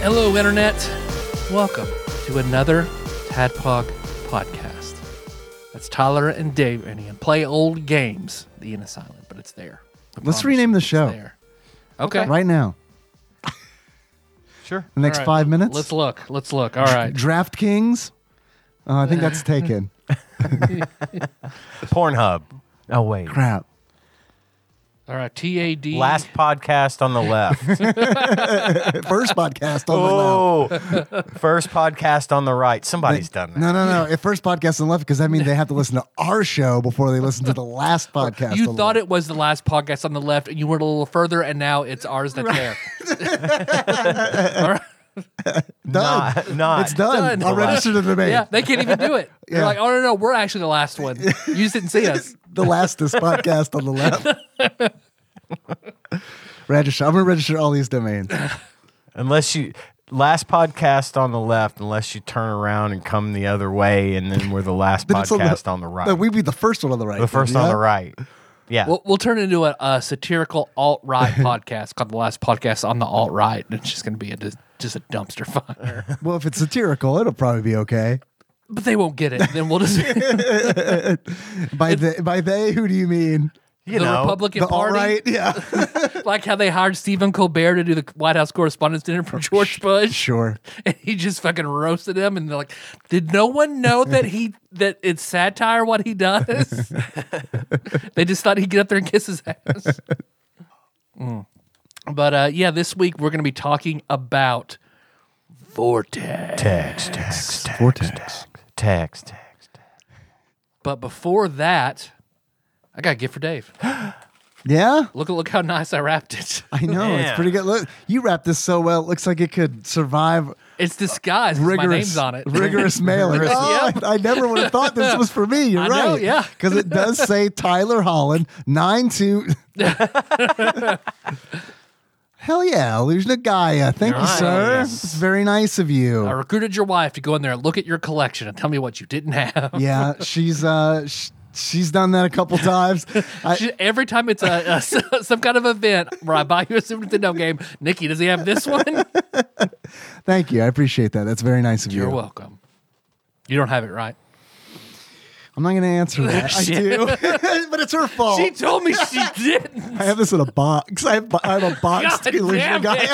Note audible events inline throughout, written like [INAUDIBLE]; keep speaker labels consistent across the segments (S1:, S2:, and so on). S1: Hello, Internet. Welcome to another Tadpog podcast. That's Tyler and Dave, and you can play old games. The Inn is silent, but it's there. I
S2: Let's
S1: promise
S2: rename
S1: you,
S2: the
S1: it's
S2: show.
S1: there. Okay.
S2: right now.
S3: Sure.
S2: The next
S1: All right.
S2: five minutes.
S1: Let's look. Let's look. All right.
S2: DraftKings. Oh, I think
S1: [LAUGHS]
S2: that's taken.
S3: Pornhub. Oh wait.
S2: Crap.
S1: All right. TAD.
S3: Last podcast on the
S2: [LAUGHS]
S3: left.
S2: First podcast on the left.
S3: oh. [LAUGHS] First podcast on the right. Somebody's done that.
S2: No, no, no. If first podcast on the left, because that means they have to listen to our show before they listen to the last podcast.
S1: [LAUGHS] You
S2: on
S1: thought
S2: the
S1: it was the last podcast on the left, and you went a little further, and now it's ours that's there. All right.
S2: it done.
S3: Not, not.
S2: It's done.
S1: Done.
S2: I'll register the debate.
S1: Yeah, they can't even do it. They're
S2: [LAUGHS] Yeah.
S1: like, oh, no, no, we're actually the last
S2: [LAUGHS]
S1: one. You just didn't see us.
S2: the lastest podcast on the left.
S1: [LAUGHS]
S2: register. I'm gonna register all these domains.
S3: Unless you last podcast on the left, unless you turn around and come the other way, and then we're the last
S2: Then it's a
S3: podcast
S2: li-
S3: on the right.
S2: No, we'd be the first one on the right.
S3: the first on
S2: Yeah.
S3: the right. Yeah.
S1: We'll, we'll turn it into a, a satirical alt
S3: [LAUGHS]
S1: right podcast called the Last Podcast on the Alt Right. It's just going to be a dis- just a dumpster
S3: [LAUGHS]
S1: fire.
S2: Well, if it's satirical, it'll probably be okay.
S1: But they won't get it. Then we'll just [LAUGHS]
S3: [LAUGHS]
S1: the
S2: By they, by they, who do you mean?
S3: you know,
S1: Republican
S2: The all
S1: Party,
S2: right,
S1: [LAUGHS]
S2: yeah.
S1: like how they hired Stephen Colbert to do the White House Correspondents' Dinner
S3: Oh,
S1: for George Bush,
S2: Sure.
S1: and [LAUGHS] he just fucking roasted him. And they're like, "Did no one know that
S2: [LAUGHS]
S1: he that it's satire what he does?" they just thought he'd get up there and kiss his ass. Mm. But uh, yeah, this week we're going to be talking about Vortex.
S3: text, text, text,
S2: Vortex.
S3: text, text.
S1: But before that, I got a gift for
S2: [GASPS]
S1: Dave.
S2: Yeah,
S1: Look look how nice I wrapped it.
S2: I know it's
S3: Yeah.
S2: pretty good. Look, you wrapped this so well. It looks like it could survive
S1: It's disguised. 'cause my
S2: rigorous,
S1: name's on it.
S2: rigorous mailing. oh, I, I never would have thought this was for me. You're
S1: I
S2: right.
S1: know, yeah.
S2: because it does
S1: [LAUGHS]
S2: say Tyler Holland nine two. Hell yeah, illusion of Gaia. Thank you,
S3: Nice.
S2: sir. It's very nice of
S1: [LAUGHS]
S2: you.
S1: I recruited your wife to go in there and look at your collection and tell me what you didn't have.
S2: Yeah, she's uh, sh- she's done that a couple
S1: [LAUGHS]
S2: times. I,
S1: She- Every time it's a, [LAUGHS] a s- some kind of event where I buy you a Super Nintendo game, Nikki, does he have this
S2: [LAUGHS]
S1: one?
S2: thank you. I appreciate that. That's very nice of you.
S1: You're welcome. You don't have it right.
S2: I'm not going to answer that. I do, [LAUGHS] but it's her fault.
S1: Oh, She told me
S2: [LAUGHS]
S1: she didn't.
S2: I have this in a box. I have, I have a box
S1: [LAUGHS] God damn
S2: illusion
S1: it.
S2: guy.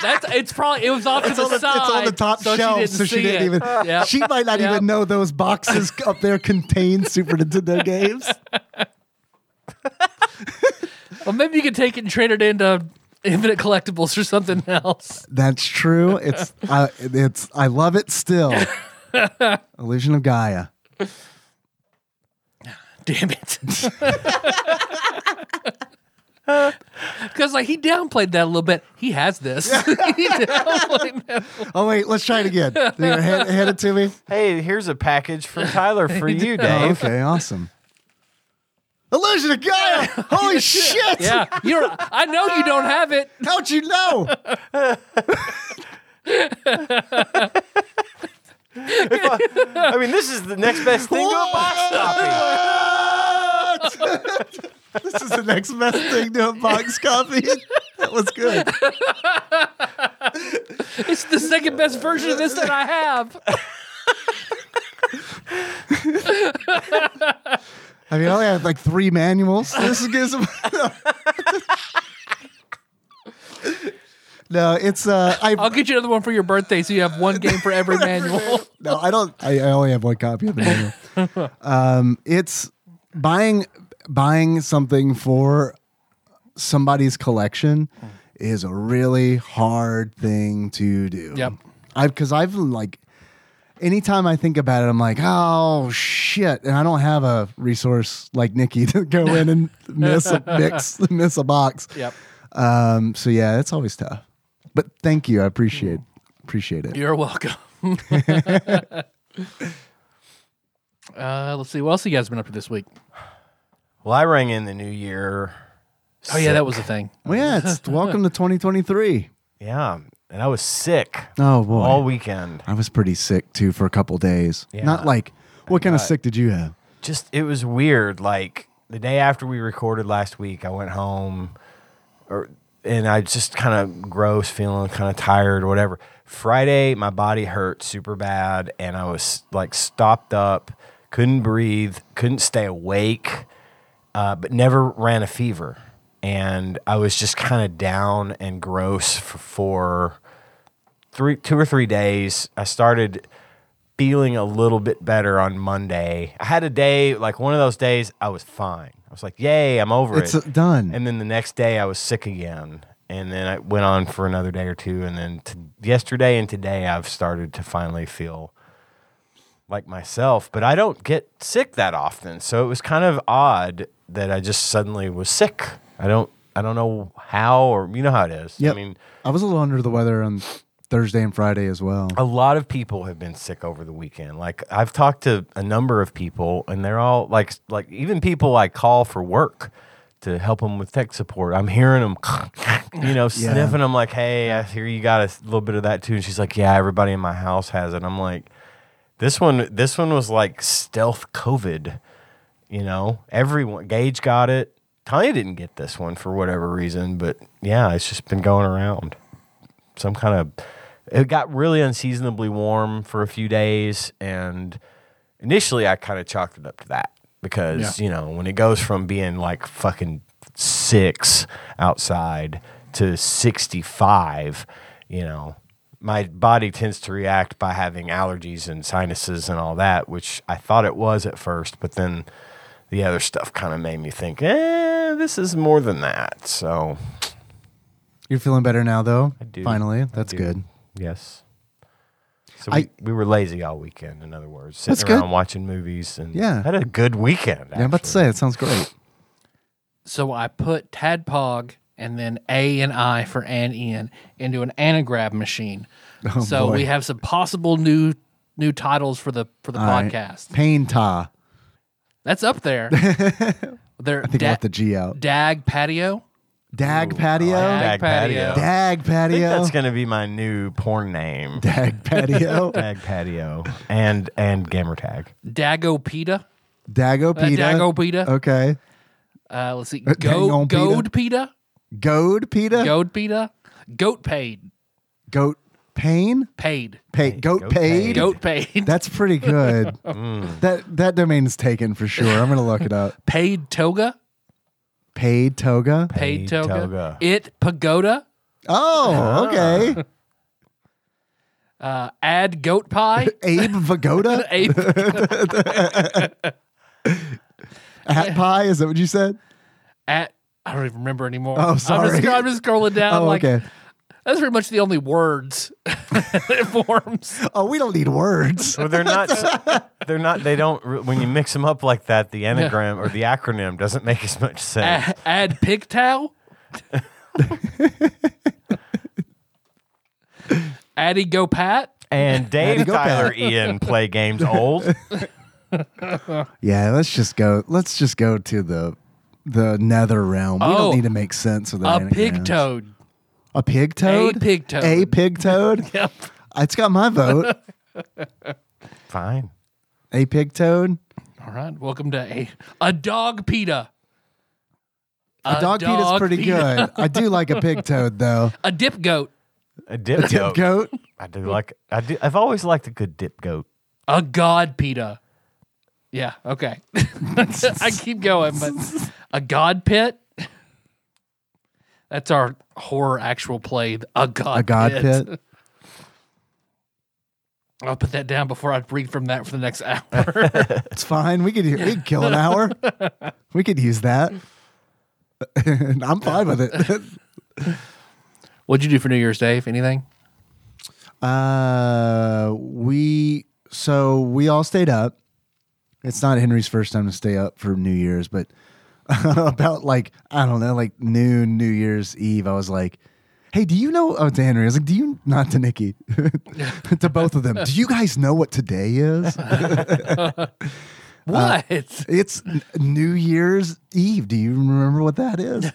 S1: That's it's probably it was off
S2: [LAUGHS] It's
S1: to
S2: on,
S1: the,
S2: the, it's
S1: side.
S2: on the top
S1: so
S2: shelf,
S1: she didn't
S2: so she
S1: see
S2: didn't
S1: it.
S2: even.
S1: Yeah.
S2: She might not
S1: [LAUGHS] Yep.
S2: even know
S1: [LAUGHS]
S2: those boxes up there contain Super Nintendo games.
S1: Well, maybe you could take it and trade it into Infinite Collectibles or something else. [LAUGHS]
S2: That's true. It's I it's I love it
S1: [LAUGHS]
S2: still. Illusion of Gaia.
S1: Damn it. [LAUGHS] Because like he downplayed that a little bit. He has this. [LAUGHS] He downplayed that.
S2: Oh wait, let's try it again. There, hand, hand it to
S1: [LAUGHS]
S2: me.
S3: Hey, here's a package for Tyler for you,
S2: Oh,
S3: Dave.
S2: okay, awesome. Illusion
S1: [LAUGHS]
S2: of Gaia. Holy shit!
S1: yeah, you. are I know you don't have it.
S2: How'd you know?
S3: [LAUGHS] I mean, this is the next best thing to a box copy.
S2: What? [LAUGHS] this is the next best thing to a box copy. That was good.
S1: It's the second best version of this that I have.
S2: I mean, I only have like three manuals. This is good. [LAUGHS] no, it's uh,
S1: I'll
S2: I
S1: get you another one for your birthday, so you have one game for every manual.
S2: no, I don't. I, I only have one copy of the manual. [LAUGHS] Um, it's buying buying something for somebody's collection is a really hard thing to do.
S1: Yep.
S2: I because I've like anytime I think about it, I'm like, oh shit, and I don't have a resource like Nikki [LAUGHS] to go in and miss a mix, [LAUGHS] miss a box.
S1: Yep.
S2: Um. So yeah, it's always tough. But thank you. I appreciate appreciate it.
S1: You're welcome. [LAUGHS] uh, let's see. What else you guys been up to this week?
S3: Well, I rang in the new year.
S1: Oh yeah,
S3: sick.
S1: that was a thing.
S2: Well, yeah, it's welcome to 2023.
S3: yeah, and I was sick
S2: Oh boy.
S3: all weekend.
S2: I was pretty sick too for a couple days.
S3: Yeah.
S2: Not like what kind of sick did you have?
S3: just it was weird. Like the day after we recorded last week, I went home, or and I just kind of gross, feeling kind of tired or whatever. Friday, my body hurt super bad, and I was like stopped up, couldn't breathe, couldn't stay awake, uh, but never ran a fever, and I was just kind of down and gross for. for three two or three days i started feeling a little bit better on monday i had a day like one of those days i was fine i was like yay i'm over
S2: It's,
S3: it
S2: uh, done.
S3: and then the next day i was sick again and then i went on for another day or two and then t- yesterday and today i've started to finally feel like myself but i don't get sick that often so it was kind of odd that i just suddenly was sick i don't i don't know how or you know how it is
S2: Yep.
S3: i mean
S2: I was a little under the weather on Thursday and Friday as well.
S3: a lot of people have been sick over the weekend. Like I've talked to a number of people, and they're all like, like even people I call for work to help them with tech support. I'm hearing them, [LAUGHS] you know, sniffing. I'm like, hey, I hear you got a s- little bit of that too. And she's like, yeah, everybody in my house has it. I'm like, this one, this one was like stealth COVID. You know, everyone. Gage got it. Tanya didn't get this one for whatever reason, but yeah, it's just been going around some kind of it got really unseasonably warm for a few days and initially i kind of chalked it up to that because you know when it goes from being like fucking six outside to 65 you know my body tends to react by having allergies and sinuses and all that which i thought it was at first but then the other stuff kind of made me think eh, this is more than that so
S2: You're feeling better now though?
S3: I do.
S2: Finally.
S3: I
S2: That's
S3: do.
S2: good.
S3: Yes. So
S2: I-
S3: we, we were lazy all weekend, in other words, sitting
S2: That's good.
S3: around watching movies and
S2: Yeah.
S3: had a good weekend.
S2: Yeah, I'm about to
S3: actually.
S2: say it sounds
S3: [LAUGHS]
S2: great.
S1: So I put Tadpog and then A and I for an in into an anagrab machine. so
S2: Oh, boy.
S1: we have some possible new new titles for the for the
S2: All right.
S1: podcast.
S2: Pain ta.
S1: That's up
S2: [LAUGHS]
S1: there. there
S2: I think I
S1: da-
S2: left the G out.
S1: Dag Patio.
S2: Dag patio.
S1: Dag
S3: Dag
S1: Patio.
S3: patio.
S2: Dag
S3: I think
S2: patio.
S3: that's going to be my new porn
S2: [LAUGHS]
S3: name. [LAUGHS]
S2: Dag patio.
S3: Dag patio and and gamer tag.
S1: Dagopeda. Uh,
S2: Dagopita.
S1: Dagopeda.
S2: Okay.
S1: Uh, let's see.
S2: Dang
S1: Go
S2: on, Peter.
S1: Goad Peta.
S2: Goad pita.
S1: Goad Peta. Goat paid.
S2: Goat pain.
S1: Paid.
S2: Pay, goat, paid.
S3: goat paid.
S1: Goat
S2: [LAUGHS]
S1: paid.
S2: That's
S1: [LAUGHS]
S2: pretty good.
S1: Mm.
S2: That that domain's taken for sure. I'm gonna look it up.
S1: paid toga.
S2: Paid toga.
S1: Paid
S3: Paid
S1: toga.
S3: toga.
S1: It pagoda. Ah.
S2: Oh, okay.
S1: Uh, add goat
S2: [LAUGHS]
S1: pie. [LAUGHS]
S2: Abe Vagoda
S1: Ape
S2: at pie. Is that what you said?
S1: at I don't even remember anymore.
S2: Oh,
S1: I'm just- I'm
S2: sorry.
S1: just, scrolling down.
S2: Oh,
S1: like
S2: okay.
S1: that's pretty much the only words [LAUGHS] it forms.
S2: Oh, we don't need words.
S3: Well, they're
S2: [LAUGHS]
S3: not. s- they're not. They don't. re- When you mix them up like that, the anagram or the acronym doesn't make as much sense.
S1: add, add
S2: [LAUGHS]
S1: pigtail. Addy go pat.
S3: And Dave,
S2: go, Pat?
S3: Tyler, Ian play games
S2: [LAUGHS]
S3: old.
S2: Yeah, let's just go. Let's just go to the the nether realm. We
S1: Oh,
S2: don't need to make sense of that.
S1: A pig toad.
S2: A pig toad.
S1: pig toad.
S2: A pig
S1: [LAUGHS]
S2: toad.
S1: Yep.
S2: It's got my vote.
S3: Fine.
S2: A pig toad.
S1: All right. Welcome to a a dog pita.
S2: A dog pig is pretty good. I do like a pig
S1: [LAUGHS]
S2: toad though.
S1: A dip goat.
S3: A dip,
S2: Tip
S3: goat.
S2: goat.
S3: I do like. I do. I've always liked a good dip goat.
S1: A god pita. Yeah. Okay. [LAUGHS] I keep going, but a god pit. That's our horror actual play. A god.
S2: A god pit.
S1: I'll put that down before I read from that for the next hour. [LAUGHS]
S2: It's fine. We could we could kill an hour. we could use that. [LAUGHS] I'm fine with it. [LAUGHS]
S1: What'd you do for New Year's Dave? Anything?
S2: Uh, we so we all stayed up. It's not Henry's first time to stay up for New Year's, [LAUGHS] but about like I don't know, like noon New Year's Eve, I was like, hey, do you know? Oh, to Henry. I was like, do you, not to Nikki, [LAUGHS] to both of them. Do you guys know what today is? Uh,
S1: What?
S2: It's n- New Year's Eve. Do you remember what that is?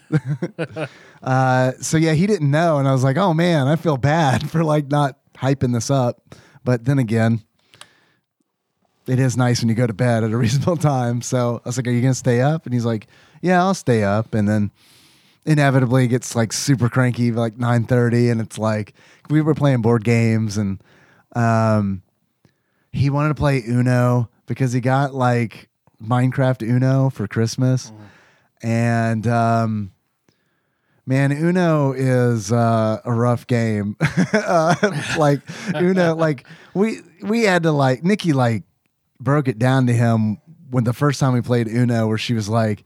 S2: [LAUGHS] uh, so yeah, he didn't know, and I was like, oh man, I feel bad [LAUGHS] for like not hyping this up. But then again, it is nice when you go to bed at a [LAUGHS] reasonable time. So I was like, are you gonna stay up? And he's like, yeah, I'll stay up. And then inevitably gets like super cranky like 9.30 and it's like we were playing board games and um, he wanted to play uno because he got like minecraft uno for christmas and um, man uno is uh, a rough game [LAUGHS] uh, [LAUGHS] like uno like we we had to like nikki like broke it down to him when the first time we played uno where she was like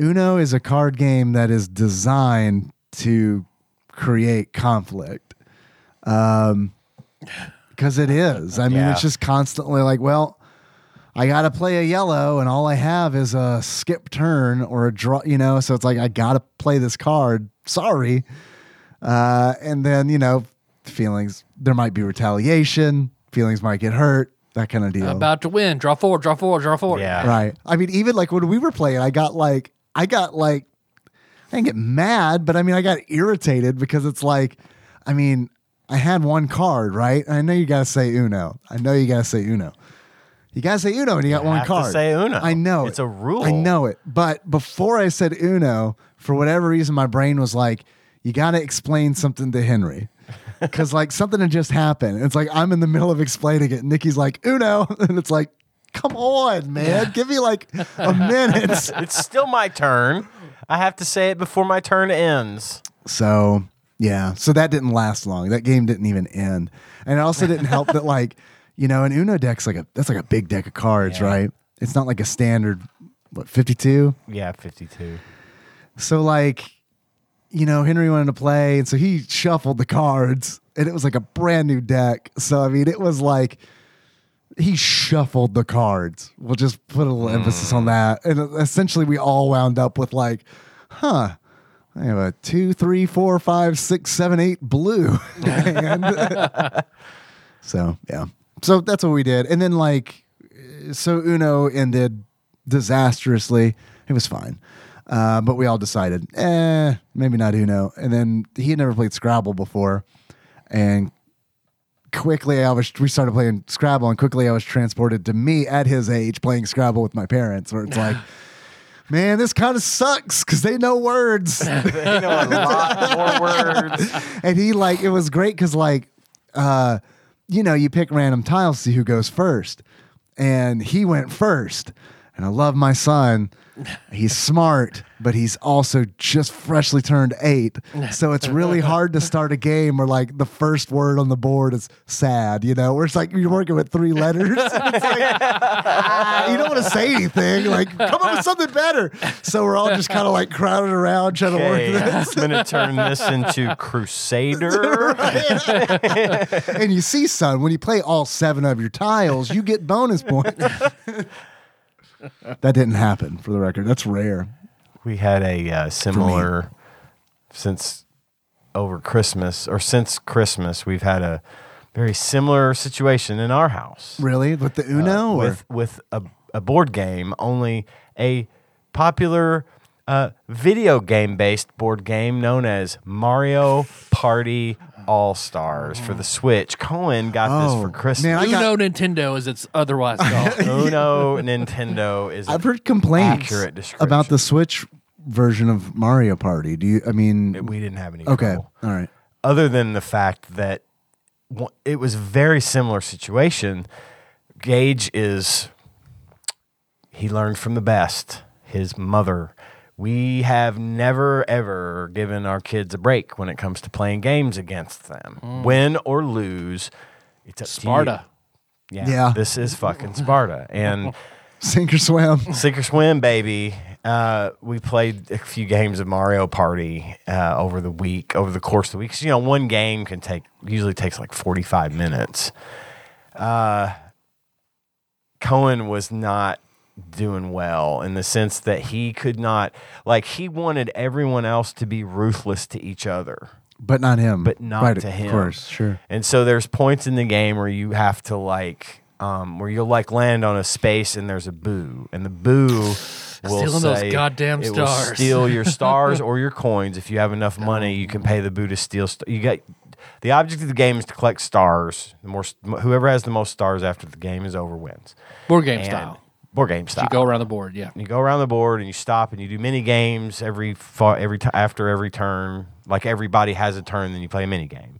S2: Uno is a card game that is designed to create conflict. Um, because it is. I mean,
S3: Yeah.
S2: it's just constantly like, well, I got to play a yellow, and all I have is a skip turn or a draw, you know? So it's like, I got to play this card. Sorry. Uh, and then, you know, feelings, there might be retaliation, feelings might get hurt, that kind of deal.
S1: About to win. Draw four, draw four, draw four.
S3: Yeah.
S2: Right. I mean, even like when we were playing, I got like, I got like, I didn't get mad, but I mean, I got irritated because it's like, I mean, I had one card, right? And I know you got to say Uno. I know you got to say Uno. You got to say Uno and you got one
S3: have to
S2: card.
S3: say Uno.
S2: I know.
S3: It's
S2: it.
S3: a rule.
S2: I know it. But before I said Uno, for whatever reason, my brain was like, you got to explain something to Henry. Because like something had just happened. It's like I'm in the middle of explaining it. And Nikki's like, Uno. [LAUGHS] And it's like, come on, man. Give me like a minute.
S3: It's still my turn. I have to say it before my turn ends.
S2: So yeah, so that didn't last long. That game didn't even end, and it also didn't help that like [LAUGHS] you know an Uno deck's like a that's like a big deck of cards, right? It's not like a standard what fifty two.
S3: Yeah, 52.
S2: So like you know Henry wanted to play, and so he shuffled the cards, and it was like a brand new deck. So I mean, it was like. He shuffled the cards. We'll just put a little emphasis on that. And uh, essentially, we all wound up with like, huh, I have a two, three, four, five, six, seven, eight blue. [LAUGHS] hand. [LAUGHS] so yeah, so that's what we did, and then like, uh, so Uno ended disastrously. It was fine, uh, but we all decided, eh, maybe not Uno. And then he had never played Scrabble before, and quickly I was we started playing Scrabble, and quickly I was transported to me at his age playing Scrabble with my parents, where it's like. Man, this kind of sucks because they know words.
S3: They know a lot more words.
S2: [LAUGHS] and he like it was great because like uh you know you pick random tiles see who goes first and he went first and i love my son he's smart but he's also just freshly turned eight so it's really hard to start a game where like the first word on the board is sad you know where it's like you're working with three letters [LAUGHS] It's like, ah, you don't want to say anything like come up with something better so we're all just kind of like crowded around trying
S3: [LAUGHS] Okay,
S2: to work this
S3: I'm going to turn this into Crusader.
S2: [LAUGHS]
S3: [LAUGHS]
S2: and you see, son, when you play all seven of your tiles, you get bonus points. that didn't happen, for the record. That's rare.
S3: We had a uh, similar since over Christmas or since Christmas. We've had a very similar situation in our house
S2: Really? With the Uno? or-
S3: Uh, with with a, a board game, only a popular uh, video game based board game known as Mario Party All Stars for the Switch. Cohen got this
S2: Oh,
S3: for Christmas.
S2: man, I
S1: Uno
S2: got-
S1: Nintendo, as it's otherwise
S2: [LAUGHS]
S1: called.
S3: [LAUGHS] Uno Nintendo is.
S2: I've heard complaints
S3: accurate description.
S2: about the Switch version of Mario Party. Do you, I mean,
S3: we didn't have any.
S2: okay.
S3: trouble.
S2: All right.
S3: other than the fact that w- it was a very similar situation. Gage is he learned from the best, his mother. We have never ever given our kids a break when it comes to playing games against them. Win or lose, it's up to you.
S1: Sparta.
S3: Yeah,
S2: Yeah.
S3: this is fucking Sparta, and
S2: Sink or swim.
S3: sink or swim, baby. Uh, we played a few games of Mario Party uh, over the week, over the course of the week. 'Cause, you know, one game can take usually takes like forty five minutes. Uh, Cohen was not doing well in the sense that he could not like he wanted everyone else to be ruthless to each other.
S2: but not him.
S3: but not
S2: Right,
S3: to him.
S2: Of course, sure.
S3: And so there's points in the game where you have to like, um, where you'll like land on a space and there's a boo, and
S1: [SIGHS]
S3: the boo will
S1: Stealing those
S3: say,
S1: goddamn
S3: it will
S1: stars. [LAUGHS]
S3: steal your stars or your coins. If you have enough money, you can pay the boo to steal. St- you got the object of the game is to collect stars. The more st- whoever has the most stars after the game is over wins.
S1: Board game
S3: And-
S1: style.
S3: Board game style
S1: You go around the board. Yeah.
S3: and you go around the board and you stop and you do mini games every fa- every t- after every turn. Like everybody has a turn, then you play a mini game.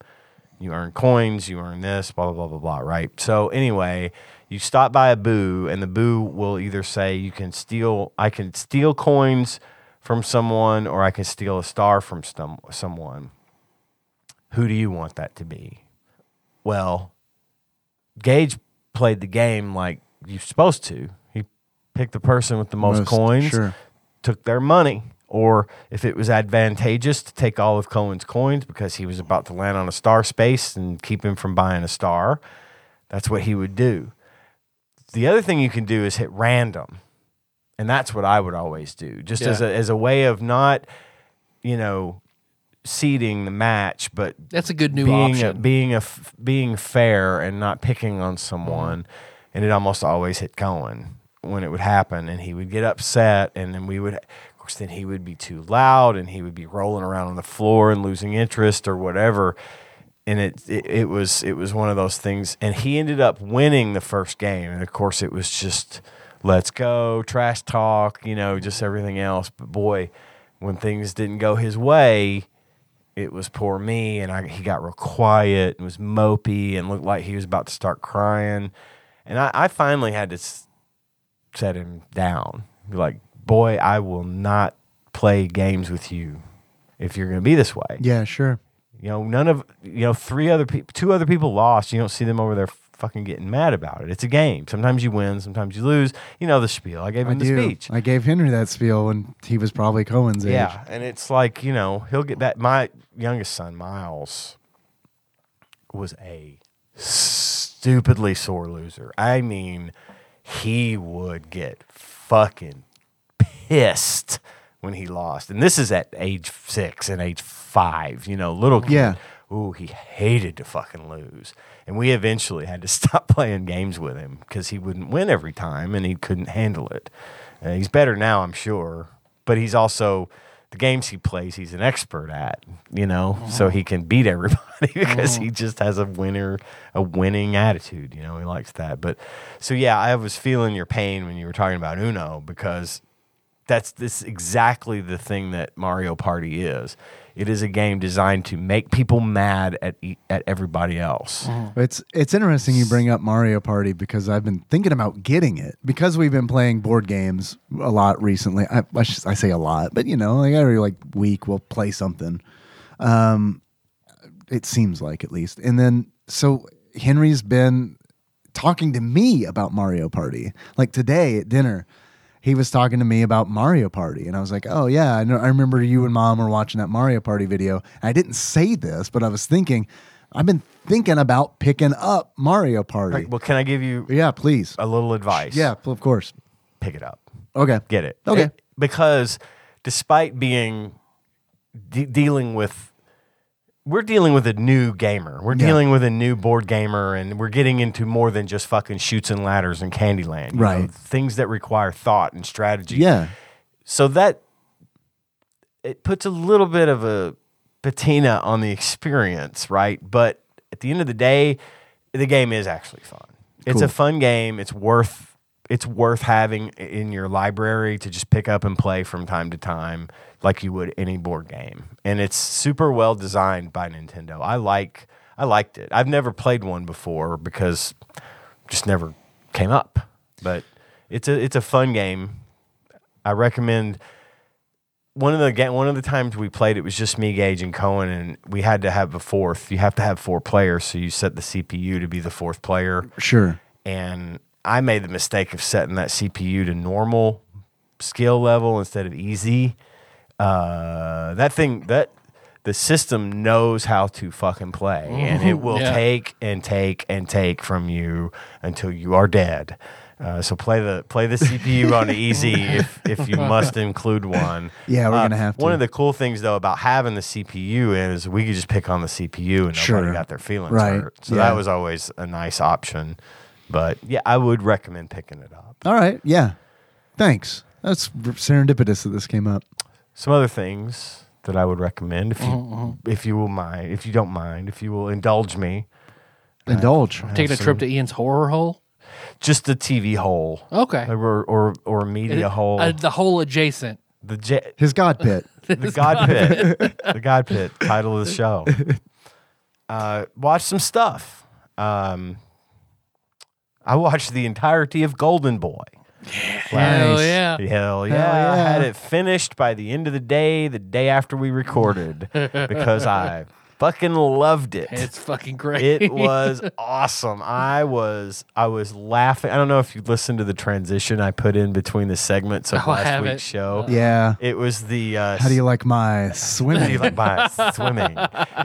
S3: You earn coins, you earn this, blah blah blah blah blah. Right. So anyway, you stop by a boo, and the boo will either say you can steal, I can steal coins from someone, or I can steal a star from some, someone. Who do you want that to be? Well, Gage played the game like you're supposed to. He picked the person with the most,
S2: Most,
S3: coins,
S2: sure.
S3: took their money, or if it was advantageous to take all of Cohen's coins because he was about to land on a star space and keep him from buying a star, that's what he would do. The other thing you can do is hit random. And that's what I would always do, just as,
S1: Yeah.
S3: a, as a way of not, you know, seeding the match, but
S1: That's a good new
S3: being
S1: option.
S3: A, being a f- being fair and not picking on someone, and it almost always hit Cohen when it would happen, and he would get upset, and then we would, of course, then he would be too loud, and he would be rolling around on the floor and losing interest or whatever. And it, it it was it was one of those things, and he ended up winning the first game, and of course it was just let's go trash talk, you know, just everything else. But boy, when things didn't go his way, it was poor me and I, he got real quiet and was mopey and looked like he was about to start crying and i, I finally had to s- set him down be like boy i will not play games with you if you're going to be this way
S2: Yeah, sure.
S3: you know none of you know three other people two other people lost you don't see them over there fucking getting mad about it it's a game sometimes you win sometimes you lose you know the spiel i gave him
S2: I
S3: the
S2: do.
S3: speech
S2: I gave Henry that spiel when he was probably Cohen's age.
S3: yeah, and it's like you know he'll get that. My youngest son Miles was a stupidly sore loser. I mean, he would get fucking pissed when he lost, and this is at age six and age five. You know, little kid.
S2: Yeah.
S3: Ooh, he hated to fucking lose, and we eventually had to [LAUGHS] stop playing games with him because he wouldn't win every time, and he couldn't handle it. Uh, he's better now, I'm sure, but he's also the games he plays, he's an expert at, you know, so he can beat everybody [LAUGHS] because he just has a winner, a winning attitude, you know, he likes that. But so, yeah, I was feeling your pain when you were talking about Uno because that's this exactly the thing that Mario Party is. It is a game designed to make people mad at e- at everybody else.
S2: It's it's interesting you bring up Mario Party because I've been thinking about getting it because we've been playing board games a lot recently. I I, should, I say a lot, but you know, like every like week we'll play something. Um, it seems like at least, and then so Henry's been talking to me about Mario Party. Like today at dinner, he was talking to me about Mario Party, and I was like, "Oh yeah, I know. I remember you and Mom were watching that Mario Party video." I didn't say this, but I was thinking, I've been thinking about picking up Mario Party.
S3: Well, can I give you
S2: Yeah, please.
S3: a little advice?
S2: Yeah, of course.
S3: pick it up.
S2: Okay.
S3: get it.
S2: Okay.
S3: It- because despite being de- dealing with, we're dealing with a new gamer. We're
S2: Yeah.
S3: dealing with a new board gamer, and we're getting into more than just fucking shoots and ladders and Candyland. you know,
S2: Right.
S3: things that require thought and strategy.
S2: Yeah.
S3: So that it puts a little bit of a patina on the experience, right? But at the end of the day, the game is actually fun. It's a fun game. It's worth it's worth having i- in your library to just pick up and play from time to time like you would any board game. And it's super well designed by Nintendo. I like I liked it. I've never played one before because just never came up. But it's a it's a fun game. I recommend one of the ga- one of the times we played it was just me, Gage, and Cohen, and we had to have a fourth. You have to have four players, so you set the CPU to be the fourth player.
S2: Sure.
S3: And I made the mistake of setting that CPU to normal skill level instead of easy. Uh, that thing that the system knows how to fucking play, and it will
S1: Yeah.
S3: take and take and take from you until you are dead. Uh, so play the play the CPU on easy if if you must include one.
S2: Yeah, we're
S3: Uh,
S2: gonna have to.
S3: One of the cool things though about having the CPU is we could just pick on the CPU and
S2: Sure.
S3: nobody got their feelings
S2: Right.
S3: hurt. So
S2: Yeah.
S3: that was always a nice option. But yeah, I would recommend picking it up.
S2: All right. Yeah. Thanks. That's serendipitous that this came up.
S3: Some other things that I would recommend if you
S2: Mm-hmm,
S3: if you will mind if you don't mind if you will indulge me
S2: Indulge.
S1: Taking a trip to Ian's horror hole.
S3: just the TV hole
S1: Okay.
S3: or or, or media hole
S1: Uh, the hole adjacent.
S2: [LAUGHS]
S3: the j-
S2: His God
S3: [LAUGHS]
S2: pit.
S3: the God Pit. the God Pit, title of
S2: [LAUGHS]
S3: the show. Uh, watch some stuff. Um, I watched the entirety of Golden Boy.
S1: Hell
S2: Nice.
S1: yeah.
S3: Hell yeah. I
S2: yeah.
S3: had it finished by the end of the day, the day after we recorded, because I fucking loved it.
S1: [LAUGHS] It's fucking great.
S3: It was awesome. I was I was laughing. I don't know if you listened to the transition I put in between the segments of
S1: Oh, I
S3: last
S1: haven't.
S3: week's show.
S2: Yeah.
S3: It was the uh,
S2: How do you like my
S3: How do you
S2: swimming?
S3: like my swimming?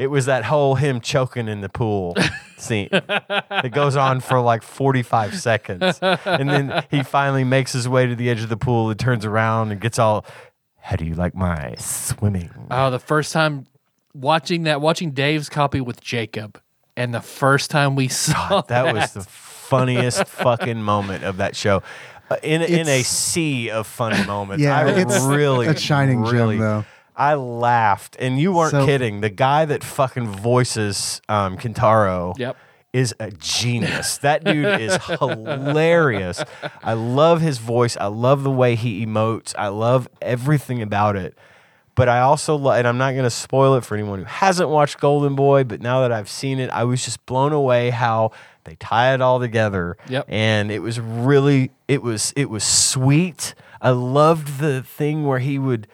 S3: It was that whole him choking in the pool scene that goes on for like 45 seconds. And then he finally makes his way to the edge of the pool and turns around and gets all, How do you like my swimming?
S1: [LAUGHS] Oh, the first time watching that, watching Dave's copy with Jacob, and the first time we [LAUGHS] saw
S3: That was the funniest fucking moment of that show. Uh, in, in a
S2: It's-
S3: sea of funny moments.
S2: Yeah,
S3: I
S2: it's
S3: really,
S2: a shining gem,
S3: really,
S2: though.
S3: I laughed, and you weren't
S2: So-
S3: kidding. The guy that fucking voices um, Kintaro
S1: Yep.
S3: is a genius. that dude is hilarious. I love his voice. I love the way he emotes. I love everything about it. But I also love, and I'm not going to spoil it for anyone who hasn't watched Golden Boy, but now that I've seen it, I was just blown away how they tie it all together.
S1: Yep.
S3: And it was really, it was, it was sweet. I loved the thing where he would,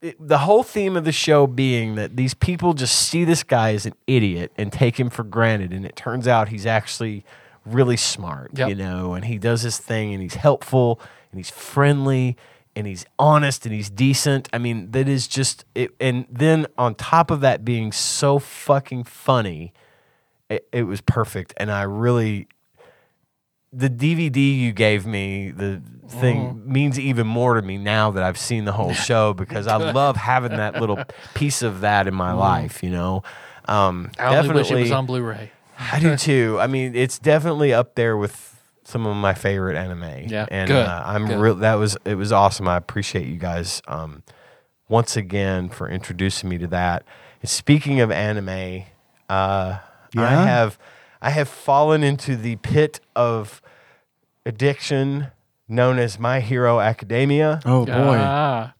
S3: it- the whole theme of the show being that these people just see this guy as an idiot and take him for granted and it turns out he's actually really smart
S1: Yep.
S3: you know and he does his thing and he's helpful and he's friendly and he's honest and he's decent i mean that is just it and then on top of that being so fucking funny it, it was perfect and i really the DVD you gave me, the thing
S1: Mm-hmm.
S3: means even more to me now that I've seen
S1: [LAUGHS]
S3: the whole show because I love having that little piece of that in my life, you know. Um,
S1: Mm-hmm. I only wish it
S3: definitely,
S1: was on Blu-ray.
S3: [LAUGHS]
S2: [LAUGHS]
S3: I do too. I mean, it's definitely up there with some of my favorite anime.
S1: Yeah,
S3: and
S1: good,
S3: Uh, I'm
S1: good.
S3: real. That was it was awesome. I appreciate you guys um, once again for introducing me to that. And speaking of anime, uh, I
S2: Yeah?
S3: have I have fallen into the pit of addiction known as My Hero Academia.
S2: Oh boy,
S1: Ah,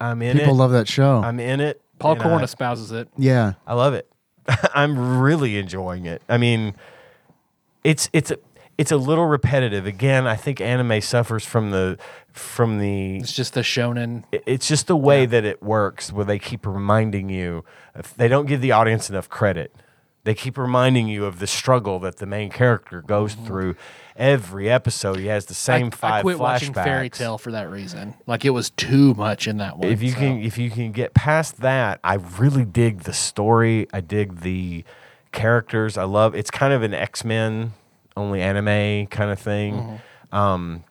S3: I'm in
S2: people
S3: it.
S2: love that show.
S3: I'm in it.
S1: Paul
S3: and
S1: Korn
S3: I-
S1: espouses it.
S2: yeah, [LAUGHS]
S3: I love it. [LAUGHS] I'm really enjoying it. I mean, it's it's a it's a little repetitive. Again, I think anime suffers from the from the
S1: It's just the shonen.
S3: it- it's just the way that it works where they keep reminding you if they don't give the audience enough credit they keep reminding you of the struggle that the main character goes through every episode he has the same
S1: Mm-hmm. I,
S3: five
S1: I quit
S3: flashbacks
S1: watching Fairy Tale for that reason. Like it was too much in that one.
S3: if you
S1: so.
S3: can if you can get past that i really dig the story i dig the characters i love it's kind of an x-men only anime kind of thing um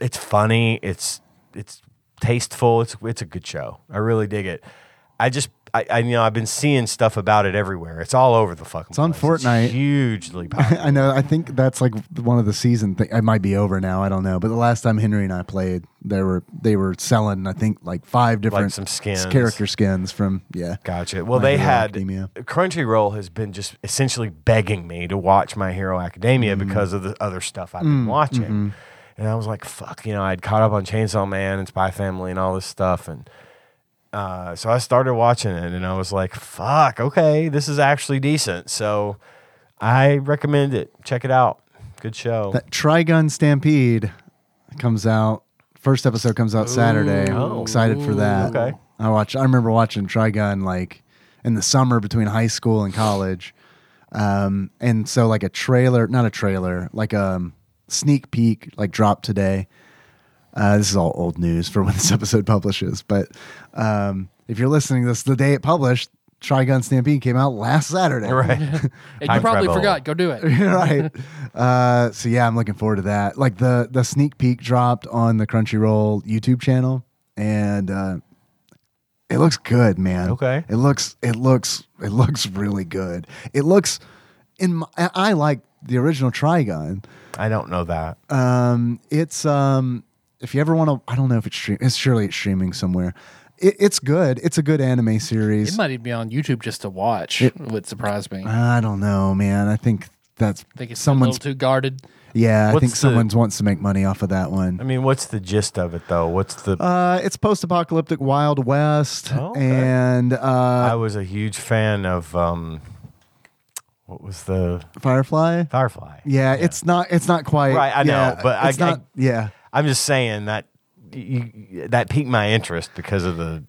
S3: it's funny it's it's tasteful it's it's a good show i really dig it i just I, I you know I've been seeing stuff about it everywhere. It's all over the fucking. It's
S2: on Fortnite. [LAUGHS]
S3: hugely popular.
S2: I know. I think that's like one of the season. Th- it might be over now. I don't know. But the last time Henry and I played, they were they were selling. I think like five different
S3: some skins.
S2: character skins from yeah.
S3: Gotcha. Well,
S2: My
S3: they
S2: Hero
S3: had
S2: Academia.
S3: Crunchyroll has been just essentially begging me to watch My Hero Academia
S2: Mm-hmm.
S3: because of the other stuff
S2: Mm,
S3: I've been watching. And I was like, fuck, you know, I'd caught up on Chainsaw Man and Spy Family and all this stuff. And uh, so I started watching it and I was like, fuck, okay, this is actually decent. So I recommend it. Check it out. Good show.
S2: That Trigun Stampede comes out. First episode comes out Saturday. I'm
S3: Oh.
S2: excited for that.
S3: Okay.
S2: I watch. I remember watching Trigun like in the summer between high school and college, um, and so like a trailer, not a trailer, like a um, sneak peek, like dropped today. Uh, this is all [LAUGHS] old news for when this episode publishes, but um, if you're listening to this the day it published, Trigun Stampede came out last Saturday.
S3: [LAUGHS] Right.
S1: And you
S3: Time
S1: probably
S3: travel.
S1: forgot. Go do it.
S2: [LAUGHS] right. Uh, so yeah, I'm looking forward to that. Like the the sneak peek dropped on the Crunchyroll YouTube channel, and uh, it looks good, man.
S3: Okay.
S2: It looks it looks it looks really good. It looks in my, I I like the original Trigun.
S3: I don't know that.
S2: Um, it's um, if you ever want to, I don't know if it's stream. It's surely it's streaming somewhere. It, it's good. It's a good anime series.
S1: It might even be on YouTube just to watch. would surprise me. I
S2: I don't know, man. I think that's
S1: think it's
S2: Uh, someone's.
S1: a little too guarded.
S2: yeah, I
S3: What's
S2: think
S3: the-
S2: someone's wants to make money off of that
S3: I
S2: one.
S3: mean, what's the gist of it though? What's the?
S2: Uh, it's post-apocalyptic Wild West,
S3: Oh, okay.
S2: and uh,
S3: I was a huge fan of um, what was the
S2: Firefly.
S3: Firefly?
S2: Yeah, it's not. It's not quite.
S3: Right, I know,
S2: yeah,
S3: but I-
S2: it's not.
S3: I-
S2: yeah,
S3: I'm just saying that you, that piqued my interest because of the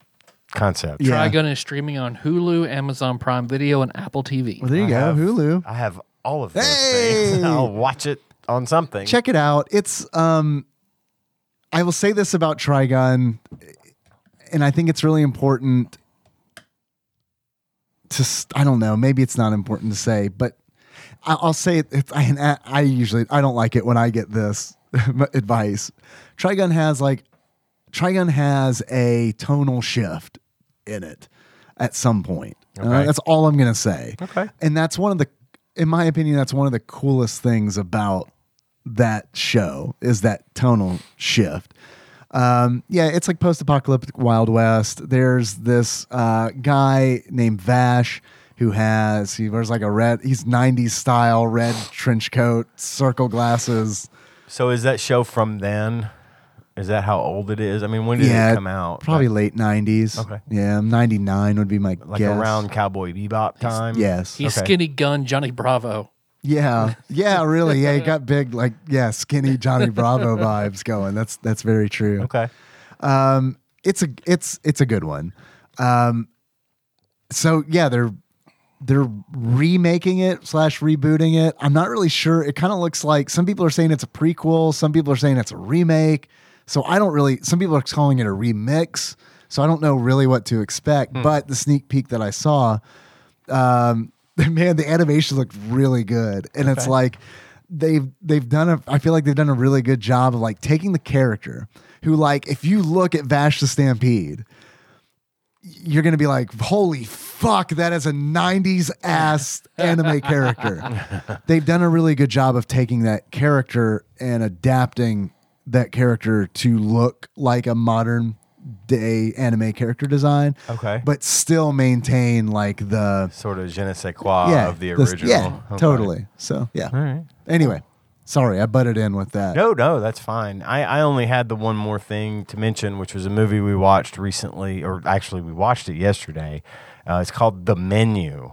S3: concept.
S2: Yeah.
S1: Trigun is streaming on Hulu, Amazon Prime Video, and Apple TV.
S2: well, there you
S3: I
S2: go.
S3: have-
S2: Hulu.
S3: I have all of those
S2: Hey!
S3: things. [LAUGHS] I'll watch it on something.
S2: Check it out. It's. Um, I will say this about Trigun, and I think it's really important. To s- I don't know. Maybe it's not important to say, but I- I'll say it. It's, I, and I- I usually I don't like it when I get this [LAUGHS] advice. Trigun has like Trigun has a tonal shift in it at some point. All right?
S3: Okay.
S2: that's all I'm gonna say.
S3: Okay.
S2: and that's one of the, in my opinion, that's one of the coolest things about that show is that tonal shift. Um, yeah, it's like post-apocalyptic Wild West. There's this uh, guy named Vash who has he wears like a red. He's '90s style red trench coat, circle glasses.
S3: So is that show from then? Is that how old it is? I mean, when did it come out?
S2: Probably late '90s.
S3: Okay.
S2: Yeah, '99 would be my
S3: like
S2: guess.
S3: around Cowboy Bebop time.
S2: Yes.
S1: He's
S3: Okay.
S1: skinny gun Johnny Bravo.
S2: Yeah, yeah, really. Yeah, he got big, like yeah, skinny Johnny Bravo vibes going. That's that's very true.
S3: Okay.
S2: it's a it's it's a good one. Um, so yeah, they're they're remaking it slash rebooting it. I'm not really sure. It kind of looks like some people are saying it's a prequel. Some people are saying it's a remake. So I don't really. Some people are calling it a remix. So I don't know really what to expect. But the sneak peek that I saw, um, [LAUGHS] man, the animation looked really good, and it's like they've they've done a. I feel like they've done a really good job of like taking the character who like if you look at Vash the Stampede, you're gonna be like, holy fuck, that is a '90s ass anime character. They've done a really good job of taking that character and adapting that character to look like a modern day anime character design
S3: Okay.
S2: but still maintain like the
S3: Sort of je ne sais quoi
S2: yeah
S3: of the
S2: this-
S3: original.
S2: yeah,
S3: Okay.
S2: totally. So yeah.
S3: All right.
S2: Anyway, sorry I butted in with that.
S3: No, no, that's fine. I, I only had the one more thing to mention, which was a movie we watched recently, or actually we watched it yesterday. Uh, it's called The Menu.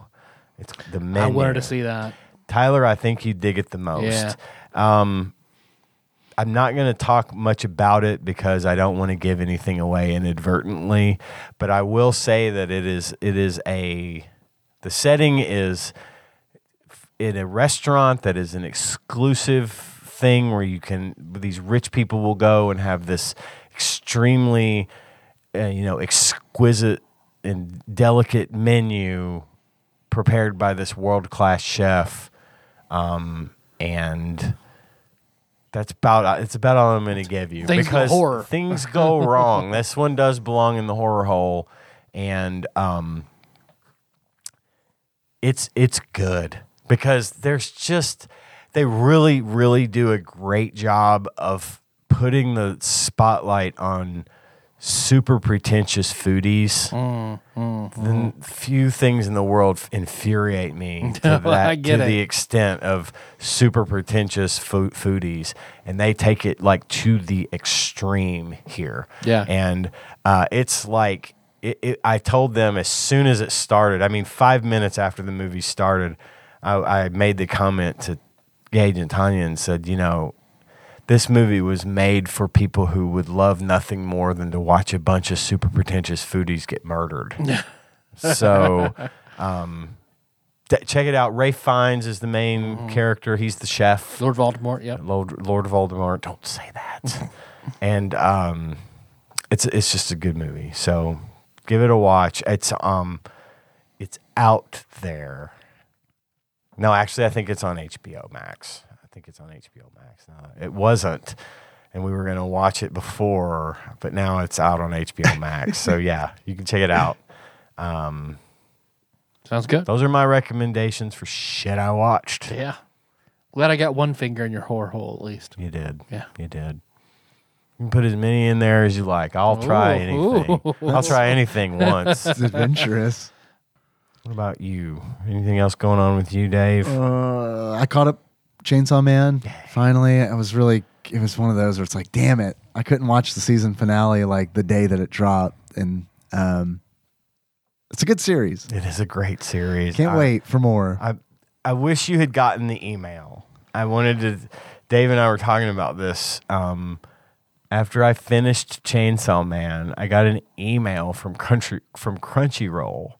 S3: It's the menu.
S1: I wanted to see that.
S3: Tyler, I think you dig it the most. Um, I'm not going to talk much about it because I don't want to give anything away inadvertently, but I will say that it is it is a the setting is in a restaurant that is an exclusive thing where you can these rich people will go and have this extremely uh, you know exquisite and delicate menu prepared by this world-class chef um, and that's about it's about all I'm going to give you
S1: Things go
S3: because
S1: horror. [LAUGHS]
S3: things go wrong. This one does belong in the horror hole, and um, it's it's good because there's just they really really do a great job of putting the spotlight on super pretentious foodies.
S1: Mm,
S3: Then few things in the world f- infuriate me to that
S1: Well, mm. [LAUGHS] I get
S3: to
S1: it.
S3: the extent of super pretentious food foodies, and they take it like to the extreme here.
S1: Yeah.
S3: and uh, it's like it, it, I told them as soon as it started. I mean, five minutes after the movie started, I, I made the comment to Gage and Tanya and said, you know. This movie was made for people who would love nothing more than to watch a bunch of super pretentious foodies get murdered. So, um, d- check it out. Ray Fiennes is the main character. He's the chef.
S1: Lord Voldemort. Yep.
S3: Lord, Lord Voldemort. Don't say that. and um, it's it's just a good movie. So give it a watch. It's um, it's out there. No, actually, I think it's on HBO Max. I think it's on HBO Max. No, it wasn't, and we were gonna watch it before, but now it's out on HBO Max. so yeah, you can check it out. Um,
S1: Sounds good.
S3: those are my recommendations for shit I watched.
S1: Yeah. Glad I got one finger in your whore hole at least.
S3: You did.
S1: Yeah.
S3: You did. You can put as many in there as you like. I'll try
S1: Ooh,
S3: anything.
S1: ooh.
S3: I'll try anything once.
S2: It's
S3: [LAUGHS]
S2: adventurous.
S3: what about you? Anything else going on with you, Dave?
S2: Uh, I caught up Chainsaw Man. Finally, I was really. It was one of those where it's like, damn it, I couldn't watch the season finale like the day that it dropped, and um, it's a good series.
S3: it is a great series.
S2: Can't
S3: I-
S2: wait for more.
S3: I I wish you had gotten the email. I wanted to. Dave and I were talking about this. Um, after I finished Chainsaw Man, I got an email from Country from Crunchyroll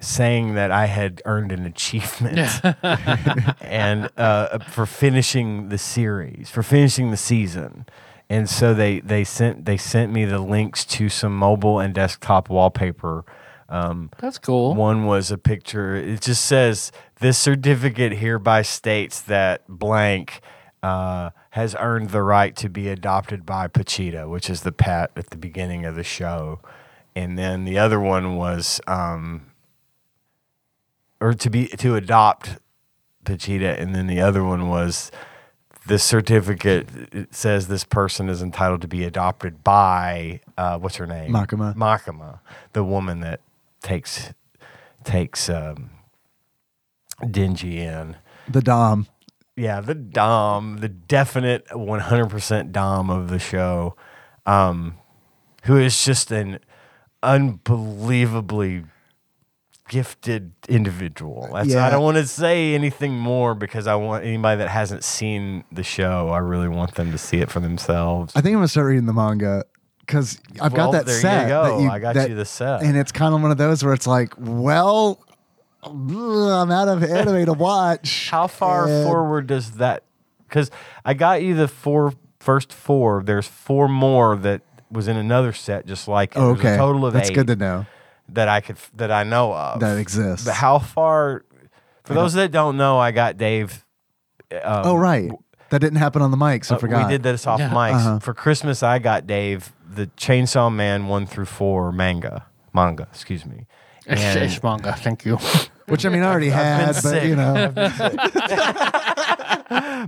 S3: saying that I had earned an achievement [LAUGHS] and uh, for finishing the series, for finishing the season. And so they they sent they sent me the links to some mobile and desktop wallpaper. Um,
S1: That's cool. [LAUGHS]
S3: one was a picture. It just says this certificate hereby states that blank uh, has earned the right to be adopted by Pachita, which is the pet at the beginning of the show. And then the other one was, um, or to be to adopt Pachita, and then the other one was this certificate it says this person is entitled to be adopted by uh, what's her name
S2: Makima.
S3: Makima, the woman that takes takes um, Denji in.
S2: the Dom.
S3: Yeah, the dom, the definite 100% dom of the show, um, who is just an unbelievably gifted individual. That's, I
S2: Yeah.
S3: don't want to say anything more because I want anybody that hasn't seen the show, I really want them to see it for themselves.
S2: I think I'm gonna start reading the manga because I've
S3: Well,
S2: got that
S3: there you
S2: set.
S3: go.
S2: that
S3: I got
S2: that-
S3: you the set.
S2: and it's kind of one of those where it's like, well, ugh, I'm out of anime to watch.
S3: [LAUGHS] How far
S2: And
S3: forward does that? Because I got you the four first four. There's four more that was in another set, just like it. There's
S2: Okay,
S3: a total of
S2: that's
S3: eight
S2: good to know.
S3: that I could that I know of
S2: That exists.
S3: But how far? For those that don't know, I got Dave. Um,
S2: oh right, that didn't happen on the mic, so I
S3: uh,
S2: forgot. Uh-huh.
S3: We did this off
S1: Yeah.
S3: mics for Christmas. I got Dave the Chainsaw Man one through four manga manga. Excuse me. And-
S1: Shesh manga, thank
S2: [LAUGHS]
S1: you.
S2: which I mean, I already
S3: been
S2: had, but
S3: sick.
S2: you know,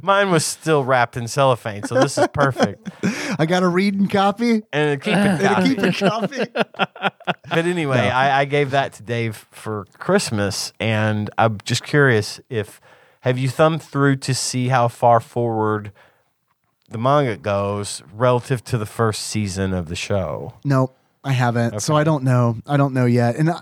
S3: Mine was still wrapped in cellophane, so this is perfect.
S2: [LAUGHS] I got to read and copy.
S3: and keep
S2: [LAUGHS]
S3: it.
S2: And
S3: copy.
S2: keep it copy.
S3: but anyway, I, I gave that to Dave for Christmas, and I'm just curious if have you thumbed through to see how far forward the manga goes relative to the first season of the show?
S2: Nope, I haven't. So I don't know. I don't know yet. And I,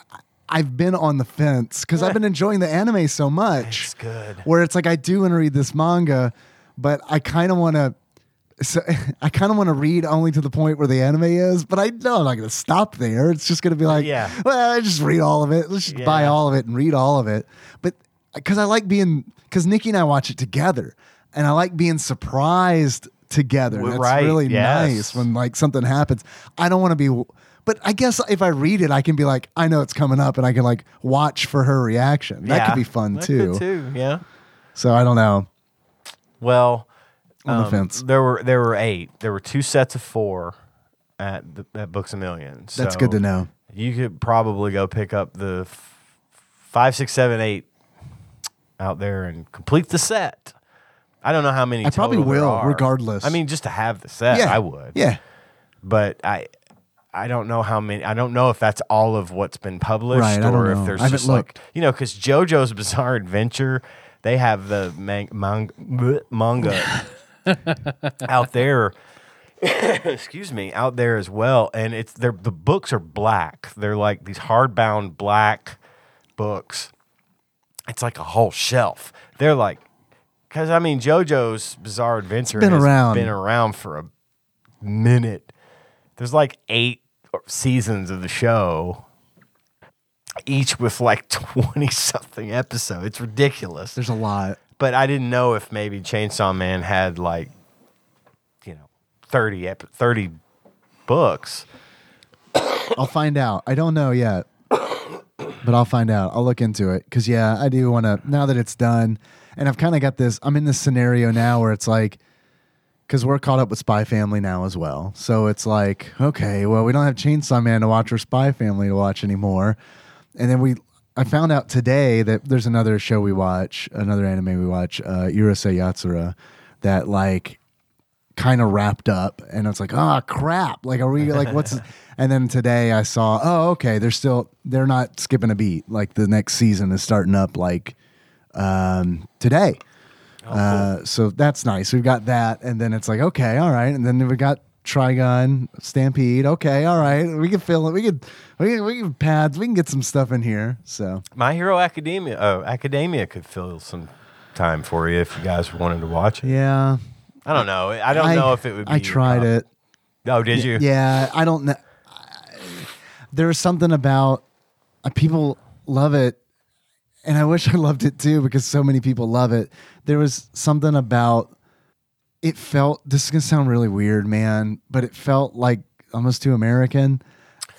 S2: I've been on the fence because
S3: [LAUGHS]
S2: I've been enjoying the anime so much.
S3: It's good.
S2: Where it's like I do want to read this manga, but I kind of want to. So [LAUGHS] I kind of want to read only to the point where the anime is, but I know I'm not going to stop there. It's just going to be like,
S3: Yeah.
S2: well, I just read all of it. Let's just buy
S3: Yeah.
S2: all of it and read all of it. But because I like being, because Nikki and I watch it together, and I like being surprised together.
S3: W-
S2: That's
S3: right,
S2: really
S3: yes.
S2: nice when like something happens. I don't want to be, but I guess if I read it, I can be like, I know it's coming up, and I can like watch for her reaction. That
S3: Yeah.
S2: could be fun
S3: That
S2: too.
S3: could too. Yeah.
S2: So I don't know.
S3: Well,
S2: On
S3: Um,
S2: the fence.
S3: There were there were eight. There were two sets of four at the, at Books a Million.
S2: That's
S3: So
S2: good to know.
S3: You could probably go pick up the f- five, six, seven, eight out there and complete the set. I don't know how many.
S2: I probably
S3: total there
S2: will,
S3: are.
S2: regardless.
S3: I mean, just to have the set,
S2: Yeah,
S3: I would.
S2: Yeah.
S3: but I. I don't know how many. I don't know if that's all of what's been published,
S2: Right, I don't
S3: or if
S2: know.
S3: there's
S2: I haven't
S3: just like
S2: looked.
S3: you know, because JoJo's Bizarre Adventure, they have the man- mang- bleh,
S2: [LAUGHS]
S3: manga out there. excuse me, out there as well, and it's they're the books are black. They're like these hardbound black books. It's like a whole shelf. They're like, because I mean, JoJo's Bizarre Adventure
S2: been
S3: has
S2: around.
S3: been around for a minute. There's like eight seasons of the show, each with like [LAUGHS] 20 something episodes. It's ridiculous.
S2: There's a lot.
S3: But I didn't know if maybe Chainsaw Man had like, you know, 30, ep- 30 books.
S2: I'll find out. I don't know yet. but I'll find out. I'll look into it because yeah, I do want to. Now that it's done, and I've kind of got this. I'm in this scenario now where it's like, because we're caught up with Spy Family now as well. So it's like, okay, well, we don't have Chainsaw Man to watch or Spy Family to watch anymore. And then we, I found out today that there's another show we watch, another anime we watch, uh, Yurusei Yatsura, that like kind of wrapped up and it's like oh crap like are we like
S3: [LAUGHS]
S2: what's and then today i saw oh okay they're still they're not skipping a beat like the next season is starting up like um today
S3: Oh,
S2: uh so that's nice we've got that and then it's like okay all right and then we got trigon stampede okay all right we can fill it we could we can, we can pads we can get some stuff in here so
S3: My Hero Academia. Oh, Academia could fill some time for you if you guys wanted to watch it.
S2: yeah
S3: I don't know. I don't know if it would. be
S2: i tried it
S3: Oh, did you?
S2: Yeah, I don't know. There's something about uh, people love it, and I wish I loved it too because so many people love it. There was something about it felt. This is gonna sound really weird, man, but it felt like almost too American.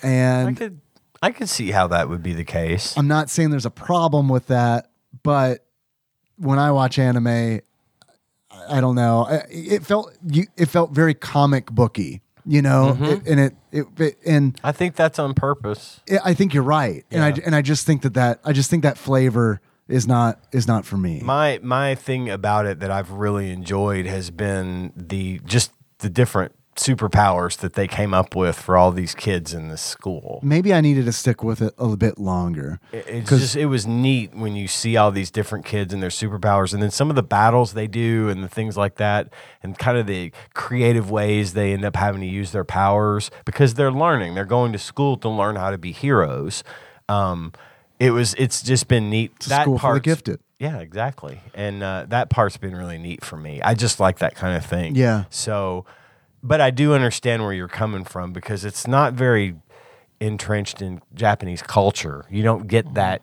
S3: I
S2: And
S3: could. I could see how that would be the case.
S2: I'm not saying there's a problem with that, but when I watch anime, I I don't know. I- It felt you. It felt very comic booky, you know.
S3: Mm-hmm.
S2: It- and it, it, it and
S3: I think that's on purpose.
S2: I- I think you're right, and I and I just think that that I just think that flavor is not is not for me.
S3: My my thing about it that I've really enjoyed has been the just the different superpowers that they came up with for all these kids in this school.
S2: Maybe I needed to stick with it a little bit longer.
S3: It- It's just it was neat when you see all these different kids and their superpowers, and then some of the battles they do and the things like that, and kind of the creative ways they end up having to use their powers because they're learning. They're going to school to learn how to be heroes. Um, it was it's just been neat.
S2: a school for the
S3: part's-
S2: gifted.
S3: Yeah, exactly. And uh, that part's been really neat for me. I just like that kind of thing.
S2: Yeah.
S3: So, but I do understand where you're coming from because it's not very entrenched in Japanese culture. You don't
S2: Mm-hmm.
S3: get that.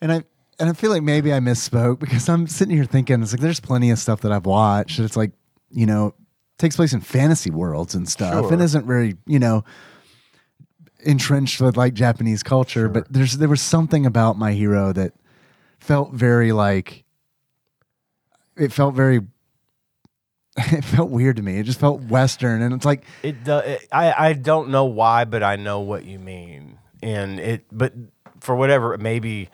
S2: And I and I feel like maybe I misspoke because I'm sitting here thinking it's like there's plenty of stuff that I've watched that it's like you know takes place in fantasy worlds and stuff
S3: Sure.
S2: and isn't very you know entrenched with like Japanese culture. But there's there was something about my hero that felt very like it felt very [LAUGHS] it felt weird to me. It just felt Western, and it's like
S3: It, do- it I I don't know why, but I know what you mean. And it but for whatever maybe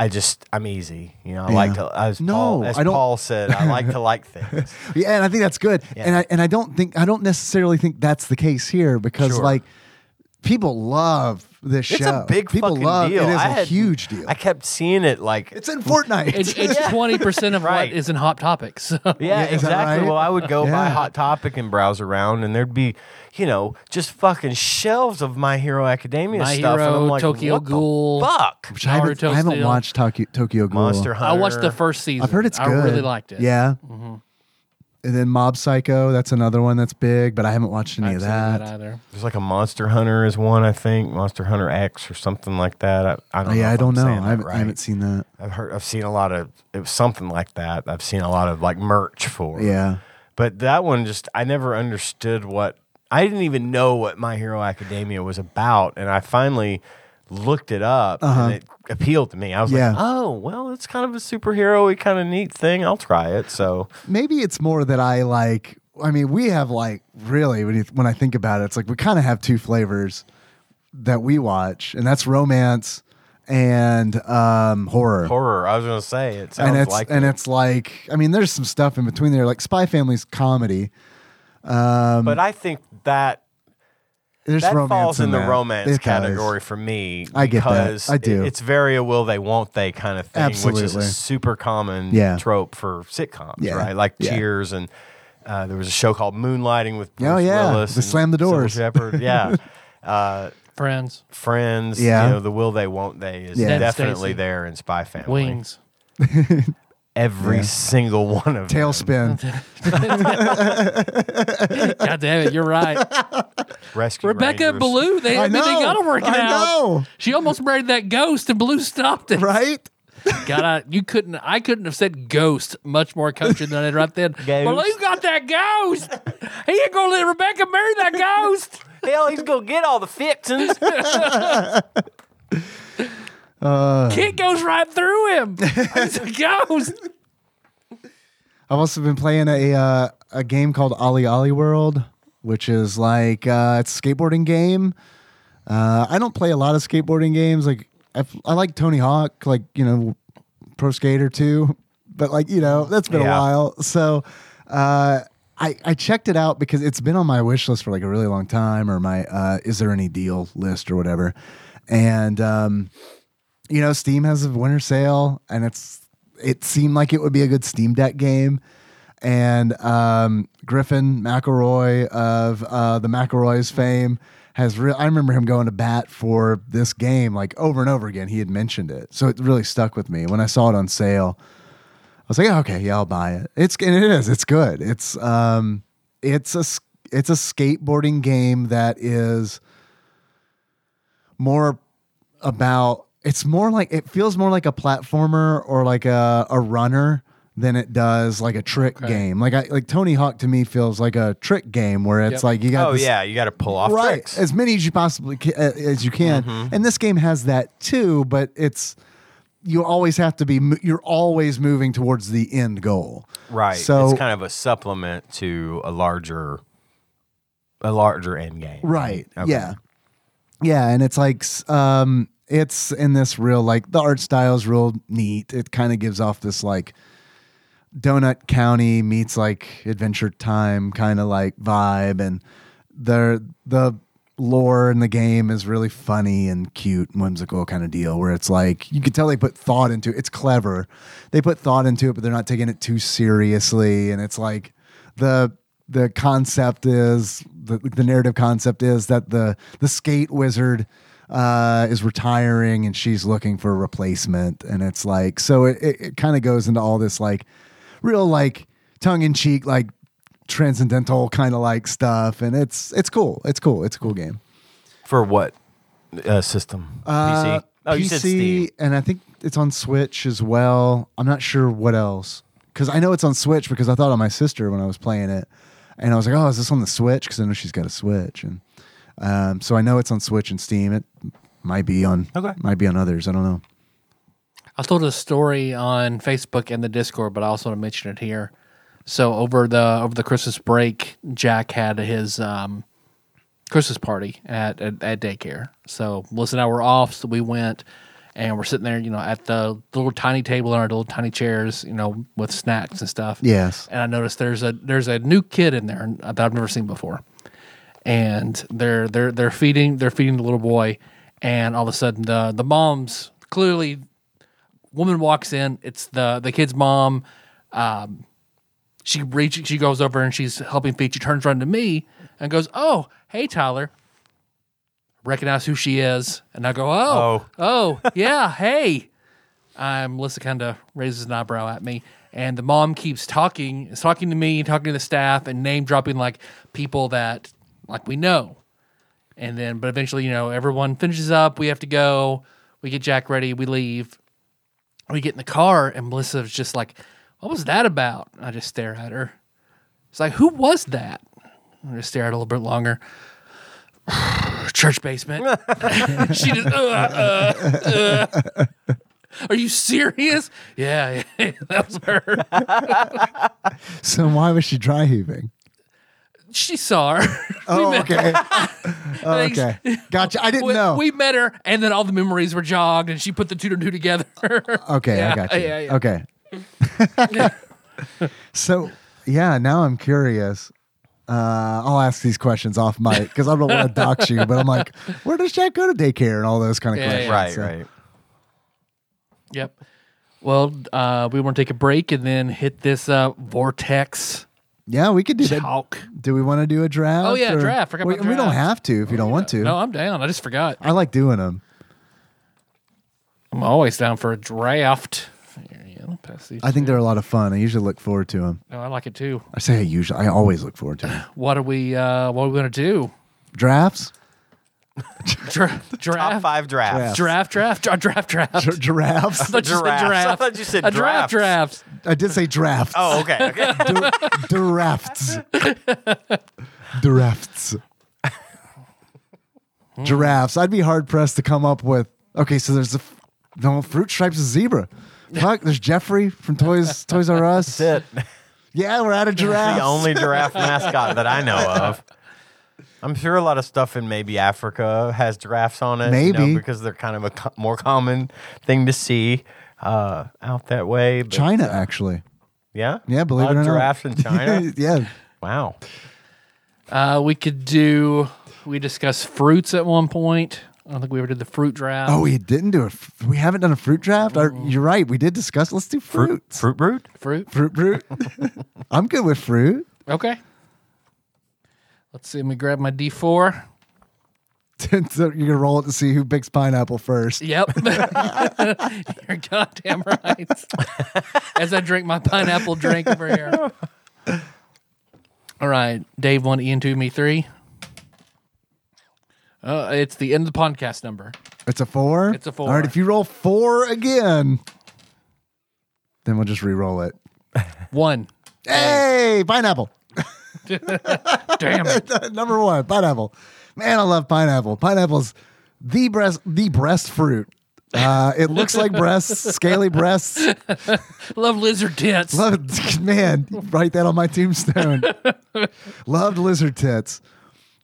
S3: I just I'm easy. You know, I like
S2: Yeah.
S3: to as
S2: No,
S3: Paul, as
S2: I don't-
S3: Paul said, I like to
S2: [LAUGHS]
S3: like things.
S2: Yeah, and I think that's good.
S3: Yeah.
S2: And I and I don't think I don't necessarily think that's the case here because
S3: Sure.
S2: like people love this
S3: It's
S2: show.
S3: a big
S2: people
S3: fucking
S2: love
S3: deal.
S2: it is a
S3: I had-
S2: huge deal.
S3: I kept seeing it like
S2: it's in Fortnite.
S1: It's twenty percent of
S3: Right.
S1: what is in Hot Topics. So.
S3: Yeah,
S2: is that
S3: exactly.
S2: right?
S3: Well, I would go by
S2: Yeah.
S3: Hot Topic and browse around, and there'd be, you know, just fucking shelves of My Hero Academia
S1: My
S3: stuff. and
S1: Hero,
S3: I'm like,
S1: Tokyo
S3: what the
S1: Ghoul.
S3: fuck.
S2: [LAUGHS] Which I haven't,
S1: Naruto
S2: I haven't
S1: still.
S2: watched Tokyo, Tokyo Ghoul.
S1: [LAUGHS]
S3: Monster
S1: I
S3: Hunter.
S1: watched the first season.
S2: I've heard it's good.
S1: I really liked it. Mm-hmm.
S2: Yeah. And then Mob Psycho, that's another one that's big, but I haven't watched any
S1: I've
S2: of
S1: seen
S2: that.
S1: either.
S3: There's like a Monster Hunter is one, I think. Monster Hunter X or something like that. I, I
S2: Oh,
S3: don't. know
S2: yeah, I
S3: if
S2: don't
S3: I'm
S2: know.
S3: saying
S2: I
S3: that
S2: haven't,
S3: right.
S2: I haven't seen that.
S3: I've heard. I've seen a lot of. It was something like that. I've seen a lot of like merch for.
S2: Yeah.
S3: But that one just I never understood what I didn't even know what My Hero Academia was about, and I finally looked it up and it appealed to me. I was
S2: Uh-huh. Yeah.
S3: like, oh well, it's kind of a superhero kind of neat thing. I'll try it. So
S2: maybe it's more that I like. I mean, we have like really when you, when I think about it, it's like we kind of have two flavors that we watch, and that's romance and um, horror.
S3: horror. I was gonna say it sounds
S2: and it's
S3: like
S2: and
S3: it,
S2: it's like I mean, there's some stuff in between there, like Spy Family's comedy. um,
S3: but I think that
S2: There's
S3: that
S2: romance
S3: falls in, the
S2: that.
S3: romance
S2: It does.
S3: category for me.
S2: I get that.
S3: because
S2: I do.
S3: it- it's very a will they won't they kind of thing, which is a
S2: Absolutely.
S3: super common
S2: Yeah.
S3: trope for sitcoms,
S2: Yeah.
S3: right? Like
S2: Yeah.
S3: Cheers and uh, there was a show called Moonlighting with Bruce
S2: Oh, yeah.
S3: Willis.
S2: They
S3: and
S2: slammed the
S3: Sybil
S2: doors. [LAUGHS]
S3: Shepherd. Yeah. uh,
S1: Friends,
S3: Friends.
S2: Yeah.
S3: You know, the will they won't they is
S2: Yeah. Ned
S3: definitely
S1: Stacy.
S3: there in Spy Family.
S1: Wings.
S3: Every single one of them. [LAUGHS]
S2: Tailspin.
S1: God damn it, you're right.
S3: Rescue
S1: Rebecca
S3: Rangers.
S1: Blue. They,
S2: I
S1: I, mean,
S2: know,
S1: they got to work it
S2: I
S1: out.
S2: know.
S1: She almost married that ghost, and Blue stopped it.
S2: right?
S1: [LAUGHS] God, I, you couldn't. I couldn't have said ghost much more country than I did right
S2: [LAUGHS]
S1: then. Blue got that ghost. He ain't gonna let Rebecca marry that ghost.
S2: [LAUGHS]
S3: Hell, he's gonna get all the fixings.
S1: Kid goes right through him. He's a ghost.
S2: I've also been playing a uh, a game called Ollie Ollie World, which is like uh, it's a skateboarding game. Uh, I don't play a lot of skateboarding games. Like I, f- I like Tony Hawk, like you know, Pro Skater too. [LAUGHS] But like you know, that's been a
S3: Yeah.
S2: while. So uh, I I checked it out because it's been on my wish list for like a really long time, or my uh, is there any deal list or whatever. And um, you know, Steam has a winter sale, and it's it seemed like it would be a good Steam Deck game. And um, Griffin McElroy of uh, the McElroy's fame has real. I remember him going to bat for this game like over and over again. He had mentioned it, so it really stuck with me when I saw it on sale. I was like, okay, yeah, I'll buy it. It's and it is. It's good. It's um, it's a s- it's a skateboarding game that is more about it's more like it feels more like a platformer or like a, a runner than it does like a trick game. Like I like Tony Hawk to me feels like a trick game where it's
S1: Yep.
S2: like you got
S3: Oh
S2: this-
S3: yeah, you got to pull off
S2: right
S3: tricks. Mm-hmm.
S2: as many as you possibly ca- uh, as you can. And this game has that too, but it's you always have to be mo- you're always moving towards the end goal.
S3: Right.
S2: So
S3: it's kind of a supplement to a larger a larger end game.
S2: Right.
S3: Okay.
S2: Yeah. Yeah, and it's like s- um it's in this real like the art style's real neat. It kind of gives off this like Donut County meets like Adventure Time kind of like vibe and the the lore in the game is really funny and cute and whimsical kind of deal where it's like you can tell they put thought into it. It's clever. They put thought into it, but they're not taking it too seriously. And it's like the the concept is the, the narrative concept is that the the skate wizard uh, is retiring and she's looking for a replacement. And it's like, so it, it, it kind of goes into all this like real like tongue in cheek, like transcendental kind of like stuff. And it's, it's cool. It's cool. It's a cool game.
S3: For what uh, system?
S2: Uh,
S3: PC. Oh, you said Steam.
S2: and I think it's on Switch as well. I'm not sure what else because I know it's on Switch because I thought of my sister when I was playing it, and I was like, "Oh, is this on the Switch?" Because I know she's got a Switch, and um, so I know it's on Switch and Steam. It might be on,
S3: Okay.
S2: might be on others. I don't know.
S1: I told a story on Facebook and the Discord, but I also want to mention it here. So over the over the Christmas break, Jack had his um, Christmas party at, at at daycare. So Melissa and I were off, so we went and we're sitting there, you know, at the little tiny table in our little tiny chairs, you know, with snacks and stuff.
S2: Yes.
S1: And I noticed there's a there's a new kid in there that I've never seen before, and they're they're they're feeding they're feeding the little boy, and all of a sudden the the mom's clearly woman walks in. It's the the kid's mom. Um, she reaches, she goes over and she's helping feed. She turns around to me and goes, "Oh, hey, Tyler." Recognize who she is, and I go, "Oh, oh, yeah, hey." Um, Melissa kind of raises an eyebrow at me, and the mom keeps talking, is talking to me, talking to the staff, and name dropping like people that like we know. And then, but eventually, you know, everyone finishes up. We have to go. We get Jack ready. We leave we get in the car and Melissa was just like, "What was that about?" I just stare at her. It's like, "Who was that?" I just stare at her a little bit longer. [SIGHS] Church basement. [LAUGHS] she just, uh, uh, uh. are you serious? Yeah, yeah, [LAUGHS] that was her.
S2: So why was she dry
S3: [LAUGHS]
S2: heaving?
S1: She saw
S2: [LAUGHS]
S1: her.
S2: Oh, okay.
S1: I think
S2: okay. Gotcha. I didn't
S1: We,
S2: know.
S1: we met her, and then all the memories were jogged, and she put the two and two together. [LAUGHS]
S2: Okay, I
S1: Yeah,
S2: got you.
S1: yeah, yeah.
S2: Okay. [LAUGHS] so, yeah, now I'm curious. Uh, I'll ask these questions off mic because I don't want to dox you, but I'm like, where does Jack go to daycare and all those kind of
S1: Yeah,
S2: questions?
S1: yeah.
S3: Right,
S2: So-
S3: right.
S1: Yep. Well, uh, we want to take a break and then hit this uh, vortex
S2: Yeah, we could do that.
S1: talk.
S2: Do we want to do a draft?
S1: Oh, yeah, draft. Forgot
S2: we,
S1: about
S2: we don't
S1: drafts.
S2: have to if you don't want to.
S1: No, I'm down. I just forgot.
S2: I like doing them.
S1: I'm always down for a draft. There you go. Pass these.
S2: I think they're a lot of fun. I usually look forward to them.
S1: No, I like it too.
S2: I say I usually, I always look forward to them.
S1: What are we? Uh, what are we gonna do?
S2: Drafts?
S1: Dra-
S3: [LAUGHS] Top
S1: draft,
S3: five drafts.
S1: draft, draft, [LAUGHS] dra- draft, draft. [LAUGHS]
S2: Gi- Giraffes?
S1: I thought you said
S3: Giraffes. I
S1: draft.
S3: thought you said
S1: a draft.
S3: drafts.
S1: Draft.
S2: I did say drafts.
S3: Oh, okay. Okay.
S2: [LAUGHS]
S3: [LAUGHS]
S2: Du- Drafts. Drafts. Giraffes. I'd be hard pressed to come up with. Okay, so there's a f- No, Fruit Stripes is zebra. Fuck, there's Jeffrey from Toys Toys R Us.
S3: That's it.
S2: Yeah, we're out of giraffes.
S3: the only giraffe mascot that I know of. I'm sure a lot of stuff in maybe Africa has giraffes on it, you know,
S2: Maybe.
S3: because they're kind of a co- more common thing to see uh, out that way. but-
S2: China, actually.
S3: yeah,
S2: Yeah, believe
S3: A
S2: it
S3: lot
S2: or
S3: of
S2: not.
S3: giraffes in
S2: [LAUGHS]
S3: China.
S2: yeah.
S3: wow,
S1: Uh, we could do. We discussed fruits at one point. I don't think we ever did the fruit draft.
S2: Oh, we didn't do a. f- We haven't done a fruit draft. Or- you're right. We did discuss. Let's do
S3: Mm. fruit,
S2: fruits.
S3: fruit root.
S1: fruit.
S2: Fruit, fruit. [LAUGHS] I'm good with fruit. [LAUGHS]
S1: Okay. Let's see. Let me grab my D four.
S2: so you're gonna roll it to see who picks pineapple first.
S1: Yep. [LAUGHS] You're goddamn right. As I drink my pineapple drink over here. All right. Dave one, Ian two, me three. Uh, it's the end of the podcast number.
S2: It's a four.
S1: It's a four.
S2: All right. If you roll four again, then we'll just re-roll it.
S1: One.
S2: Hey, pineapple. [LAUGHS]
S1: Damn it.
S2: Number one, pineapple. Man, I love pineapple. Pineapple's the breast, the breast fruit. Uh, it looks
S1: [LAUGHS]
S2: like breasts, scaly breasts.
S1: Love lizard tits.
S2: Love, [LAUGHS] man, write that on my tombstone. Loved lizard tits.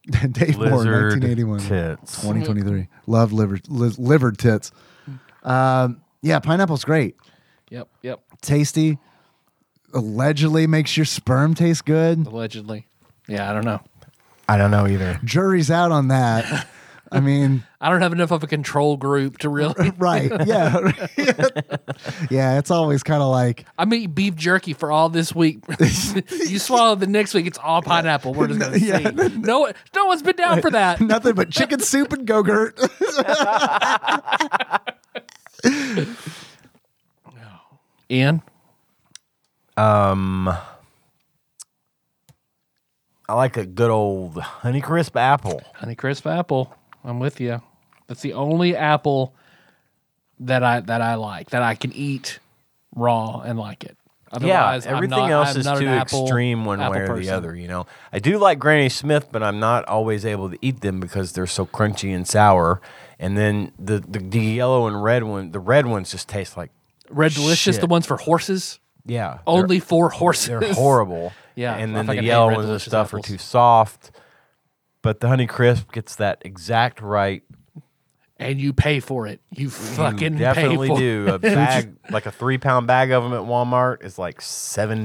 S2: [LAUGHS] Dave Moore,
S3: Lizard
S2: 1981.
S3: tits.
S2: 2023. Loved liver, liz, liver tits. Um, yeah, pineapple's great.
S1: Yep. Yep.
S2: Tasty. Allegedly makes your sperm taste good.
S1: Allegedly. Yeah. I don't know.
S3: I don't know either.
S2: Jury's out on that. I mean,
S1: I don't have enough of a control group to [LAUGHS] really.
S2: right. Yeah. yeah, it's always kind of like,
S1: I'm eating beef jerky for all this [LAUGHS] week. you swallow the next week, it's all pineapple. We're just gonna
S2: Yeah.
S1: see. No, one- [LAUGHS] no one's been down for that.
S2: [LAUGHS] nothing but chicken soup
S1: [LAUGHS]
S2: and go-gurt.
S1: Ian,
S3: Um, I like a good old Honeycrisp apple.
S1: Honeycrisp apple. I'm with you. That's the only apple that I that I like that I can eat raw and like it. Otherwise,
S3: yeah,
S1: I'm
S3: everything
S1: not-
S3: else
S1: I'm
S3: is
S1: not an
S3: too
S1: apple-
S3: extreme one
S1: apple
S3: way or the
S1: person.
S3: other. You know, I do like Granny Smith, but I'm not always able to eat them because they're so crunchy and sour. And then the the, the yellow and red one, the red ones just taste like
S1: Red delicious,
S3: Shit.
S1: the ones for horses.
S3: yeah,
S1: Only for horses.
S3: they're, they're horrible.
S1: Yeah,
S3: and
S1: I
S3: then the
S1: fucking hate
S3: yellow
S1: Red
S3: ones and
S1: Delicious
S3: stuff
S1: apples.
S3: are too soft. But the Honey Crisp gets that exact right.
S1: [LAUGHS] and you pay for it. You fucking pay
S3: you Mm, definitely
S1: for [LAUGHS]
S3: do a bag like a three pound bag of them at Walmart is like seven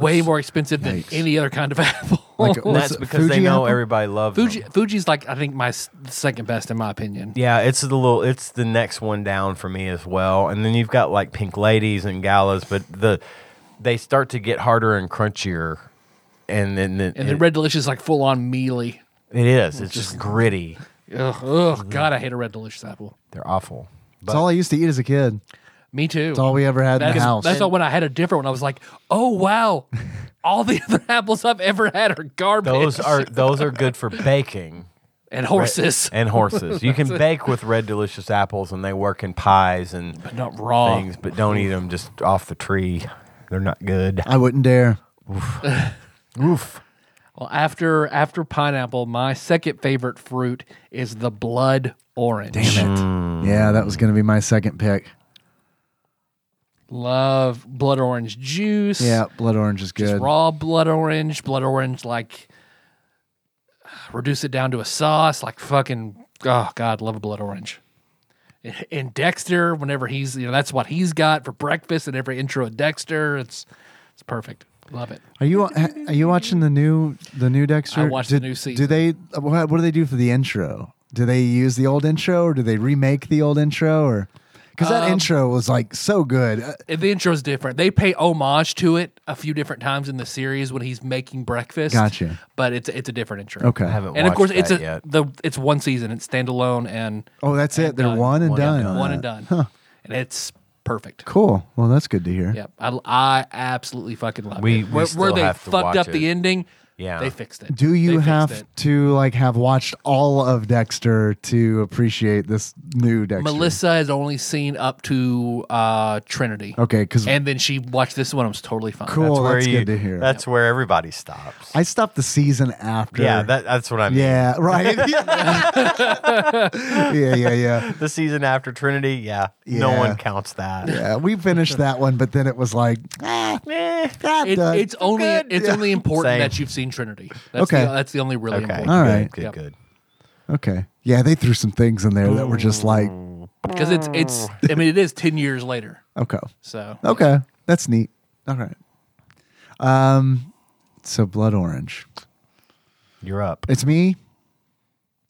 S1: [LAUGHS] Way more expensive than any other kind of apple.
S2: Like,
S3: And that's
S2: What's it,
S3: because they
S2: Fuji
S3: know
S2: apple?
S3: everybody loves
S1: [LAUGHS]
S3: them.
S1: Fuji, Fuji's like I think my s- second best in my opinion.
S3: Yeah, it's the little it's the next one down for me as well. And then you've got like pink ladies and galas, but the they start to get harder and crunchier. And then the,
S1: And the Red Delicious is like full on mealy.
S3: it is. It's just gritty.
S1: Ugh,
S3: Mm-hmm.
S1: ugh, God, I hate a Red Delicious apple.
S3: They're awful.
S2: It's all I used to eat as a kid.
S1: Me too. That's
S2: It's all we ever had in the house.
S1: That's all when I had a different one. I was like, oh
S2: [LAUGHS]
S1: wow, all the other apples I've ever had are garbage.
S3: Those are those are good for baking
S1: and horses,
S3: and
S1: [LAUGHS]
S3: horses. You can bake with red delicious apples, and they work in pies and
S1: not raw.
S3: things. But don't eat them just off the tree. They're not good.
S2: I wouldn't dare.
S3: Oof.
S1: Well, after after pineapple, my second favorite fruit is the blood orange.
S3: Mm.
S2: Damn it. Yeah, that was going to be my second pick.
S1: Love blood orange juice.
S2: Yeah, blood orange is
S1: Just
S2: good.
S1: raw blood orange, blood orange, like reduce it down to a sauce, like fucking oh god, love a blood orange. And Dexter, whenever he's you know that's what he's got for breakfast in every intro of Dexter, it's it's perfect. Love it.
S2: Are you ha- are you watching the new the new Dexter?
S1: I watched the
S2: Did-
S1: new
S2: Do
S1: season.
S2: they what what do they do for the intro? Do they use the old intro or do they remake the old intro or because that
S1: Um,
S2: intro was like so good. Uh,
S1: And the intro's different. They pay homage to it a few different times in the series when he's making breakfast.
S2: Gotcha.
S1: But it's it's a different intro.
S2: Okay.
S3: I haven't
S1: And of course,
S3: watched
S1: it's a
S3: that yet.
S1: the it's one season. It's standalone and
S2: Oh, that's it. They're
S1: done.
S2: one and
S1: One
S2: done.
S1: and
S2: on
S1: done. One
S2: that.
S1: and done. And it's perfect.
S2: Cool. Well, that's good to hear.
S1: Yeah, I, I absolutely fucking love
S3: We-
S1: it.
S3: we
S1: Where, where
S3: still
S1: they
S3: have to
S1: fucked
S3: watch
S1: up the
S3: it.
S1: ending,
S3: Yeah.
S1: They fixed it.
S2: Do
S1: They
S2: you
S1: fixed
S2: have
S1: it.
S2: to like have watched all of Dexter to appreciate this new Dexter?
S1: Melissa has only seen up to uh, Trinity.
S2: Okay, because
S1: And then she watched this one. and was totally fine.
S2: Cool. Well, that's good to hear.
S3: That's where everybody stops.
S2: I stopped the season after.
S3: yeah, that, that's what I mean.
S2: Yeah,
S1: [LAUGHS]
S2: right. [LAUGHS] yeah, yeah, yeah.
S3: The season after Trinity, yeah, no
S2: Yeah.
S3: one counts that.
S2: Yeah, we finished that one, but then it was like, ah,
S3: [LAUGHS] Eh,
S2: that
S1: It,
S2: done.
S1: it's only it's only important
S3: Same.
S1: that you've seen Trinity. That's
S2: Okay.
S1: The, that's the only really
S3: okay.
S1: important
S2: All right.
S3: Good,
S1: Yep.
S3: good, good.
S2: okay. Yeah, they threw some things in there that were just like,
S1: because it's it's. I mean, it is ten years later.
S2: okay,
S1: So
S2: okay, that's neat. All right. Um, so blood orange. [LAUGHS]
S3: You're up.
S2: It's me.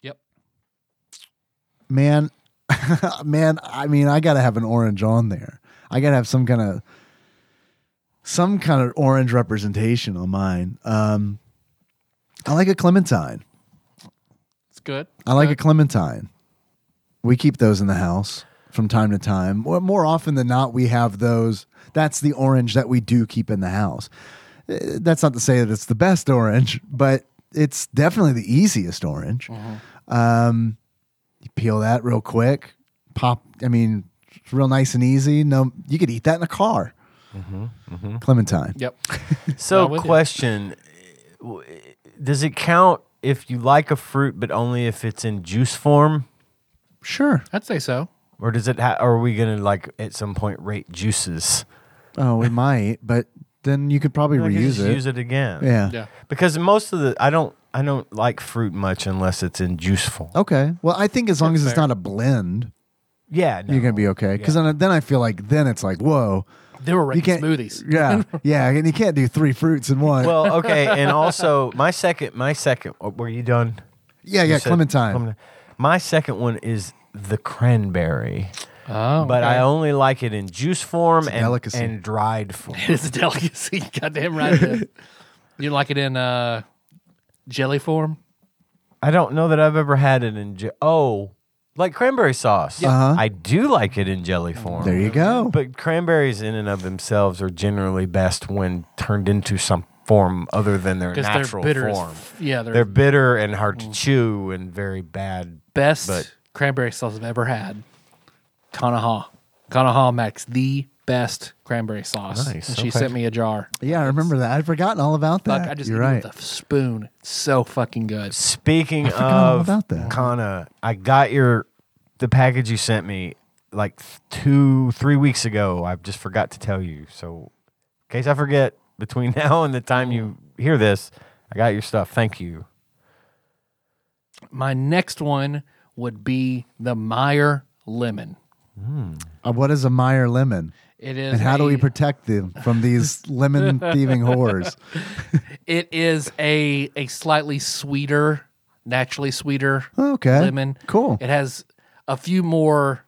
S1: yep.
S2: man, [LAUGHS] man, I mean, I gotta have an orange on there. I gotta have some kind of some kind of orange representation on mine. Um, I like a clementine.
S1: It's good.
S2: I
S3: Uh,
S2: like a clementine. We keep those in the house from time to time. More, more often than not, we have those. That's the orange that we do keep in the house. Uh, That's not to say that it's the best orange, but it's definitely the easiest orange.
S3: Mm-hmm.
S2: Um, you peel that real quick, pop. I mean, it's real nice and easy. No, you could eat that in a car.
S3: Mm-hmm,
S2: Clementine.
S1: Yep.
S3: So,
S1: with you.
S3: question: w- Does it count if you like a fruit, but only if it's in juice form,
S2: Sure.
S1: I'd say so.
S3: or does it? Ha- are we gonna like at some point rate juices?
S2: Oh, we might, but then you could probably
S3: Like,
S2: reuse
S3: just
S2: it.
S3: Use it again.
S2: Yeah.
S1: Yeah.
S3: Because most of the I don't I don't like fruit much unless it's in juice form.
S2: Okay. Well, I think as long as it's
S1: fair. Oh,
S2: not a blend.
S3: Yeah, no.
S2: you're gonna be okay. Because then, then I feel like then it's like whoa,
S1: They were
S2: you
S1: making
S2: can't
S1: smoothies.
S2: [LAUGHS] Yeah, yeah, and you can't do three fruits in one.
S3: Well, okay, and also my second my second. oh, Were you done?
S2: yeah, yeah,
S3: You said
S2: clementine.
S3: clemen- My second one is the cranberry,
S1: Oh,
S3: but I only like it in juice form
S2: a
S3: and,
S2: delicacy.
S3: and dried form.
S1: [LAUGHS] it's a delicacy. Goddamn right. it is. You like it in uh, jelly form?
S3: I don't know that I've ever had it in je- oh, like cranberry sauce.
S2: Uh-huh.
S3: I do like it in jelly form.
S2: There you go.
S3: But cranberries in and of themselves are generally best when turned into some form other than their
S1: Because they're
S3: natural
S1: bitter. as
S3: form.
S1: f- yeah, they're,
S3: They're Mm. bitter and hard to chew and very bad.
S1: best
S3: but-
S1: cranberry sauce I've ever had. Kanaha. Kanaha makes the best cranberry sauce.
S3: Nice,
S1: And she
S3: okay.
S1: sent me a jar.
S2: yeah, I remember that. I'd forgotten all about that.
S1: Fuck, I just
S2: You're
S1: eat
S2: right.
S1: it with a spoon. It's so fucking good.
S3: Speaking
S2: all
S3: of
S2: about that.
S3: Kana, I got your the package you sent me like th- two, three weeks ago. I just forgot to tell you. So in case I forget, between [LAUGHS] now and the time you hear this, I got your stuff. Thank you.
S1: My next one would be the Meyer lemon.
S2: Uh, what is a Meyer lemon?
S1: It is
S2: And how do
S1: a-
S2: we protect them
S1: [LAUGHS]
S2: from these lemon thieving whores?
S1: It is a a slightly sweeter, naturally sweeter
S2: Okay,
S1: lemon.
S2: cool.
S1: It has a few more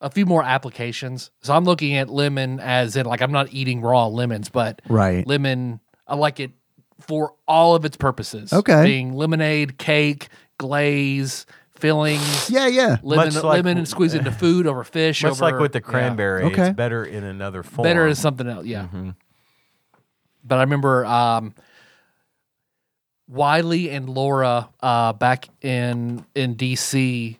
S1: a few more applications. So I'm looking at lemon as in like I'm not eating raw lemons, but
S2: Right.
S1: lemon I like it for all of its purposes.
S2: Okay.
S1: Being lemonade, cake, glaze, fillings. [LAUGHS]
S2: Yeah, yeah.
S1: Lemon,
S3: Much like-
S1: lemon and squeeze it into food over fish.
S3: Much like
S1: over-
S3: with the
S1: yeah.
S3: cranberry,
S2: Okay.
S3: it's better in another form. Mm-hmm.
S1: Better is something else, yeah. But I remember um, Wiley and Laura uh, back in in DC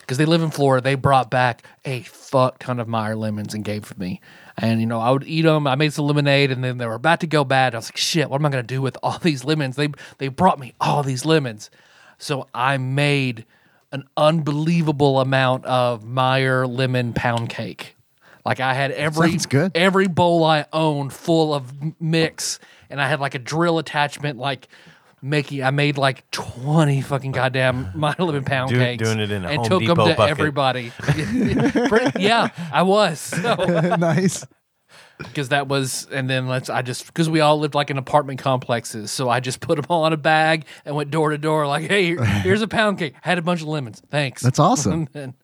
S1: because they live in Florida. They brought back a fuck ton of Meyer lemons and gave me, and you know I would eat them. I made some lemonade, and then they were about to go bad. I was like, shit, what am I gonna do with all [LAUGHS] these lemons? They they brought me all these lemons, so I made an unbelievable amount of Meyer lemon pound cake. Like I had every
S2: Sounds good.
S1: every bowl I owned full of m- mix, and I had like a drill attachment, like making. I made like twenty fucking goddamn my lemon pound
S3: Do-
S1: cakes,
S3: doing it in a
S1: and
S3: Home
S1: took
S3: Depot
S1: them to
S3: bucket. [LAUGHS]
S1: everybody. [LAUGHS] Pretty- yeah, I was. So
S2: [LAUGHS] nice.
S1: because that was and then let's i just because we all lived like in apartment complexes so i just [LAUGHS] put them all in a bag and went door to door like hey
S3: [LAUGHS]
S1: here- here's a pound cake had a bunch of lemons thanks
S2: That's awesome.
S1: [LAUGHS] And-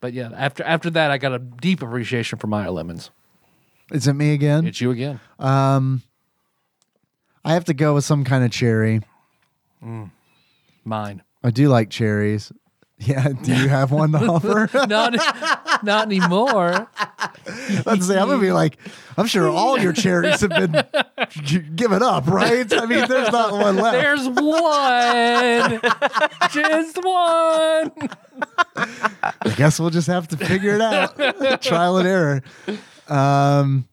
S1: but yeah after after that i got a deep appreciation for my lemons
S2: Is it me again?
S1: it's you again
S2: I have to go with some kind of cherry.
S1: mine
S2: I do like cherries. Yeah, do you have
S1: [LAUGHS]
S2: one to offer?
S1: Not, [LAUGHS] not anymore.
S2: Let's say I'm gonna be
S1: Mm-hmm.
S2: like, I'm sure all your charities have been g- given up, right? I mean, there's not one left.
S1: There's
S3: [LAUGHS]
S1: one. Just one.
S2: I guess we'll just have to figure
S1: [LAUGHS]
S2: it out, trial and error. Um,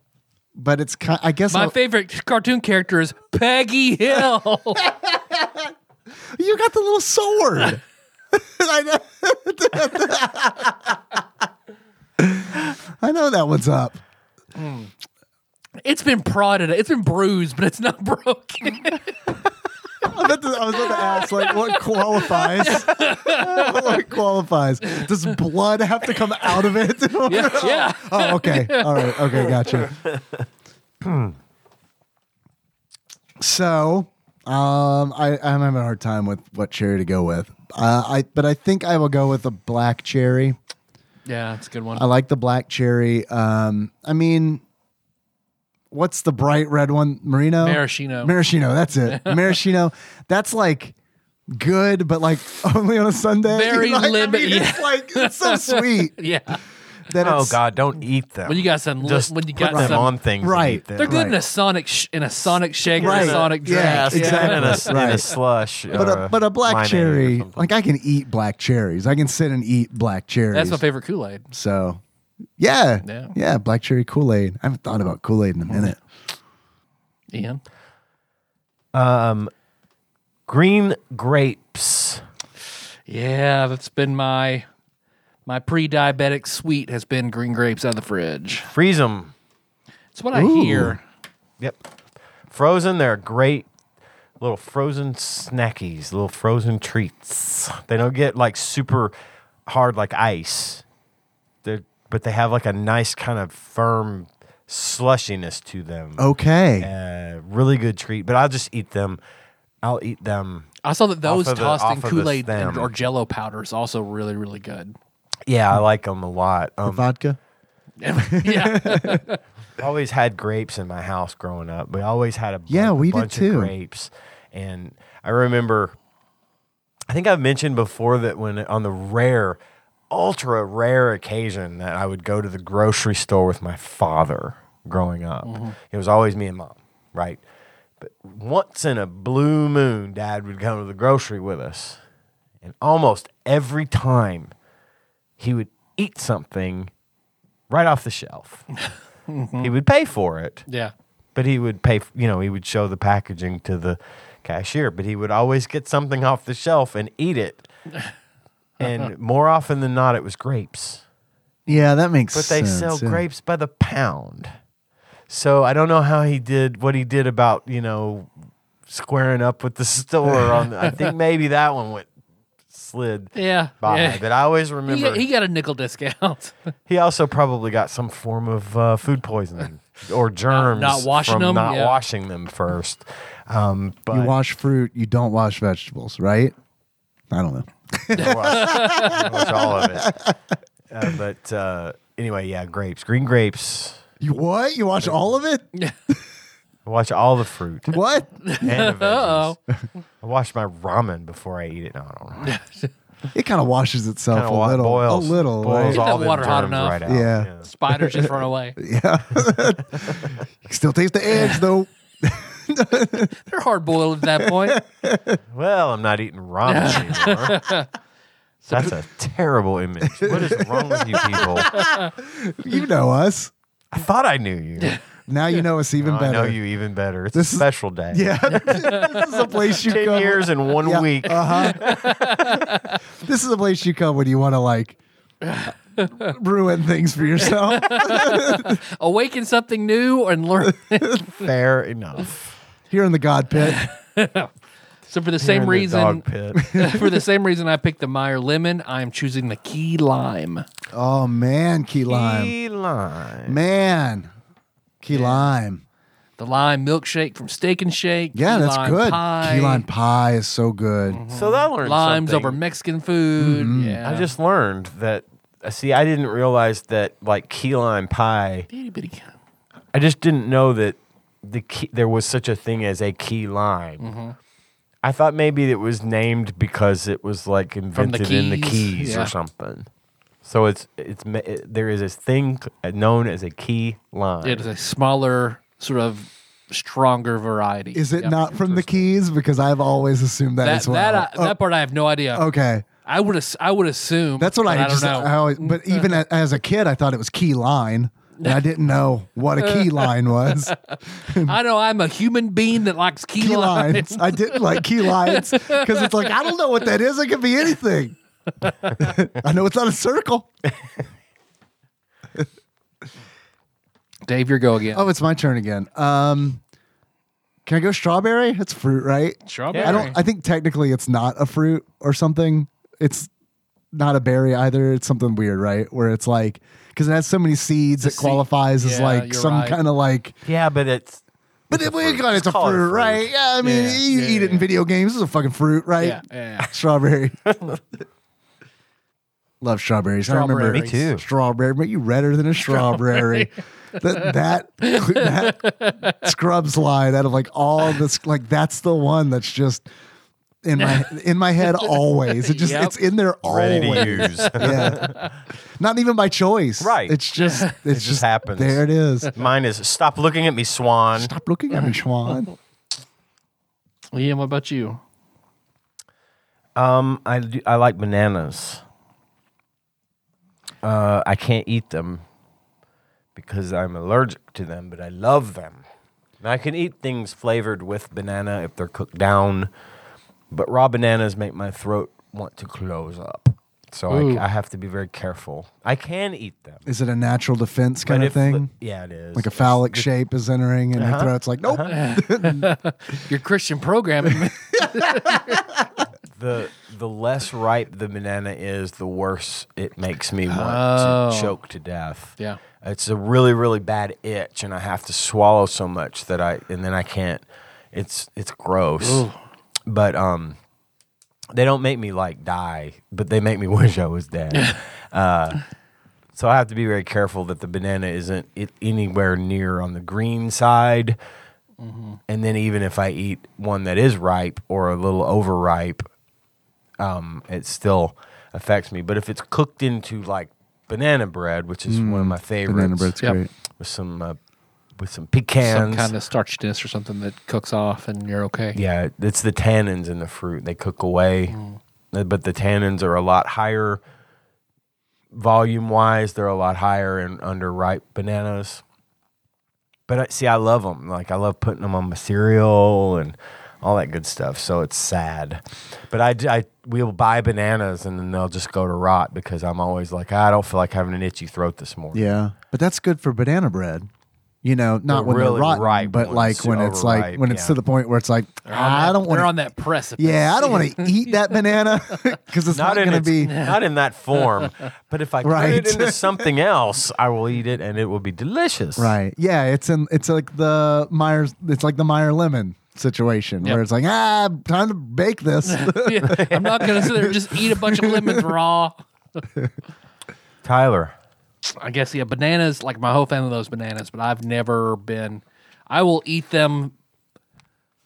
S2: but it's kind. I guess
S1: My
S2: I'll-
S1: favorite cartoon character is Peggy Hill.
S2: you got the little sword. [LAUGHS] I know. [LAUGHS] I know that one's up.
S1: [LAUGHS] It's been prodded. It's been bruised, but it's not [LAUGHS] broken.
S2: I, meant to- I was about to ask, like, what qualifies? [LAUGHS] what qualifies? Does blood have to come out of it? [LAUGHS]
S1: yeah. yeah.
S2: Oh, okay. All right. Okay. Gotcha. so, um, I, I'm having a hard time with what cherry to go with. Uh, I, but I think I will go with a black cherry.
S1: Yeah, it's a good one.
S2: I like the black cherry. Um, I mean, what's the bright red one? Merino?
S1: Maraschino.
S2: Maraschino.
S1: [LAUGHS]
S2: That's it. Maraschino. That's like good, but like [LAUGHS] only on a Sunday. [LAUGHS]
S1: Very
S2: like, I mean,
S1: limit-
S2: It's like, it's so sweet
S1: yeah.
S2: that
S3: Oh
S2: it's,
S3: God, don't eat them.
S1: When you got some,
S3: just
S1: when you
S3: put
S1: got
S3: them
S1: some,
S3: on things, and
S2: Right.
S3: eat them.
S1: they're good in
S2: Right.
S1: a Sonic sh- in a Sonic shake or
S2: Right.
S1: a Sonic drink.
S2: Yeah,
S3: Yeah,
S2: exactly.
S3: in a, in
S2: Right.
S3: a slush,
S2: But
S3: or
S2: a, but a black
S3: limeade Uh, or
S2: cherry,
S3: something.
S2: like I can eat black cherries. I can sit and eat black cherries.
S1: That's my favorite Kool Aid.
S2: So, yeah,
S1: Yeah.
S2: black cherry Kool Aid. I haven't thought about Kool
S3: Mm.
S2: Aid in a minute.
S1: Ian.
S3: Um, green grapes.
S1: Yeah, that's been my my pre-diabetic sweet has been green grapes out of the fridge.
S3: Freeze them.
S1: It's what I hear.
S3: Yep. Frozen. They're great little frozen snackies, little frozen treats. They don't get like super hard like ice. They're, but they have like a nice kind of firm slushiness to them.
S2: Oh. Okay,
S3: Uh, really good treat. But I'll just eat them. I'll eat them.
S1: I saw that those
S3: Off of the-
S1: tossed
S3: off
S1: in
S3: of the
S1: Kool Aid
S3: stem.
S1: or Jello powder is also really really
S3: [LAUGHS]
S1: good. [LAUGHS]
S3: Yeah, I like them a lot. Um,
S2: vodka.
S1: yeah,
S3: always had grapes in my house growing up. We always had a bu-
S2: Yeah, we did
S3: bunch
S2: too.
S3: of grapes, and I remember. I think I've mentioned before that when on the rare, ultra rare occasion that I would go to the grocery store with my father growing up,
S2: Mm-hmm.
S3: it was always me and mom, right? But once in a blue moon, dad would come to the grocery with us. And almost every time he would eat something right off the shelf.
S1: Hmm.
S3: He would pay for it,
S1: yeah.
S3: but he would pay, f- you know, he would show the packaging to the cashier, but he would always get something off the shelf and
S1: [LAUGHS]
S3: eat it. And more often than not, it was grapes.
S2: Yeah, that makes.
S3: But they
S2: sense,
S3: sell
S2: yeah.
S3: grapes by the pound. So I don't know how he did what he did about, you know, squaring up with the [LAUGHS] store on I think maybe that one went slid
S1: Yeah,
S3: by.
S1: yeah.
S3: But I always
S1: He,
S3: remember
S1: got- he got a nickel discount. [LAUGHS]
S3: he also probably got some form of uh,
S1: [LAUGHS]
S3: food poisoning or germs.
S1: not washing
S3: from
S1: them,
S3: Not
S1: yeah.
S3: washing them first. Um, but
S2: You wash fruit. You don't wash vegetables, right? I don't know.
S3: I
S2: [LAUGHS]
S3: wash, I wash all of it. Uh, but uh, anyway, yeah, grapes, green grapes.
S2: You what? You wash all of
S3: [LAUGHS]
S2: it?
S3: I Watch all the fruit and
S2: What?
S1: [LAUGHS]
S3: the veggies.
S1: Oh,
S3: I wash my ramen before I eat it. No, I don't know.
S2: It kind of washes itself
S3: Kinda
S2: a
S3: [LAUGHS] wa-
S2: little.
S3: boils,
S2: a little.
S3: boils
S2: right?
S1: Get
S3: all
S1: that
S3: them
S1: water hot
S3: germs
S1: enough.
S3: Right out.
S2: Yeah.
S1: spiders just run away.
S2: [LAUGHS] Yeah. [LAUGHS] You can still taste the eggs though.
S1: They're hard boiled at that point.
S3: Well, I'm not eating ramen
S1: [LAUGHS]
S3: anymore. That's a terrible image. What is wrong with you
S1: [LAUGHS]
S3: people?
S2: You know us.
S3: I thought I knew you.
S2: Now you know us even
S3: No,
S2: better.
S3: I know you even better. It's
S2: This
S3: a
S2: is-
S3: special day.
S2: [LAUGHS]
S3: [LAUGHS]
S2: Yeah, this is a place you
S3: ten
S2: come.
S3: years in one
S2: Yeah, Uh,
S3: week.
S2: Uh-huh. This is a place you come when you want to like ruin things for yourself. [LAUGHS]
S1: Awaken something new and learn. [LAUGHS]
S3: Fair enough.
S2: Here in the God Pit,
S1: so for the
S3: You're in
S1: same
S3: the
S1: reason, [LAUGHS]
S3: dog pit.
S1: for the same reason I picked the Meyer lemon, I am choosing the key lime.
S2: oh man, key [LAUGHS] lime,
S3: Key lime.
S2: man, key lime.
S1: The lime milkshake from Steak and Shake.
S2: Yeah,
S1: key
S2: that's
S1: lime
S2: good.
S1: Pie, Mm-hmm.
S2: Key lime pie is so good.
S3: So that learned
S1: limes
S3: something.
S1: over Mexican food.
S2: Mm-hmm.
S1: Yeah,
S3: I just learned that. uh, See, I didn't realize that like key lime pie.
S1: itty bitty. Mm-hmm.
S3: I just didn't know that the key, there was such a thing as a key lime. I thought maybe it was named because it was like
S1: the
S3: invented in the
S1: keys,
S3: keys
S1: yeah.
S3: or something. So it's it's ma- it, there is this thing uh, known as a key line.
S1: It is a smaller, sort of stronger variety.
S2: Is it
S1: Yeah.
S2: not from the keys? Because I've always assumed that,
S1: That
S2: as well.
S1: that, I, that part I have no idea.
S2: Oh, okay,
S1: I would as- I would assume
S2: that's what
S1: but
S2: I,
S1: I
S2: just.
S1: don't know.
S2: I
S1: [LAUGHS]
S2: always, but even a- as a kid, I thought it was key line. And I didn't know what
S1: [LAUGHS]
S2: a key line was.
S1: I know I'm a human being that likes key,
S2: Key
S1: lines.
S2: lines. I didn't like key lines because it's like I don't know what that is. It could be anything. [LAUGHS] I know it's not a circle.
S1: [LAUGHS] Dave, your go again. [LAUGHS]
S2: Oh, it's my turn again. Um, can I go strawberry? It's fruit, right?
S1: Strawberry.
S2: I don't. I think technically it's not a fruit or something. It's not a berry either. It's something weird, right? Where it's like because it has so many seeds, it
S1: seed.
S2: qualifies as
S1: Yeah,
S2: like
S1: you're
S2: some
S1: right.
S2: kind of like.
S3: yeah, but it's
S2: But if we got
S3: It's
S2: it's a
S3: called a
S2: fruit,
S3: fruit.
S2: right? Yeah, I mean,
S1: Yeah,
S2: you
S1: yeah,
S2: eat it
S1: yeah.
S2: in video games. It's a fucking fruit, right?
S1: yeah, [LAUGHS] yeah.
S2: Strawberry. Love strawberries. I remember
S1: Strawberry.
S3: me too.
S2: strawberry, but you redder than a strawberry. that that that Scrubs line out of like all this, like that's the one that's just in my in my head always. It just
S1: Yep.
S2: it's in there
S3: ready to
S2: always.
S3: use. [LAUGHS]
S2: Yeah, not even by choice.
S3: Right.
S2: It's just it's
S3: just
S2: just,
S3: happens.
S2: There it is.
S3: Mine is stop looking at me, Swan.
S2: Stop looking at me, Schwan.
S1: Ian, what about you?
S3: Um, I do, I like bananas. Uh, I can't eat them because I'm allergic to them, but I love them. And I can eat things flavored with banana if they're cooked down, but raw bananas make my throat want to close up. So
S1: Ooh.
S3: I, I have to be very careful. I can eat them.
S2: Is it a natural defense
S3: but
S2: kind of
S3: if the-
S2: thing?
S3: yeah, it is.
S2: like a phallic shape is entering, and
S3: Uh-huh.
S2: your throat's like, nope.
S1: Your Christian
S2: [LAUGHS]
S1: programming.
S3: the the less ripe the banana is, the worse it makes me want
S1: Oh.
S3: to choke to death.
S1: Yeah.
S3: It's a really, really bad itch and I have to swallow so much that I and then I can't it's it's gross. But um they don't make me like die, but they make me [LAUGHS] wish I was dead.
S1: [LAUGHS]
S3: uh so I have to be very careful that the banana isn't it anywhere near on the green side.
S2: Mm-hmm.
S3: And then even if I eat one that is ripe or a little overripe, um, it still affects me. But if it's cooked into like banana bread, which is one of my favorites,
S2: Mm. Banana bread's
S1: Yep.
S2: great.
S3: with some uh, with some
S1: Some
S3: pecans,
S1: kind of starchiness or something that cooks off and you're okay.
S3: yeah, it's the tannins in the fruit. They cook away, Uh, but the tannins are a lot higher volume wise. They're a lot higher in underripe bananas. But I, see, I love them. Like I love putting them on my cereal and all that good stuff. So it's sad, but I, d- I- we'll buy bananas and then they'll just go to rot because I'm always like, "Ah, I don't feel like having an itchy throat this morning.
S2: Yeah, but that's good for banana bread. You know, not
S3: The
S2: when
S3: really
S2: they're rotten,
S3: ripe
S2: but
S3: ones,
S2: like when it's like
S3: overripe,
S2: when it's
S3: yeah.
S2: to the point where it's like I don't
S1: They're
S2: want.
S1: on that precipice.
S2: Yeah, I don't want to eat that banana [LAUGHS] because it's not,
S3: Not, in
S2: going to be.
S3: its- not in that form,
S2: [LAUGHS]
S3: but if I put
S2: Right.
S3: it into something else, I will eat it and it will be delicious.
S2: Right. Yeah, it's in. It's like the Myers. It's like the Meyer lemon situation
S1: Yep.
S2: where it's like ah, time to bake this.
S1: [LAUGHS] Yeah, I'm not going to sit there and just eat a
S2: [LAUGHS]
S1: bunch of lemons raw.
S3: Tyler.
S1: I guess, yeah, bananas, like my whole family loves bananas, but I've never been, I will eat them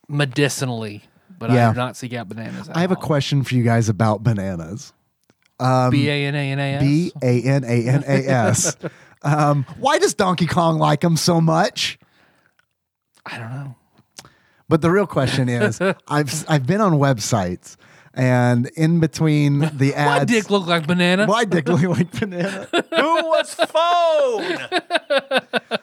S1: medicinally, but I
S2: Yeah.
S1: do not seek out bananas. at
S2: I have a
S1: all.
S2: question for you guys about bananas.
S1: B A N A N A S.
S2: B a n a n a s. Um, Why does Donkey Kong like them so much?
S1: I don't know.
S2: But the real question
S1: [LAUGHS]
S2: is, I've I've been on websites, and in between the
S1: My
S2: ads,
S1: dick look like banana.
S2: why dick look like banana?
S3: Who
S2: [LAUGHS]
S3: was phone?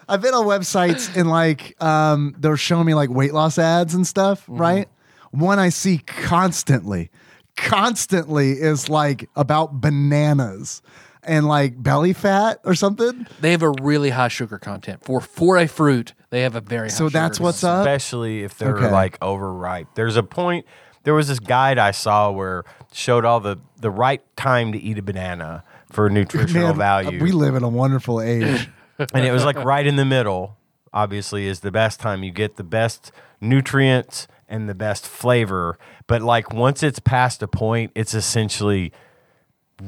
S2: I've been on websites and like um, they're showing me like weight loss ads and stuff,
S1: Mm.
S2: right? One I see constantly, constantly is like about bananas and like belly fat or something.
S1: They have a really high sugar content for for a fruit. They have a very high
S2: So that's
S1: sugar
S2: what's
S1: content.
S2: up.
S3: Especially if they're
S2: Okay.
S3: like overripe. There's a point. There was this guide I saw where showed all the the right time to eat a banana for nutritional
S2: Man,
S3: value,
S2: we live in a wonderful age.
S3: and it was like right in the middle. Obviously, is the best time you get the best nutrients and the best flavor. But like once it's past a point, it's essentially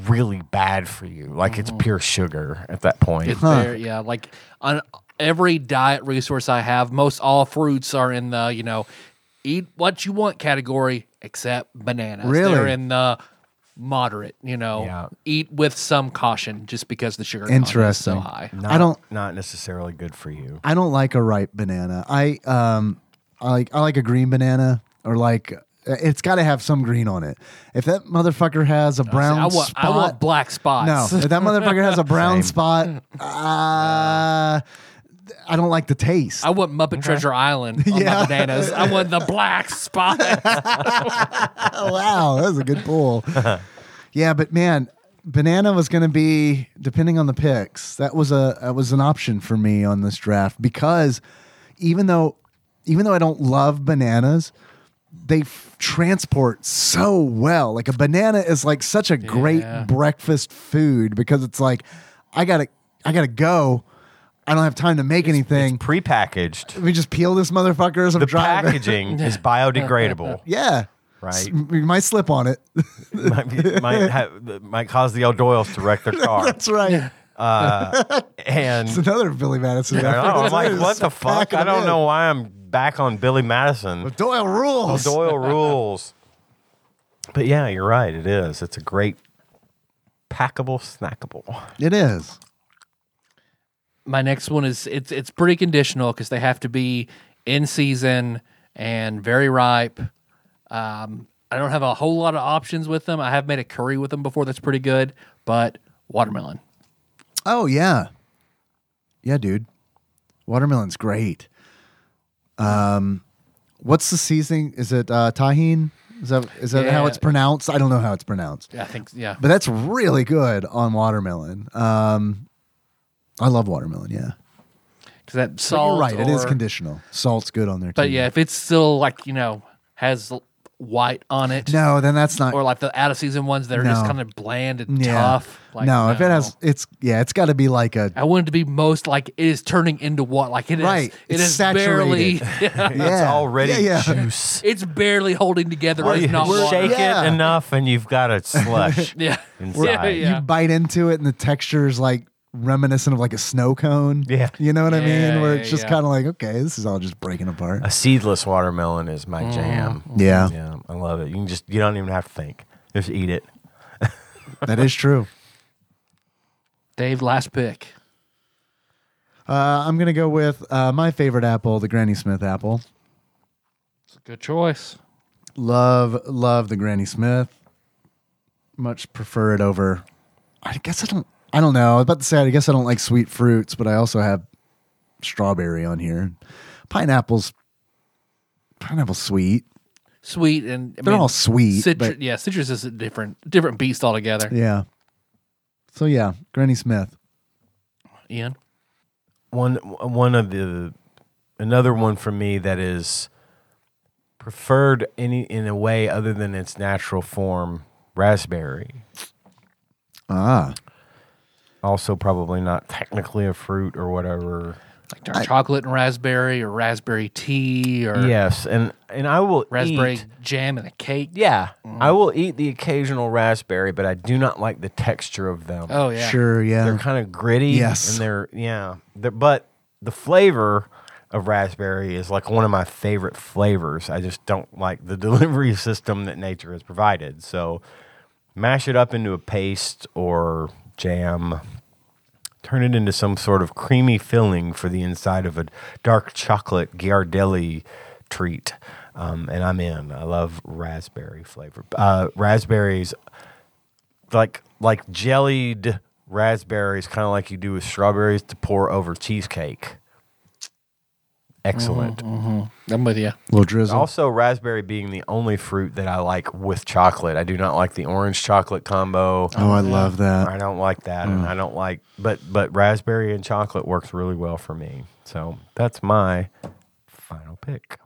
S3: really bad for you. Like
S2: Mm-hmm.
S3: it's pure sugar at that point.
S1: It's there, yeah. Like on every diet resource I have, most all fruits are in the you know eat what you want category except bananas.
S2: Really?
S1: They're in the moderate, you know,
S3: Yeah.
S1: eat with some caution just because the sugar content is
S2: Interesting.
S1: so high.
S2: I don't.
S3: Not necessarily good for you.
S2: I don't like a ripe banana. I um, I like I like a green banana or like it's got to have some green on it. If that motherfucker has a brown
S1: I want,
S2: spot,
S1: I want black
S2: no,
S1: spots.
S2: if that motherfucker has a brown
S3: [LAUGHS] Same.
S2: spot, uh, I don't like the taste.
S1: [LAUGHS] I want Muppet Treasure Island on
S2: Yeah.
S1: my bananas. I want the
S2: [LAUGHS]
S1: black spot.
S2: oh wow, that was a good
S3: [LAUGHS]
S2: pull. yeah, but man, banana was going to be depending on the picks. That was a that was an option for me on this draft because even though even though I don't love bananas, they f- transport so well. Like a banana is like such a great
S1: Yeah.
S2: breakfast food because it's like I got to I got to go. I don't have time to make anything.
S3: It's prepackaged.
S2: we just peel this motherfucker as I'm
S3: The
S2: driving.
S3: packaging is biodegradable.
S2: [LAUGHS] yeah.
S3: Right.
S2: S- we might slip on it. [LAUGHS]
S3: might, be- might, have, might cause the old Doyles to wreck
S2: [LAUGHS]
S3: their car.
S2: That's right.
S3: And
S2: It's another Billy Madison.
S3: I
S2: reference.
S3: know, I'm like,
S2: It's
S3: what the fuck?
S2: packing
S3: I
S2: it
S3: don't
S2: in.
S3: know why I'm back on Billy Madison.
S2: But Doyle rules.
S1: [LAUGHS]
S3: Oh, Doyle rules. But yeah, you're right. It is. It's a great packable, snackable. [LAUGHS]
S2: It is.
S1: my next one is it's it's pretty conditional because they have to be in season and very ripe. Um, I don't have a whole lot of options with them. I have made a curry with them before that's pretty good, but watermelon.
S2: Oh yeah, yeah, dude. Watermelon's great. Um, what's the seasoning? Is it uh, tahine? Is that is that how
S1: Yeah.
S2: it's pronounced? I don't know how it's pronounced,
S1: I think yeah.
S2: but that's really good on watermelon. Um, I love watermelon. Yeah,
S1: Cuz that
S2: But
S1: salt
S2: you're right. It is
S1: or-
S2: conditional. Salt's good on there.
S1: But
S2: too.
S1: yeah, if it's still like, you know, has l- white on it
S2: no, then that's not.
S1: or like the out of season ones that are just
S2: No.
S1: kind of bland and
S2: yeah.
S1: tough. Like,
S2: no, if it has, it's yeah, it's got to be like a
S1: I want it to be most like it is turning into what like it is.
S2: Right.
S1: It
S2: It's
S1: is barely
S2: [LAUGHS] yeah,
S3: It's already
S2: yeah, yeah.
S3: juice.
S1: it's barely holding together.
S3: Well,
S1: It's
S3: you
S1: not water.
S3: shake
S2: Yeah.
S3: it enough and you've
S2: [LAUGHS]
S3: got a slush
S1: Yeah.
S3: inside.
S1: Yeah, yeah.
S2: you bite into it and the texture is like reminiscent of like a snow cone.
S3: Yeah.
S2: You know what I
S1: Yeah,
S2: mean? Where
S1: yeah,
S2: it's just
S1: yeah.
S2: kind of like, okay, this is all just breaking apart.
S1: [LAUGHS]
S3: A seedless watermelon is
S1: Mm-hmm.
S3: my jam.
S2: Yeah,
S3: Yeah, I love it. You can just you don't even have to think. Just eat it.
S2: that is true.
S1: Dave, last pick.
S2: Uh, I'm going to go with uh, my favorite apple, the Granny Smith apple.
S1: It's a good choice.
S2: Love, love the Granny Smith. Much prefer it over, I guess I don't, I don't know. I was about to say, I guess I don't like sweet fruits, but I also have strawberry on here. Pineapple's, pineapple's sweet.
S1: Sweet and I
S2: They're
S1: mean,
S2: all sweet.
S1: Citrus,
S2: but-
S1: yeah, citrus is a different different beast altogether.
S2: Yeah. So yeah, Granny Smith.
S1: Ian,
S3: one one of the another one for me that is preferred any in a way other than its natural form raspberry
S2: Ah,
S1: Oh,
S3: also probably not technically a fruit or whatever
S1: like dark chocolate and raspberry, or raspberry tea, or
S3: yes and and i will
S1: raspberry
S3: eat-
S1: jam and a cake.
S3: yeah i will eat the occasional raspberry but i do not like the texture of them
S1: Oh yeah,
S2: sure.
S3: they're
S2: Yeah.
S3: kind of gritty
S2: Yes.
S3: and they're yeah they're, but the flavor of raspberry is like one of my favorite flavors i just don't like the [LAUGHS] delivery system that nature has provided so mash it up into a paste or jam turn it into some sort of creamy filling for the inside of a dark chocolate Ghirardelli treat. Um, and I'm in. I love raspberry flavor. Uh, raspberries, like like jellied raspberries, kind of like you do with strawberries, to pour over cheesecake. Excellent.
S2: Mm-hmm,
S1: I'm with you.
S2: little drizzle.
S3: Also, raspberry being the only fruit that I like with chocolate. I do not like the orange chocolate combo.
S2: oh, Mm. I love
S3: I
S2: that.
S3: don't like that, and I don't like but but raspberry and chocolate works really well for me. So that's my final pick.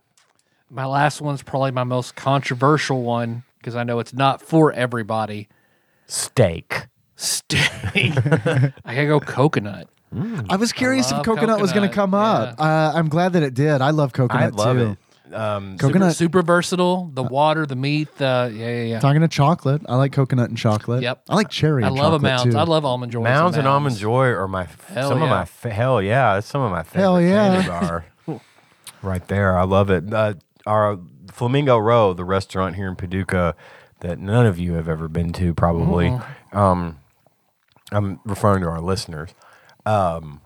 S1: My last one's probably my most controversial one because I know it's not for everybody.
S3: Steak.
S1: Steak.
S2: [LAUGHS]
S1: I gotta go coconut.
S2: I was curious if
S1: love
S2: coconut, was going to
S1: coconut,
S2: come up. Uh, I'm glad that it did. I love coconut
S3: I love
S2: too.
S3: it. Um,
S2: Coconut. Uh,
S1: Super, super versatile. The water, the meat, the yeah, yeah, yeah.
S2: Talking to chocolate, I like coconut and chocolate.
S1: Yep.
S2: I like cherry.
S1: I
S2: and
S1: love a
S2: chocolate,
S1: mound.
S2: Too.
S1: I love almond joy.
S3: Mounds and Almond Joy are my
S1: Hell
S3: some
S1: yeah.
S3: of my [LAUGHS] fa- hell yeah, that's some of my favorite
S2: Hell yeah.
S3: candy bar. right there, I love it. Uh, our Flamingo Row, the restaurant here in Paducah that none of you have ever been to, probably.
S1: Mm-hmm.
S3: Um, I'm referring to our listeners. Um,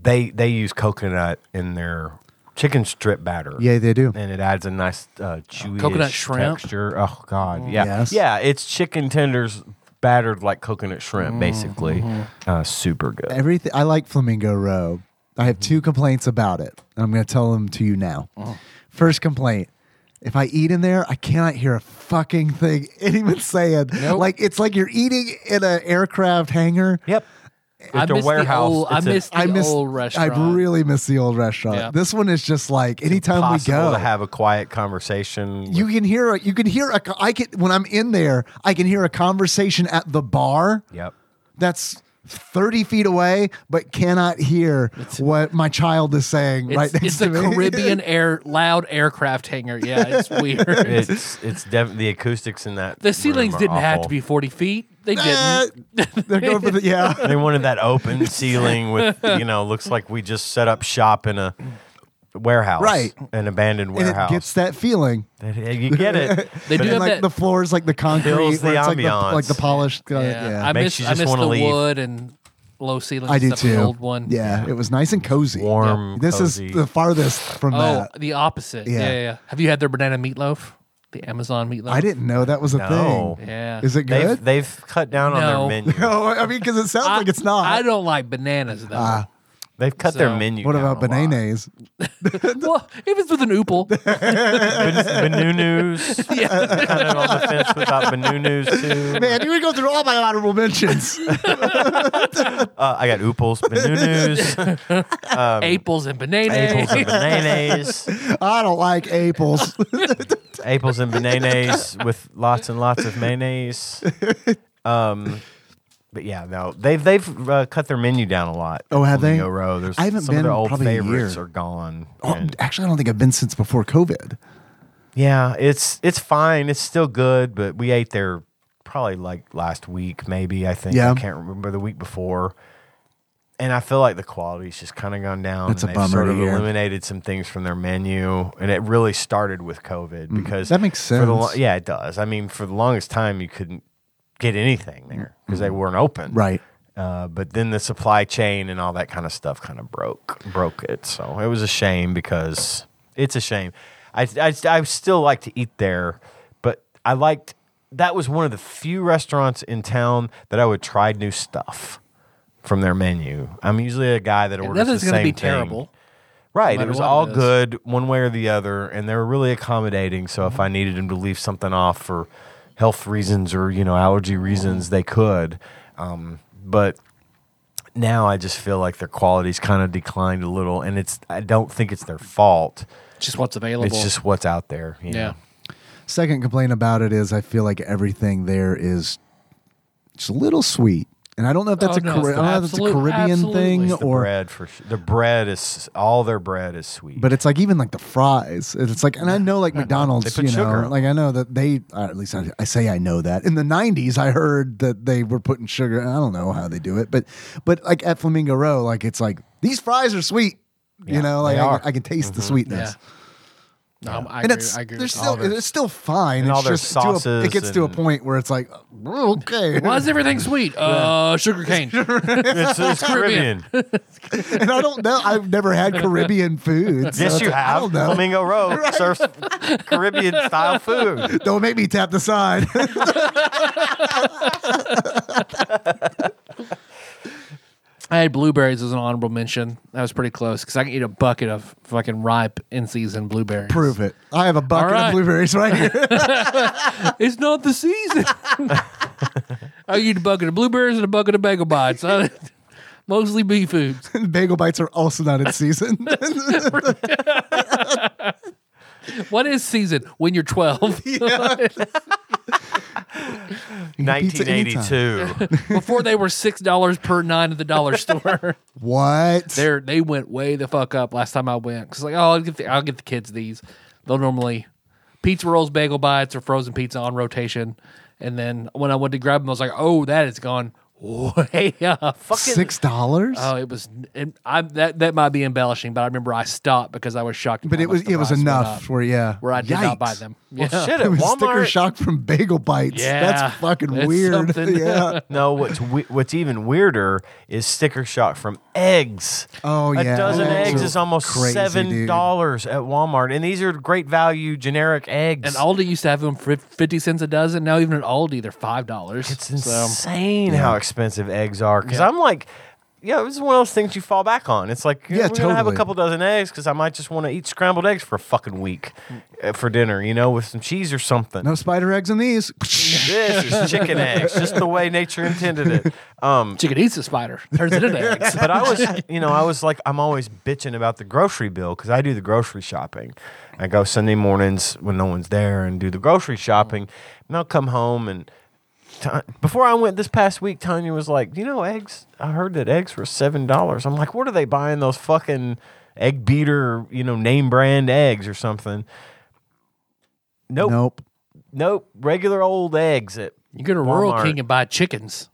S3: they they use coconut in their chicken strip batter.
S2: Yeah, they do.
S3: and it adds a nice uh, chewy
S1: Coconut shrimp? Mm.
S3: texture. Oh God, yeah,
S2: Yes.
S3: yeah. It's chicken tenders battered like coconut shrimp,
S1: Mm-hmm.
S3: basically. Uh, super good.
S2: everything I like Flamingo Row. I have
S1: Mm-hmm.
S2: two complaints about it. And I'm going to tell them to you now.
S1: Oh.
S2: First complaint. If I eat in there, I cannot hear a fucking thing [LAUGHS] anyone's saying.
S1: Nope.
S2: Like it's like you're eating in an aircraft hangar.
S3: Yep. It's
S1: I
S3: a
S1: miss the
S3: warehouse.
S1: old- I
S3: It's a-
S1: miss-
S2: I
S1: The
S2: miss
S1: old restaurant.
S2: I really miss the old restaurant.
S1: Yeah.
S2: This one is just like anytime we
S3: possible
S2: go,
S3: to have a quiet conversation.
S2: you can hear a, you can hear a co- I can when I'm in there, I can hear a conversation at the bar.
S3: yep.
S2: that's 30 feet away, but cannot hear what my child is saying
S1: It's,
S2: right next
S1: it's
S2: [LAUGHS] to
S1: a
S2: me.
S1: Caribbean air loud aircraft hangar. Yeah, it's weird.
S3: It's it's def- the acoustics in that.
S1: the
S3: room
S1: ceilings
S3: are
S1: didn't have to
S3: awful.
S1: be forty feet. They
S2: Uh,
S1: didn't.
S2: they're going for the,
S3: [LAUGHS]
S2: yeah.
S3: They wanted that open ceiling with you know looks like we just set up shop in a warehouse,
S2: Right.
S3: An abandoned
S2: And it
S3: warehouse.
S2: gets that feeling.
S3: That- you get it.
S2: [LAUGHS]
S1: They
S3: But
S1: do
S2: And
S3: it-
S1: have
S2: like
S1: that-
S2: the floors, like the concrete,
S3: Fills the
S2: where it's like, the,
S3: ambiance.
S2: like the polished. uh,
S1: Yeah,
S2: yeah,
S1: I
S3: Makes
S1: miss
S3: you
S1: I
S3: just
S1: miss
S3: wanna
S1: the
S3: leave.
S1: wood and low ceilings.
S2: I do
S1: stuff in
S2: too.
S1: The old one.
S2: Yeah, it was nice and cozy.
S3: warm.
S2: This
S3: cozy.
S2: is the farthest from
S1: Oh,
S2: that.
S1: the opposite. Yeah.
S2: Yeah.
S1: yeah, yeah. Have you had their banana meatloaf? The Amazon meatloaf.
S2: I didn't know that was a
S3: No.
S2: thing.
S1: Yeah.
S2: Is it good? [LAUGHS]
S3: They've, they've cut down
S1: No.
S3: on their [LAUGHS] menu.
S2: no, I mean, because it sounds like it's not.
S1: I don't like bananas though.
S3: They've cut
S1: So-
S3: their menu.
S2: what
S3: down
S2: about
S3: a lot. [LAUGHS]
S2: bananas?
S1: [LAUGHS] well, if it's with an oople,
S3: Ben- Benunus. kind of on the fence without Benunus too.
S2: Man, you would go through all my honorable
S3: [LAUGHS]
S2: mentions.
S3: Uh, I got ooples,
S2: [LAUGHS]
S3: Benunus,
S1: apples and bananas.
S3: apples
S1: [LAUGHS]
S3: and bananas.
S2: [LAUGHS] I don't like apples.
S3: apples and bananas with lots and lots of mayonnaise. Um, but yeah, no, they've they've uh, cut their menu down a lot.
S2: Oh, have they?
S3: Flamingo Row. There's
S2: I haven't
S3: some of
S2: been
S3: their old
S2: probably a
S3: favorites
S2: year.
S3: are gone.
S2: Oh,
S3: and-
S2: actually, I don't think I've been since before COVID.
S3: yeah, it's it's fine. It's still good, but we ate there probably like last week, maybe I think.
S2: Yeah.
S3: I can't remember the week before. And I feel like the quality's just kind of gone down.
S2: That's
S3: and
S2: a
S3: they've
S2: bummer
S3: Sort
S2: to
S3: of
S2: hear.
S3: eliminated some things from their menu, and it really started with COVID because
S2: Mm, That makes
S3: for the lo-
S2: sense.
S3: yeah, it does. I mean, for the longest time, you couldn't get anything there because they weren't open.
S2: Mm, Right.
S3: Uh, but then the supply chain and all that kind of stuff kind of broke broke it. So it was a shame because it's a shame. I, I I still like to eat there, but I liked that was one of the few restaurants in town that I would try new stuff from their menu. I'm usually a guy that orders
S1: Nothing's
S3: the
S1: gonna
S3: same
S1: be
S3: thing.
S1: terrible.
S3: Right.
S1: matter
S3: it was
S1: what it
S3: all
S1: is.
S3: good one way or the other, and they were really accommodating. So
S1: Mm-hmm.
S3: if I needed them to leave something off for health reasons or you know allergy reasons,
S1: Mm-hmm.
S3: they could. Um, but now I just feel like their quality's kind of declined a little, and it's I don't think it's their fault.
S1: Just what's available.
S3: It's just what's out there. you
S1: yeah.
S3: know.
S2: Second complaint about it is I feel like everything there is just a little sweet. And I don't know if that's
S1: Oh,
S2: a,
S1: no,
S2: Cari-
S1: it's
S2: I don't know if it's a
S1: absolute-
S2: Caribbean
S1: absolutely.
S2: thing
S1: It's
S3: The
S2: or
S3: bread for su- the bread is all their bread is
S1: [LAUGHS]
S3: sweet.
S2: but it's like even like the fries. It's like, and I know like McDonald's,
S3: They
S2: you
S3: put
S2: know,
S3: sugar on
S2: like I know that they, uh, at least I, I say I know that. In the '90s, I heard that they were putting sugar. I don't know how they do it, but but like at Flamingo Row, like it's like these fries are sweet. you
S3: Yeah,
S2: know,
S3: they
S2: like I,
S3: are. Mm-hmm.
S2: can- I can taste the
S1: Yeah.
S2: sweetness,
S1: No, I'm- I
S2: and
S1: agree.
S2: it's
S1: I agree
S2: there's
S1: with
S2: still
S1: Oliver.
S2: it's still fine.
S3: And
S2: it's
S3: all their
S2: just to a- it
S3: sauces
S2: gets to a
S3: and-
S2: point where it's like "Oh,
S1: [LAUGHS]
S2: okay,
S1: Why is everything sweet? Uh, sugar cane.
S3: it's, it's Caribbean.
S1: [LAUGHS]
S2: and I don't know. I've never had Caribbean food. so
S3: yes,
S2: it's
S3: you
S2: like, I
S3: have
S2: don't know.
S3: Flamingo Row
S2: [LAUGHS]
S3: serves Caribbean style food.
S2: Don't make me tap the
S3: [LAUGHS]
S2: side.
S1: I had blueberries as an honorable mention. That was pretty close because I can eat a bucket of fucking ripe in season blueberries.
S2: Prove it. I have a bucket
S1: right.
S2: of blueberries right here.
S1: [LAUGHS]
S2: [LAUGHS]
S1: It's not the season. I eat a bucket of blueberries and a bucket of bagel bites. I- [LAUGHS] mostly bee foods.
S2: Bagel bites are also not in season. [LAUGHS]
S1: What is season when you're
S2: [LAUGHS]
S1: 12?
S2: pizza anytime.
S3: 1982.
S1: Before they were $6 per nine at the dollar store.
S2: what?
S1: They they went way the fuck up last time I went. Cause like, oh, I'll get the, I'll get the kids these. They'll normally pizza rolls, bagel bites, or frozen pizza on rotation. And then when I went to grab them, I was like, oh, that is gone way [LAUGHS] up. Fucking
S2: [LAUGHS] Six dollars?
S1: Oh, it was. And I that that might be embellishing, but I remember I stopped because I was shocked. at
S2: but
S1: how
S2: it
S1: much
S2: was
S1: the
S2: it was
S1: price went
S2: enough
S1: up,
S2: where yeah.
S1: where I did not buy
S2: Yikes.
S1: them.
S3: Well,
S2: [LAUGHS]
S3: shit at
S2: It was sticker
S3: Walmart.
S2: shock from bagel bites.
S1: Yeah,
S2: That's fucking
S1: that's
S2: weird.
S1: something.
S2: [LAUGHS] yeah.
S3: No, what's we- what's even weirder is sticker shock from eggs.
S2: Oh yeah.
S3: A dozen
S2: Eggs
S3: eggs
S2: are
S3: is almost
S2: crazy,
S3: seven
S2: dude.
S3: dollars at Walmart, and these are great value generic eggs.
S1: And Aldi used to have them for fifty cents a dozen. Now even at Aldi, they're five dollars.
S3: It's insane how expensive eggs are. Because
S1: Yeah.
S3: I'm like, yeah, this is one of those things you fall back on. It's like, yeah,
S2: Yeah,
S3: we're gonna have a
S2: totally.
S3: couple dozen eggs because I might just want to eat scrambled eggs for a fucking week uh, for dinner, you know, with some cheese or something.
S2: No spider eggs in these.
S3: This is chicken eggs, just the way nature intended it. Um,
S1: chicken eats a spider, turns it into
S3: [LAUGHS]
S1: eggs.
S3: but I was, you know, I was like, I'm always bitching about the grocery bill because I do the grocery shopping. I go Sunday mornings when no one's there and do the grocery shopping, and I'll come home and. Ta- Before I went this past week, Tanya was like, "You know, eggs. I heard that eggs were seven dollars." I'm like, "What are they buying those fucking egg beater, you know, name brand eggs or something?" Nope, nope,
S2: Nope.
S3: regular old eggs at
S1: You go to Rural
S3: Walmart.
S1: King and buy chickens.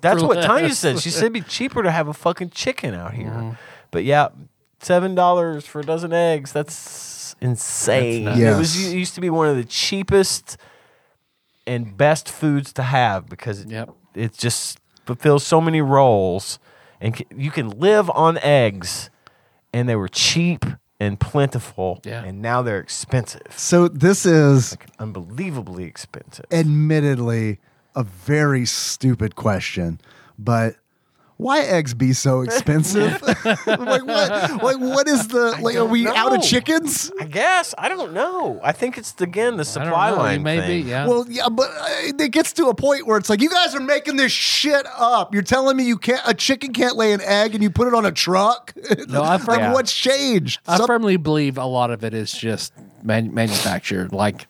S3: That's what
S1: less.
S3: Tanya said. She said it'd be cheaper to have a fucking chicken out here.
S1: Mm-hmm.
S3: But yeah, seven dollars for a dozen eggs. That's insane.
S1: That's
S2: nuts.
S3: It was
S2: Yes.
S3: it used to be one of the cheapest and best foods to have because it,
S1: Yep.
S3: it just fulfills so many roles, and c- you can live on eggs, and they were cheap and plentiful,
S1: Yeah.
S3: and now they're expensive,
S2: So this is
S3: unbelievably expensive.
S2: admittedly a very stupid question, but why eggs be
S3: [LAUGHS]
S2: so expensive? [LAUGHS] like what? Like what is the? Like are we out
S3: know.
S2: of chickens?
S3: I guess I don't know. I think it's again the
S1: I don't
S3: supply
S1: know, you
S3: line
S1: may be,
S3: thing.
S1: yeah.
S2: Well, yeah, but uh, it gets to a point where it's like you guys are making this shit up. You're telling me you can't a chicken can't lay an egg, and you put it on a truck. [LAUGHS]
S1: No, I
S2: like
S1: firm-
S3: Yeah.
S2: what's changed?
S1: I
S2: Some-
S1: firmly believe a lot of it is just man- manufactured. Like,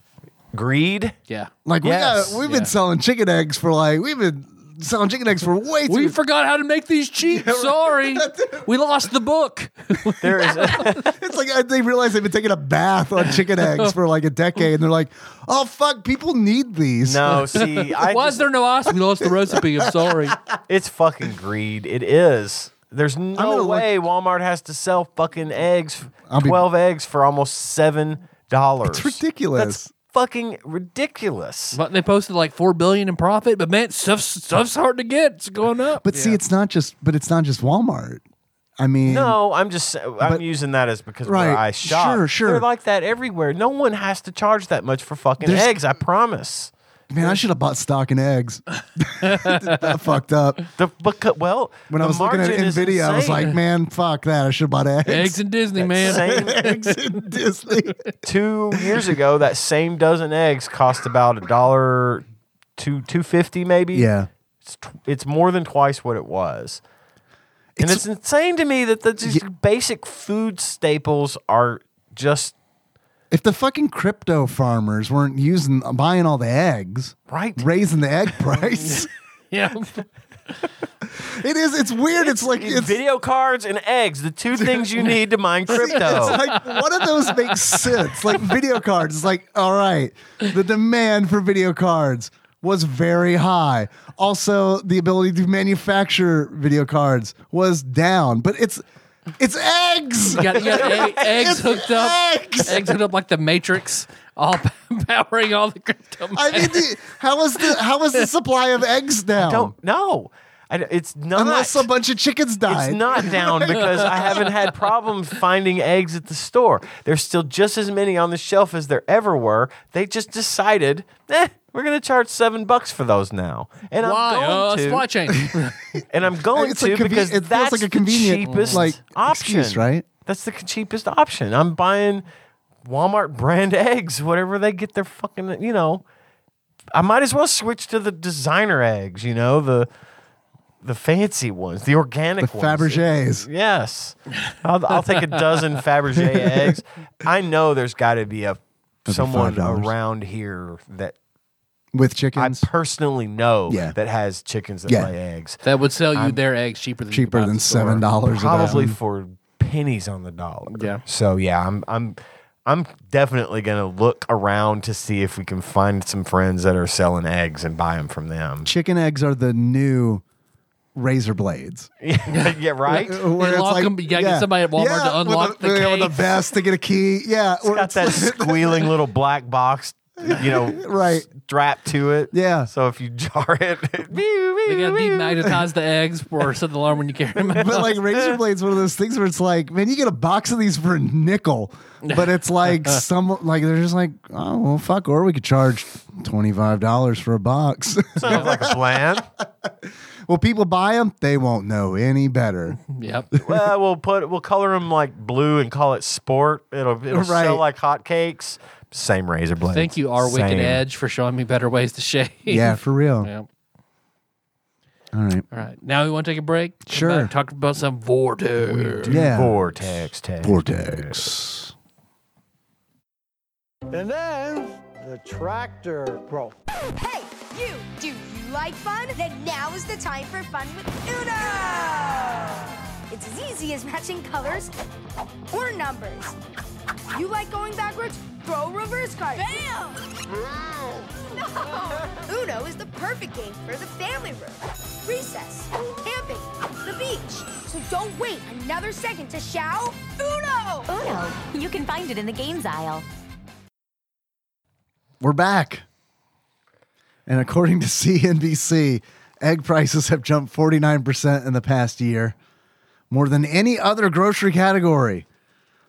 S3: Greed.
S1: yeah,
S2: like
S3: Yes,
S2: we got, we've
S1: yeah.
S2: been selling chicken eggs for like we've been selling chicken eggs for way too.
S1: we forgot how to make these
S3: [LAUGHS]
S1: cheap. Sorry, we lost the book.
S3: There is
S2: It's like I- they realize they've been taking a bath on chicken eggs for like a decade, and they're like, "Oh fuck, people need these."
S3: no. See, I
S1: Why is
S3: just-
S1: there no
S3: [LAUGHS]
S1: ice? We lost the recipe. I'm sorry.
S3: it's fucking greed. It is. There's
S2: gonna
S3: no
S2: look-
S3: way Walmart has to sell fucking eggs,
S2: I'll be-
S3: twelve eggs for almost seven dollars.
S2: it's ridiculous.
S3: Fucking ridiculous.
S1: But they posted like four billion in profit. But man, stuff's, stuff's hard to get. It's going up.
S2: But see, it's not just. But it's not just Walmart. I mean,
S3: No, I'm just I'm
S2: But-
S3: using that as because where
S2: Right,
S3: I shop.
S2: sure, sure.
S3: They're like that everywhere. No one has to charge that much for fucking
S2: There's-
S3: eggs. I promise.
S2: man, I should have bought stock in eggs. [LAUGHS] that fucked up.
S3: The because, well,
S2: When
S3: the
S2: I was looking at
S3: margin is
S2: Nvidia, I was
S3: insane.
S2: like, "Man, fuck that! I should have bought eggs."
S1: eggs
S2: [LAUGHS]
S1: and Disney, man.
S3: Same
S2: eggs and Disney.
S3: two
S2: [LAUGHS]
S3: years ago, that same dozen eggs cost about a dollar to two fifty, maybe.
S2: Yeah.
S3: it's, tw- it's more than twice what it was, and it's insane to me that the, these basic food staples are just
S2: If the fucking crypto farmers weren't using buying all the eggs,
S3: right.
S2: raising the
S3: [LAUGHS]
S2: egg price,
S1: [LAUGHS] Yeah,
S2: it is. It's weird. It's, like it's
S3: Video cards and eggs, the two
S2: [LAUGHS]
S3: things you need to mine
S2: It's
S3: crypto.
S2: like one of those makes sense. Like video cards. It's like, all right, the demand for video cards was very high. Also, the ability to manufacture video cards was down. But it's it's eggs.
S1: you got, you
S3: [LAUGHS]
S1: got egg, eggs
S2: It's
S1: hooked up.
S2: eggs.
S1: Eggs hooked up like the Matrix, all [LAUGHS] powering all the crypto.
S2: I mean, the, how is the how is the supply of eggs down?
S3: Don't know. I d it's not.
S2: Unless a bunch of chickens die.
S3: It's not down because I haven't
S1: [LAUGHS]
S3: had problems finding eggs at the store. There's still just as many on the shelf as there ever were. They just decided, eh, we're going to charge seven bucks for those now, and
S1: Why?
S3: I'm
S1: Uh,
S3: going
S1: supply
S3: to,
S1: chain.
S3: and I'm going
S2: It's
S3: to
S2: a conven-
S3: because
S2: it feels
S3: that's
S2: like a
S3: the
S2: convenient,
S3: cheapest
S2: like,
S3: option,
S2: excuse, right?
S3: That's the cheapest option. I'm buying Walmart brand [LAUGHS] eggs, whatever they get their fucking, you know. I might as well switch to the designer eggs, you know, the the fancy ones, the
S2: the
S3: organic ones.
S2: Fabergés.
S3: Yes. I'll, I'll take
S2: [LAUGHS]
S3: a dozen Fabergé eggs. I know there's got to be a
S2: be
S3: someone
S2: $5.
S3: around here that
S2: with
S3: I
S2: chickens
S3: personally know
S2: Yeah.
S3: that has chickens that
S2: Yeah.
S3: lay eggs.
S1: that would sell you their eggs cheaper than you could buy
S2: cheaper
S1: at
S2: than
S1: the store.
S2: seven dollars.
S3: Probably for pennies on the dollar.
S1: Yeah.
S3: So yeah, I'm I'm I'm definitely going to look around to see if we can find some friends that are selling eggs and buy them [LAUGHS] from them.
S2: chicken eggs are the new razor blades.
S3: yeah,
S2: [LAUGHS]
S3: right.
S2: Uh, Where
S1: You lock 'em, but you gotta get somebody at Walmart to
S2: with
S1: unlock
S2: the,
S1: the
S2: yeah, with
S1: case.
S2: the vest to get a key. Yeah, where [LAUGHS]
S3: got that squealing little black box, you know,
S2: Right.
S3: strapped to it.
S2: Yeah.
S3: So if you [LAUGHS] jar it, it
S1: They gotta [LAUGHS] demagnetize the eggs or set the alarm when you carry them out.
S2: [LAUGHS] But like razor blades, one of those things where it's like, man, you get a box of these for
S1: [LAUGHS]
S2: a nickel, but it's like some like they're just like, oh well, fuck, or we could charge twenty five dollars for a box. [LAUGHS]
S3: sounds like a plan.
S2: well, people buy them, they won't know
S1: [LAUGHS]
S2: any better.
S1: [LAUGHS] yep.
S3: well, we'll put we'll color them like blue and call it sport. It'll it'll
S2: Right.
S3: sell like hotcakes. Same razor blade.
S1: Thank you, R Wicked Edge, for showing me better ways to shave.
S2: Yeah, for real.
S1: [LAUGHS] Yep.
S2: All right,
S1: All right. Now we want to take a break. Come
S2: Sure.
S1: back, Talk about some vortex.
S2: yeah,
S3: Vortex tag.
S2: vortex.
S4: And then the tractor broke.
S5: Hey, you! Do you like fun? Then now is the time for fun with Uno! It's as easy as matching colors or numbers. You like going backwards? Throw a reverse card. Bam! No! Uno is the perfect game for the family room, recess, camping, the beach. So don't wait another second to shout Uno!
S6: Uno. You can find it in the games aisle.
S2: We're back, and according to [LAUGHS] CNBC, egg prices have jumped forty nine percent in the past year, more than any other grocery category.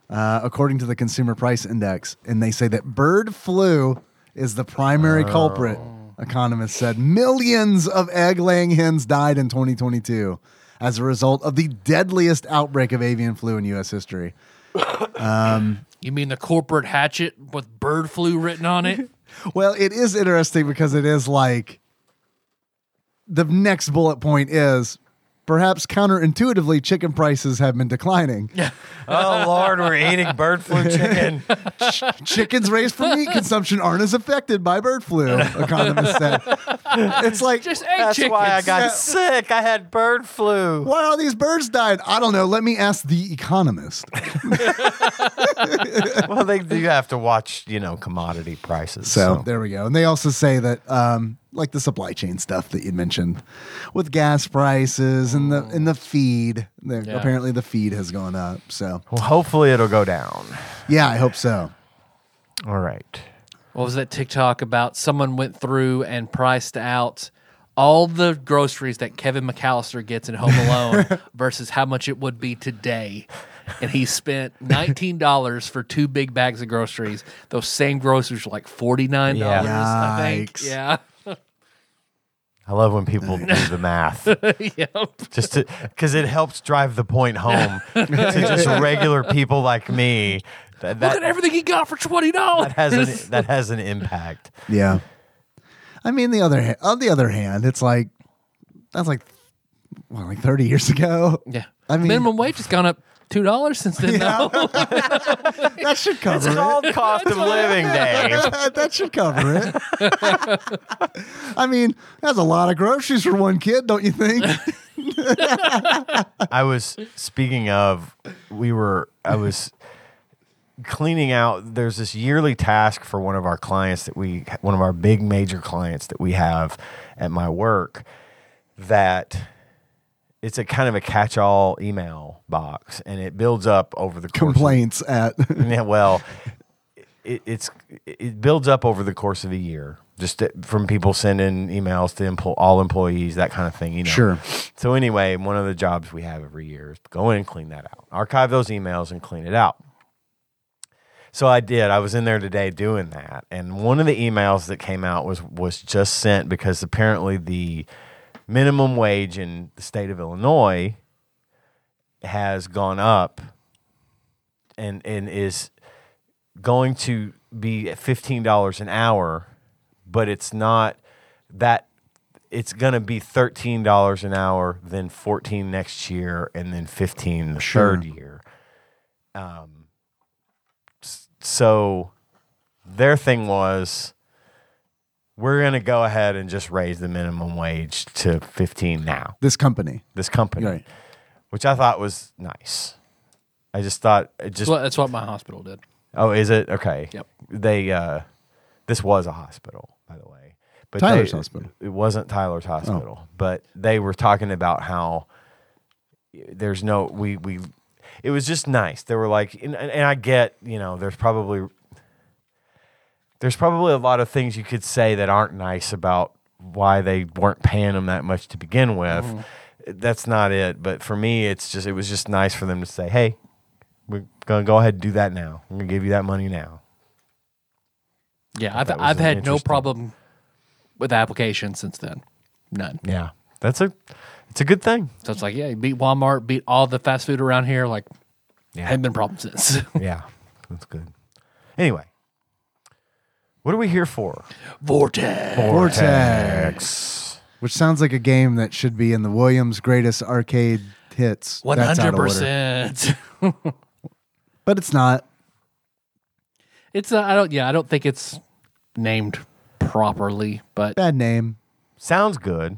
S2: uh, according to the Consumer Price Index, and they say that bird flu is the primary culprit. Economists said millions of egg-laying hens died in 2022 as a result of the deadliest outbreak of avian flu in U.S. history.
S1: You mean the corporate hatchet with bird flu written on
S2: [LAUGHS]
S1: it?
S2: Well, it is interesting because it is like the next bullet point is perhaps counterintuitively chicken prices have been declining.
S1: [LAUGHS]
S3: Oh Lord, we're eating bird flu chicken.
S2: chickens raised for meat consumption aren't as affected by bird flu, economists said. It's like,
S1: Just egg
S3: That's
S1: chickens.
S3: why I
S2: Yeah.
S3: got sick. I had bird flu.
S2: why are these birds dying? I don't know. Let me ask the economist.
S3: Well, they do have to watch, you know, commodity prices.
S2: So
S3: So,
S2: there we go. And they also say that, um, like the supply chain stuff that you mentioned, with gas prices and the and the feed. the-
S1: Mm. Yeah.
S2: Apparently, the feed has gone up. So
S3: well, hopefully it'll go down.
S2: yeah, I hope so.
S3: All right.
S1: What was that TikTok about? Someone went through and priced out all the groceries that Kevin McAllister gets in Home Alone
S3: [LAUGHS]
S1: versus how much it would be today. And he spent nineteen dollars for two big bags of groceries. Those same groceries were like forty nine dollars, I think.
S2: Yikes.
S1: Yeah. [LAUGHS]
S3: I love when people do the math.
S1: yep.
S3: just to because it helps drive the point home to just regular people like me. That
S1: Look at
S3: that,
S1: everything he got for twenty dollars.
S3: that has an that has an impact.
S2: Yeah. I mean, the other ha- on the other hand, it's like that's like well, like thirty years ago.
S1: [LAUGHS] yeah.
S2: I mean-
S1: minimum wage has gone up two dollars since then though.
S2: [LAUGHS] That should cover
S3: It's
S2: it. [LAUGHS]
S3: called cost of living, Dave.
S2: that should cover it. [LAUGHS] I mean, that's a lot of groceries for one kid, don't
S1: [LAUGHS]
S2: you think? [LAUGHS]
S3: I was speaking of. We were. I was cleaning out. There's this yearly task for one of our clients that we, one of our big major clients that we have at my work, that. It's a kind of a catch-all email box, and it builds up over the course of-
S2: Complaints
S1: [LAUGHS]
S2: at
S3: [LAUGHS]
S2: [LAUGHS]
S3: Yeah, well, it, it's it builds up over the course of a year, just to- from people sending emails to empl- all employees, that kind of thing. You know.
S2: Sure.
S3: So anyway, one of the jobs we have every year is go in and clean that out, archive those emails and clean it out. So I did. I was in there today doing that, and one of the emails that came out was was just sent because apparently the minimum wage in the state of Illinois has gone up and and is going to be at fifteen dollars an hour, but it's not that it's going to be thirteen dollars an hour, then fourteen next year, and then fifteen the
S2: Sure.
S3: third year. Um, s- so their thing was. We're gonna go ahead and just raise the minimum wage to fifteen now.
S2: this company.
S3: This company,
S2: Right.
S3: which I thought was nice. I just thought it just
S1: Well, that's what my hospital did.
S3: Oh, is it? Okay.
S1: Yep.
S3: They uh this was a hospital, by the way. But
S2: Tyler's
S3: they-
S2: hospital. Oh.
S3: It wasn't Tyler's hospital, but they were talking about how there's no we we. It was just nice. They were like, and, and and I get you know there's probably there's probably a lot of things you could say that aren't nice about why they weren't paying them that much to begin with. That's not it. But for me, it's just it was just nice for them to say, hey, we're gonna go ahead and do that now. I'm gonna give you that money now.
S1: Yeah, I've
S3: that was
S1: I've
S3: an
S1: had no
S3: interesting-
S1: problem with applications since then. None.
S3: Yeah, that's a it's a good thing.
S1: So it's like, yeah, beat Walmart, beat all the fast food around here. Like,
S3: Yeah.
S1: haven't been problems since.
S3: Yeah, that's good. Anyway, what are we here for?
S1: [LAUGHS] Vortex.
S3: Vortex.
S2: Which sounds like a game that should be in the Williams Greatest Arcade Hits.
S1: One
S2: That's out
S1: hundred
S2: of order.
S1: percent. [LAUGHS]
S2: But it's not.
S1: It's uh, I don't yeah I don't think it's named properly, but
S2: Bad name.
S3: Sounds good.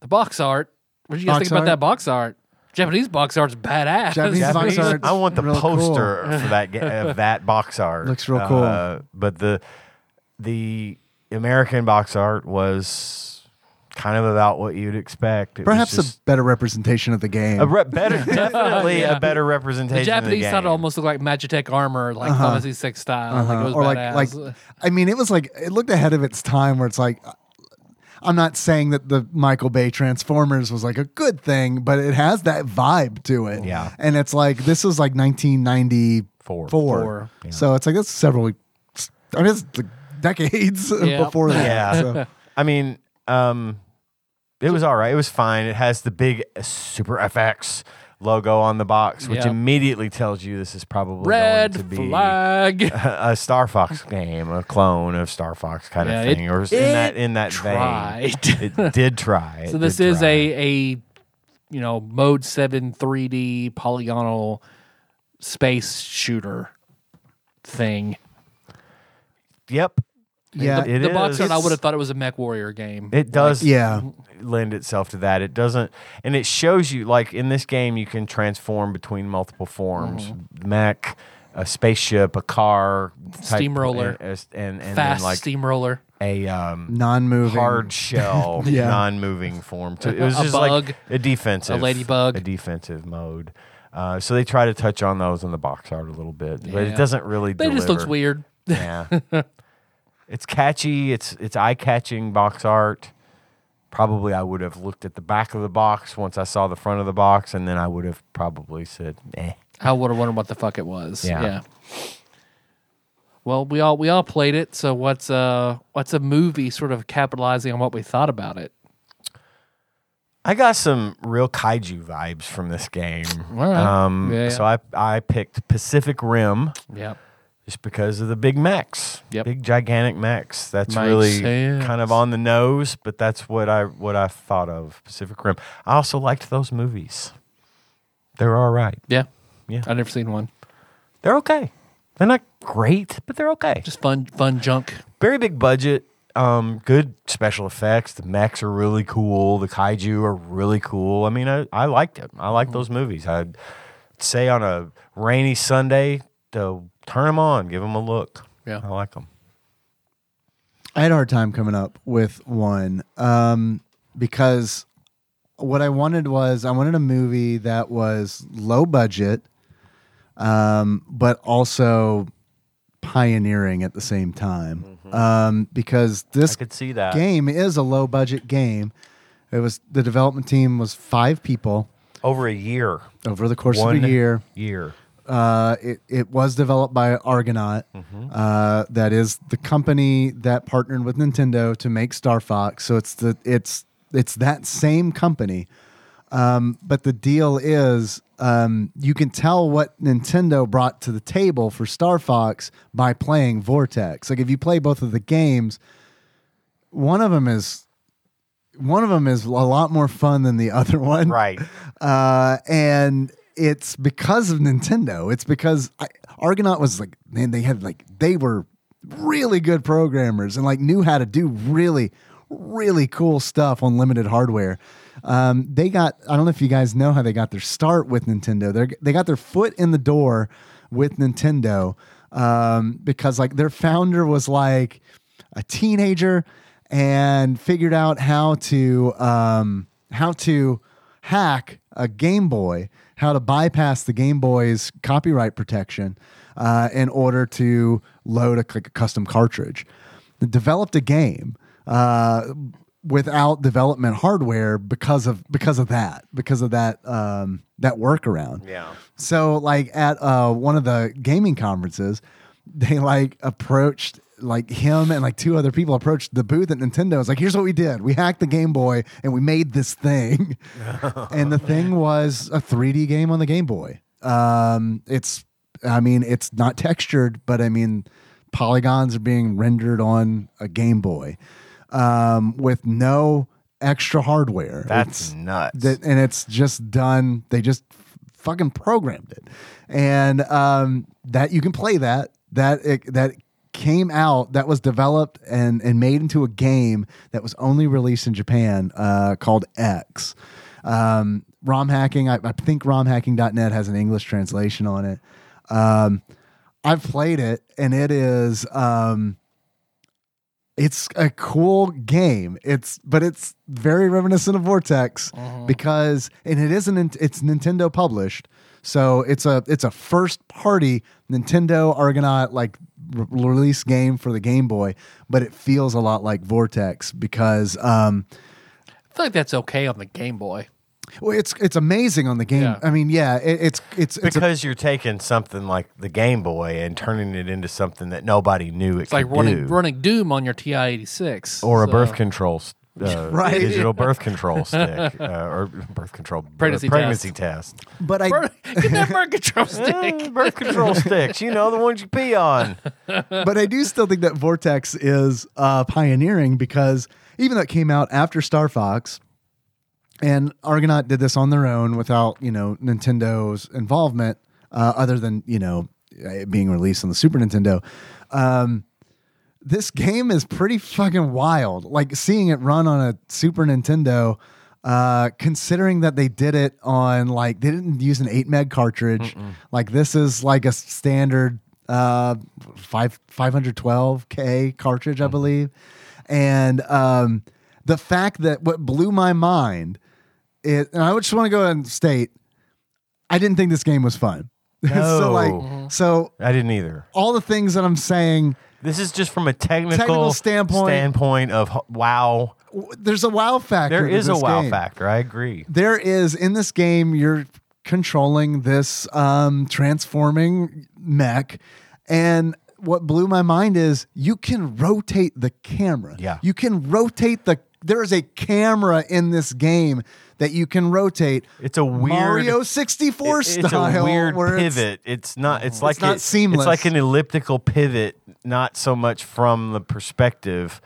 S1: the box art. What did you guys
S2: Box
S1: think about
S2: art?
S1: that box art? Japanese box art's badass.
S2: Japanese
S1: [LAUGHS]
S2: box
S3: Japanese-
S2: art's
S3: I want the
S2: real cool.
S3: poster for that ga- of that box art.
S2: Looks real cool.
S3: Uh, but the the American box art was kind of about what you'd expect. It was
S2: Perhaps
S3: just
S2: a better representation of the game.
S3: a
S2: [LAUGHS]
S3: re- better, definitely
S1: Yeah.
S3: a better
S1: the
S3: representation.
S1: Japanese
S3: of the
S1: side
S3: game.
S1: almost looked like Magitech armor, like uh Final Fantasy VI style. Like, it
S2: Uh,
S1: was
S2: Uh-huh. or
S1: badass.
S2: like like I mean, it was like it looked ahead of its time where it's like I'm not saying that the Michael Bay Transformers was like a good thing, but it has that vibe to it.
S3: Yeah.
S2: And it's like this was like 1994.
S3: Four.
S2: So it's like that's several I mean it's like decades
S1: [LAUGHS] Yeah.
S2: before that.
S3: Yeah.
S1: [LAUGHS]
S2: So,
S3: I mean, um, it was all right. It was fine. It has the big Super FX logo on the box, which
S1: Yeah.
S3: immediately tells you this is probably going to
S1: red
S3: be
S1: flag.
S3: [LAUGHS] a Star Fox game, a clone of Star Fox kind
S1: Yeah,
S3: of
S1: it-
S3: thing, or in that
S1: [LAUGHS]
S3: in that
S1: tried. [LAUGHS]
S3: vein. It did try. It
S1: so this
S3: did
S1: is
S3: try.
S1: a a you know mode seven 3D polygonal space shooter thing.
S3: yep.
S2: yeah.
S3: It
S1: the box
S3: is.
S1: art, I would have thought it was a Mech Warrior game.
S3: It does
S2: yeah.
S3: lend itself to that. It doesn't, and it shows you like in this game you can transform between multiple forms:
S1: Mm-hmm.
S3: mech, a spaceship, a car, type-
S1: Steamroller.
S3: and and, and
S1: Fast
S3: then like
S1: steamroller.
S3: a um,
S2: Non-moving.
S3: hard shell,
S2: Yeah.
S3: non-moving form. To, it
S1: [LAUGHS]
S3: was
S1: A
S3: just
S1: bug,
S3: like a defensive,
S1: a ladybug.
S3: a defensive mode. Uh, so they try to touch on those in the box art a little bit, but
S1: Yeah.
S3: it doesn't really.
S1: But it just looks
S3: deliver.
S1: weird.
S3: Yeah. it's catchy. It's it's eye catching box art. Probably I would have looked at the back of the box once I saw the front of the box, and then I would have probably said, eh.
S1: I would have wondered what the fuck it was.
S3: Yeah.
S1: Well, we all we all played it. So what's uh what's a movie sort of capitalizing on what we thought about it?
S3: I got some real kaiju vibes from this game.
S1: All right.
S3: Um,
S1: Yeah, yeah.
S3: So I I picked Pacific Rim
S1: Yeah.
S3: just because of the big mechs,
S1: Yep.
S3: big gigantic mechs. That's
S1: Makes
S3: really
S1: sense.
S3: kind of on the nose, but that's what I what I thought of Pacific Rim. I also liked those movies. They're all right.
S1: Yeah.
S3: Yeah.
S1: I've never seen one.
S3: they're okay. They're not great, but they're okay. Just
S1: Just fun fun junk.
S3: very big budget, um, good special effects. The mechs are really cool. The kaiju are really cool. I mean, I, I liked it. I like those movies. I'd say on a rainy Sunday to turn them on, give them a look.
S1: Yeah.
S3: I like them.
S2: I had a hard time coming up with one um, because what I wanted was I wanted a movie that was low budget, um, but also pioneering at the same time. Um, because
S3: Mm-hmm. I
S2: this
S3: could see that.
S2: game is a low budget game. It was the development team was five people
S3: Over a year.
S2: over the course of
S3: One
S2: a year.
S3: Year.
S2: Uh, it, it was developed by Argonaut. Uh, that is the company that partnered with Nintendo to make Star Fox. So it's the it's it's that same company. Um, but the deal is um, you can tell what Nintendo brought to the table for Star Fox by playing Vortex. Like if you play both of the games, one of them is one of them is a lot more fun than the other [LAUGHS] one
S3: Right.
S2: uh, and it's because of Nintendo. It's because I, Argonaut was like, man, they had like they were really good programmers and like knew how to do really, really cool stuff on limited hardware. Um, they got I don't know if you guys know how they got their start with Nintendo. They they got their foot in the door with Nintendo um, because like their founder was like a teenager and figured out how to um, how to hack a Game Boy, how to bypass the Game Boy's copyright protection uh, in order to load a c- custom cartridge. Developed a game uh, without development hardware because of because of that because of that um, that workaround.
S3: Yeah.
S2: So like at uh, one of the gaming conferences, they like approached like him and like two other people approached the booth at Nintendo. It's like, here's what we did: we hacked the Game Boy and we made this thing. and the thing was a 3D game on the Game Boy. Um, it's, I mean, it's not textured, but I mean, polygons are being rendered on a Game Boy um, with no extra hardware.
S3: That's
S2: It's-
S3: nuts.
S2: that and it's just done they just f- fucking programmed it and um that you can play that that it, that came out that was developed and and made into a game that was only released in Japan uh called X um ROM hacking I, I think romhacking.net has an English translation on it um I've played it and it is um it's a cool game. It's but it's very reminiscent of Vortex because and it isn't it's Nintendo published. So it's a it's a first party Nintendo Argonaut like re- release game for the Game Boy, but it feels a lot like Vortex because um
S1: I feel like that's okay on the Game Boy.
S2: well, it's it's amazing on the game.
S1: Yeah.
S2: I mean, yeah, it, it's it's it's a-
S3: because you're taking something like the Game Boy and turning it into something that nobody knew it
S1: It's like
S3: could
S1: running
S3: do,
S1: running Doom on your TI eighty six
S3: or
S1: [LAUGHS]
S3: a birth
S2: [LAUGHS]
S3: control, s- uh,
S2: Right.
S3: digital birth control stick, uh, or birth control
S1: Pregnancy
S3: pregnancy test.
S2: but I
S1: Get that birth control
S3: Eh,
S2: [LAUGHS]
S1: stick.
S3: birth control sticks, you know the ones you pee on.
S2: but I do still think that Vortex is uh, pioneering because even though it came out after Star Fox, and Argonaut did this on their own without you know Nintendo's involvement, uh, other than you know it being released on the Super Nintendo. Um, this game is pretty fucking wild. Like seeing it run on a Super Nintendo, uh, considering that they did it on like they didn't use an eight meg cartridge. Like this is like a standard uh five five hundred twelve K cartridge, I believe. And um the fact that what blew my mind is and I just want to go ahead and state I didn't think this game was fun. [LAUGHS] so
S3: No.
S2: like so
S3: I didn't either.
S2: all the things that I'm saying
S3: This is just from a technical,
S2: Technical standpoint.
S3: standpoint of h- wow.
S2: w- there's a wow factor.
S3: There
S2: to
S3: is a
S2: this
S3: wow
S2: game.
S3: factor. I agree.
S2: There is in this game you're controlling this um, transforming mech, and what blew my mind is you can rotate the camera.
S3: Yeah.
S2: you can rotate the. There is a camera in this game that you can rotate.
S3: It's a weird
S2: Mario 64
S3: It-
S2: style.
S3: It's a weird
S2: where it's-
S3: pivot. It's, not. It's like
S2: not
S3: it-
S2: seamless.
S3: It's like an elliptical pivot, not so much from the perspective.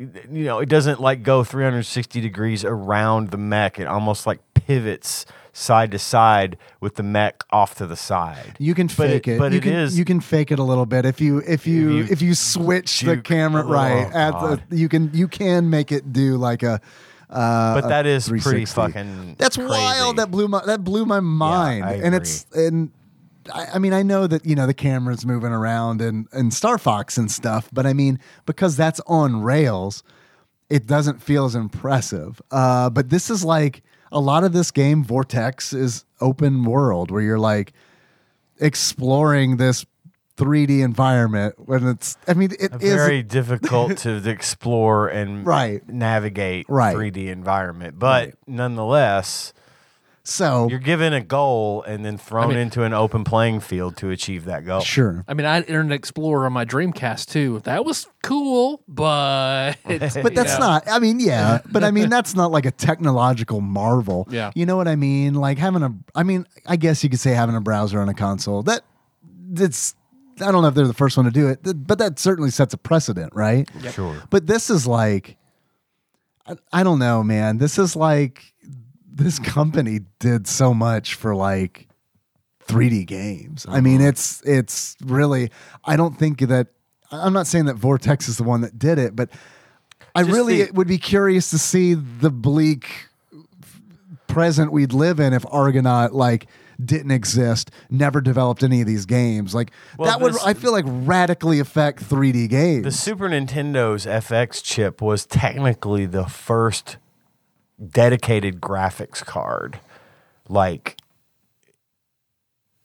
S3: You know, it doesn't like go 360 degrees around the mech. It almost like pivots side to side with the mech off to the side.
S2: You can
S3: But
S2: fake
S3: it-
S2: it,
S3: but
S2: you
S3: it
S2: can,
S3: is-
S2: You can fake it a little bit if you if you if
S3: If
S2: you,
S3: you
S2: switch the
S3: juke-
S2: camera
S3: Oh,
S2: right.
S3: God.
S2: At the, you can you can make it do like a. Uh,
S3: But
S2: a
S3: that is pretty
S2: 360.
S3: fucking.
S2: That's
S3: crazy.
S2: wild. That blew my that blew my mind.
S3: I
S2: and it's and I, I mean I know that you know the camera's moving around and and Star Fox and stuff, but I mean because that's on rails, it doesn't feel as impressive. Uh, but this is like a lot of this game Vortex is open world where you're like exploring this 3D environment when it's I mean it is
S3: very difficult
S2: [LAUGHS]
S3: to explore and
S2: Right.
S3: navigate
S2: Right.
S3: 3D environment, but nonetheless,
S2: so
S3: You're given a goal and then thrown
S1: mean-
S3: into an open playing field to achieve that goal.
S2: sure.
S1: I mean, I had Internet Explorer on my Dreamcast too. That was cool, but [LAUGHS]
S2: But that's not. I mean, yeah. But I mean, that's not like a technological marvel.
S1: Yeah.
S2: You know what I mean? Like having a. I mean, I guess you could say having a browser on a console. That that's. I don't know if they're the first one to do it, th- but that certainly sets a precedent, right?
S3: Sure.
S2: But this is like, I, I don't know, man. This is like, this company did so much for like 3D games. I mean,
S3: Uh-huh.
S2: it's it's really. I don't think that. I- I'm not saying that Vortex is the one that did it, but I
S3: Just
S2: really
S3: the-
S2: would be curious to see the bleak present we'd live in if Argonaut like didn't exist, never developed any of these games. Like
S3: Well,
S2: that would
S3: this-
S2: I feel like radically affect 3D games.
S3: The Super Nintendo's FX chip was technically the first dedicated graphics card. Like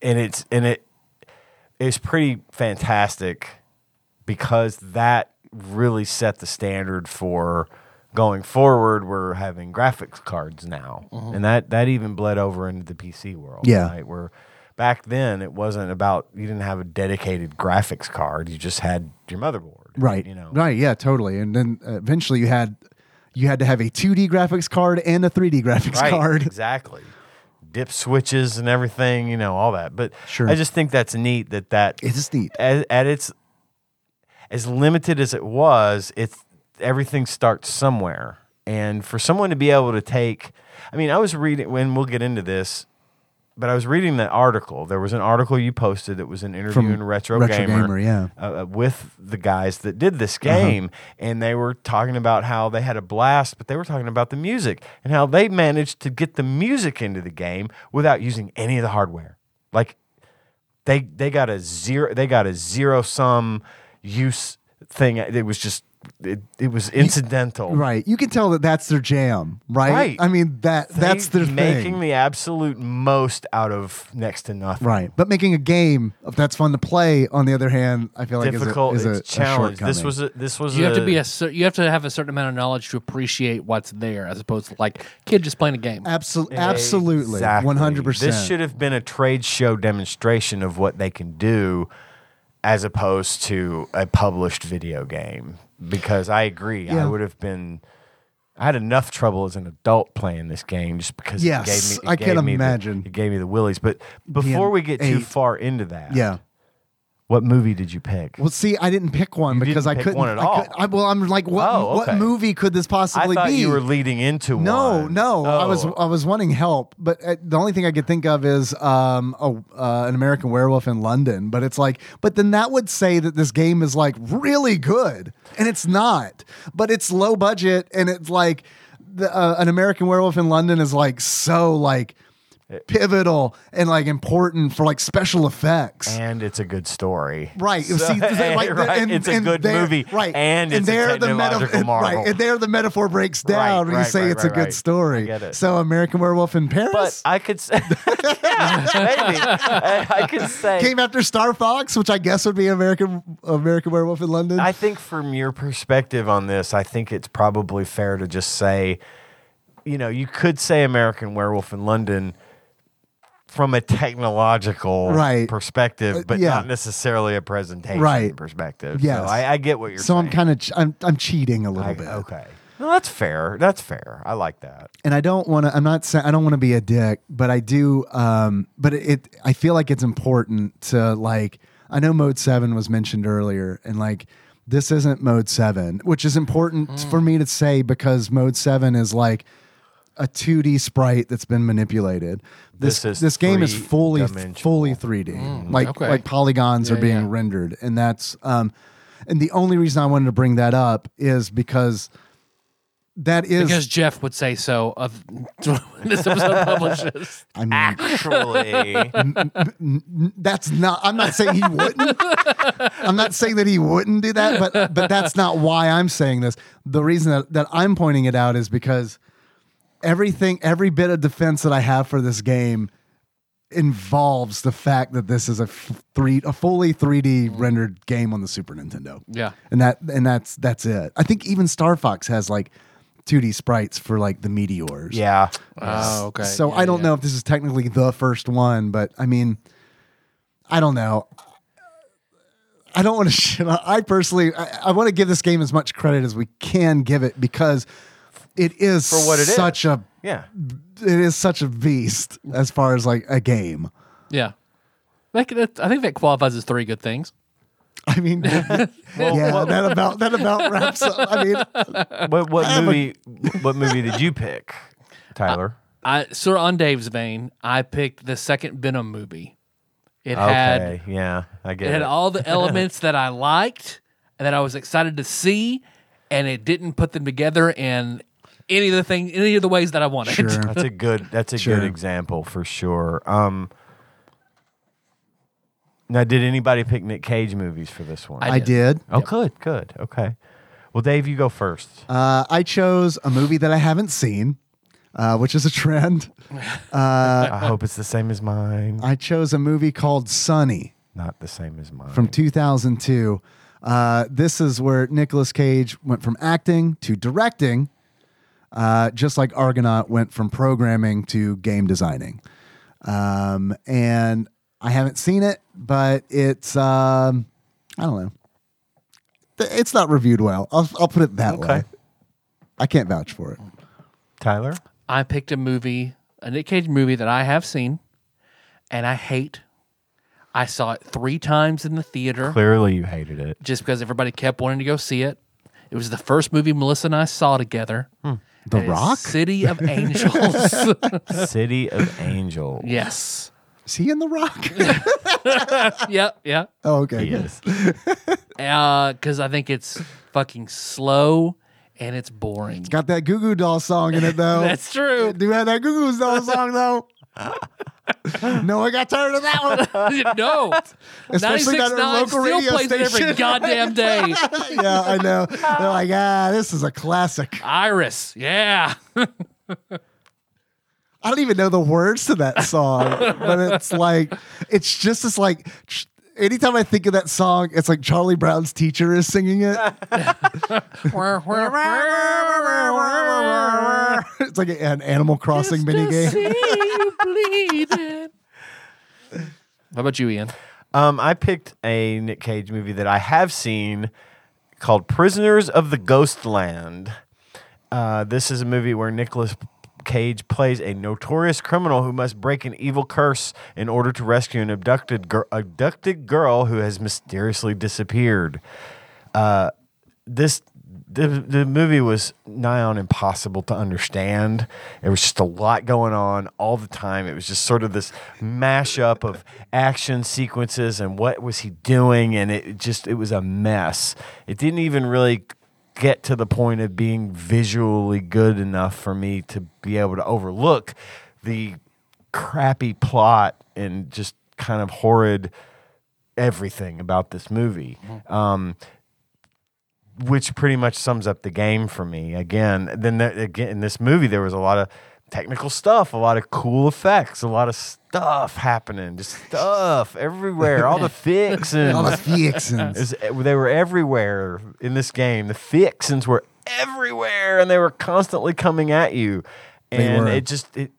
S3: and it's and it it's pretty fantastic because that really set the standard for going forward we're having graphics cards now. And that that even bled over into the PC world,
S2: Mm-hmm. Yeah.
S3: right? Where back then it wasn't about you didn't have a dedicated graphics card, you just had your motherboard.
S2: right.
S3: You know.
S2: Right, yeah, totally. And then uh, eventually you had you had to have a 2D graphics card and a 3D graphics
S3: Right,
S2: card.
S3: Exactly. Dip switches and everything, you know, all that. But
S2: Sure.
S3: I just think that's neat that that
S2: It's neat.
S3: at, at its as limited as it was, it's everything starts somewhere. And for someone to be able to take, I mean, I was reading when we'll get into this, but I was reading that article. There was an article you posted that was an interview
S2: From
S3: in Retro,
S2: Retro
S3: Gamer,
S2: Gamer, yeah. Uh-huh.
S3: uh, uh, with the guys that did this game, and they were talking about how they had a blast, but they were talking about the music and how they managed to get the music into the game without using any of the hardware. Like they they got a zero they got a zero sum use thing. It was just it, it was incidental.
S2: Right. You can tell that that's their jam, right?
S3: Right.
S2: I mean that
S3: They
S2: that's their
S3: making
S2: thing.
S3: the absolute most out of next to nothing.
S2: Right, but making a game if that's fun to play, on the other hand, I feel like
S3: Difficult.
S2: is a, is a,
S3: it's challenge.
S2: A
S3: This was a, this was
S1: You have to be a cer- you have to have a certain amount of knowledge to appreciate what's there, as opposed to like kid just playing a game.
S2: Absol- absolutely,
S3: Exactly.
S2: one hundred
S3: This should
S2: percent.
S3: have been a trade show demonstration of what they can do as opposed to a published video game. Because I agree, I
S2: Yeah.
S3: would have been. I had enough trouble as an adult playing this game just because
S2: Yes,
S3: it gave me. It
S2: I
S3: gave
S2: can
S3: me the-
S2: imagine.
S3: it gave me the willies. But before we get too
S2: eight.
S3: far into that,
S2: Yeah.
S3: what movie did you pick?
S2: Well, see, I didn't pick one
S3: You
S2: because
S3: didn't
S2: I
S3: pick
S2: couldn't.
S3: one at
S2: I
S3: all.
S2: could- I- well, I'm like, what?
S3: Oh, okay.
S2: What movie could this
S3: I
S2: possibly
S3: thought
S2: be?
S3: you were leading into
S2: no,
S3: one.
S2: no. I was
S3: Oh.
S2: I was wanting help, but uh, the only thing I could think of is um a, uh, an American Werewolf in London. But it's like, but then that would say that this game is like really good, and it's not. But it's low budget, and it's like the, uh, an American Werewolf in London is like so like pivotal and like important for like special effects.
S3: and it's a good story.
S2: Right.
S3: [LAUGHS] So-
S2: See, th-
S3: and-
S2: like, th-
S3: right,
S2: and-
S3: it's a
S2: and
S3: good
S2: there-
S3: movie.
S2: Right.
S3: And, it's
S2: there
S3: a technological
S2: the metaf-
S3: marvel.
S2: Right. And there the metaphor breaks down when you
S3: right,
S2: say
S3: right,
S2: it's
S3: right,
S2: a good
S3: right.
S2: story.
S3: I get it.
S2: So American Werewolf in
S3: but
S2: Paris
S3: I could say, [LAUGHS] yeah, maybe I, I could say.
S2: came after Star Fox, which I guess would be American American Werewolf in London.
S3: I think from your perspective on this, I think it's probably fair to just say, you know, you could say American Werewolf in London from a technological
S2: Right. Uh,
S3: perspective, but
S2: yeah.
S3: not necessarily a presentation
S2: Right.
S3: perspective.
S2: Yes.
S3: So I, I get what you're
S2: so
S3: saying.
S2: I'm kind of ch- I'm I'm cheating a little
S3: I-
S2: bit.
S3: okay. No, that's fair. That's fair. I like that.
S2: and I don't want to. I'm not saying I don't want to be a dick, but I do. Um, but it, it, I feel like it's important to like. I know mode seven was mentioned earlier, and like this isn't mode seven, which is important for me to say because mode seven is like a 2D sprite that's been manipulated. This
S3: This is
S2: this game is fully
S3: three-dimensional.
S2: fully 3D. like
S1: okay.
S2: like polygons are being rendered, and that's um, and the only reason I wanted to bring that up is because. That is
S1: because Jeff would say so of [LAUGHS] when this episode publishes.
S2: I mean,
S3: Actually,
S2: [LAUGHS] that's not i'm not saying he wouldn't i'm not saying that he wouldn't do that but but that's not why i'm saying this the reason that, that i'm pointing it out is because everything every bit of defense that i have for this game involves the fact that this is a f- three a fully 3d rendered game on the super nintendo
S1: Yeah.
S2: and that and that's that's it i think even star fox has like 2d sprites for like the meteors
S3: yeah.
S1: Oh, okay.
S2: so I don't know if this is technically the first one, but I mean, I don't know. I don't want to [LAUGHS] shit. On, I personally, I, I want to give this game as much credit as we can give it because it is
S3: For what it is.
S2: such a
S3: Yeah.
S2: it is such a beast as far as like a game.
S1: Yeah. That could- that- I think that qualifies as three good things.
S2: I mean, [LAUGHS] yeah, that about that about wraps up. I mean,
S3: What what movie what movie did you pick, Tyler?
S1: I sort of on Dave's vein, I picked the second Venom movie. It had
S3: okay, yeah, I get
S1: it had
S3: it.
S1: all
S2: [LAUGHS]
S1: the elements that I liked and that I was excited to see, and it didn't put them together in any of the thing, any of the ways that I wanted.
S2: sure.
S3: that's a good that's a
S2: Sure.
S3: good example for sure. Um, Now, did anybody pick Nick Cage movies for this one?
S1: I
S2: I did.
S3: oh, good, good. Okay. Well, Dave, you go first.
S2: Uh, I chose a movie that I haven't seen, uh, which is a trend. Uh,
S3: I hope it's the same as mine.
S2: I chose a movie called Sunny
S3: Not the same as mine.
S2: from 2002. Uh, this is where Nicolas Cage went from acting to directing, uh, just like Argonaut went from programming to game designing. Um, and I haven't seen it, but it's, um, I don't know. Th- It's not reviewed well. I'll, I'll put it that
S3: Okay.
S2: way. I can't vouch for it.
S3: Tyler.
S1: I picked a movie, a Nick Cage movie that I have seen, and I hate. I saw it three times in the theater
S3: Clearly, you hated it.
S1: just because everybody kept wanting to go see it. It was the first movie Melissa and I saw together.
S2: The
S1: And it's
S2: Hmm. Rock?
S1: City
S2: [LAUGHS]
S1: of Angels. [LAUGHS]
S3: City of Angels.
S1: yes.
S2: Is he in The Rock?
S1: Yep. Yep.
S2: oh, okay.
S3: Yes.
S1: because I think it's fucking slow and it's boring.
S2: Got that Goo Goo Doll song in it
S1: [LAUGHS]
S2: though.
S1: That's true.
S2: Do have that Goo Goo Doll
S1: [LAUGHS]
S2: song though. no one got tired of that one.
S1: [LAUGHS] no, ninety
S2: Especially
S1: six
S2: not at a
S1: nine
S2: local
S1: still
S2: radio
S1: plays it every
S2: station.
S1: goddamn day.
S2: [LAUGHS] yeah, I know. They're like, ah, this is a classic.
S1: Iris, yeah,
S2: I don't even know the words to that song,
S1: [LAUGHS]
S2: but it's like, it's just this like. ch- Anytime I think of that song, it's like Charlie Brown's teacher is
S1: [LAUGHS]
S2: singing it. it's like an Animal Crossing mini game.
S1: How about you, Ian?
S3: Um, I picked a Nick Cage movie that I have seen called Prisoners of the Ghostland. Uh, this is a movie where Nicolas Cage plays a notorious criminal who must break an evil curse in order to rescue an abducted, gir- abducted girl who has mysteriously disappeared. this the, the movie was nigh on impossible to understand. There was just a lot going on all the time. It was just sort of this mashup of action sequences and what was he doing, and it just it was a mess. It didn't even really get to the point of being visually good enough for me to be able to overlook the crappy plot and just kind of horrid everything about this movie.
S2: Mm-hmm.
S3: Um, which pretty much sums up the game for me. Again, then there, again in this movie there was a lot of technical stuff, a lot of cool effects, a lot of stuff
S2: [LAUGHS]
S3: happening, just stuff everywhere, all the fixings.
S2: All the fixins.
S3: Is- they were everywhere in this game. The fixins were everywhere, and they were constantly coming at you. And
S2: were.
S3: it just it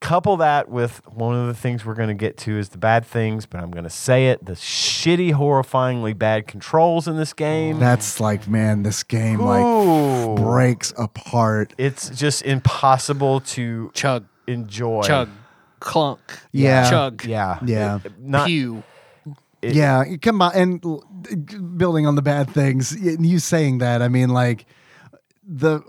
S3: couple that with one of the things we're going to get to is the bad things, but I'm going to say it: the shitty, horrifyingly bad controls in this game.
S2: That's like, man, this game
S3: Ooh.
S2: like breaks apart.
S3: it's just impossible to
S1: Chug,
S3: enjoy.
S1: chug, clunk,
S2: Yeah.
S1: chug,
S3: Yeah.
S2: Yeah.
S3: Not
S1: pew.
S3: it-
S2: yeah, you come on, and l- building on the bad things, y- you saying that, I mean, like the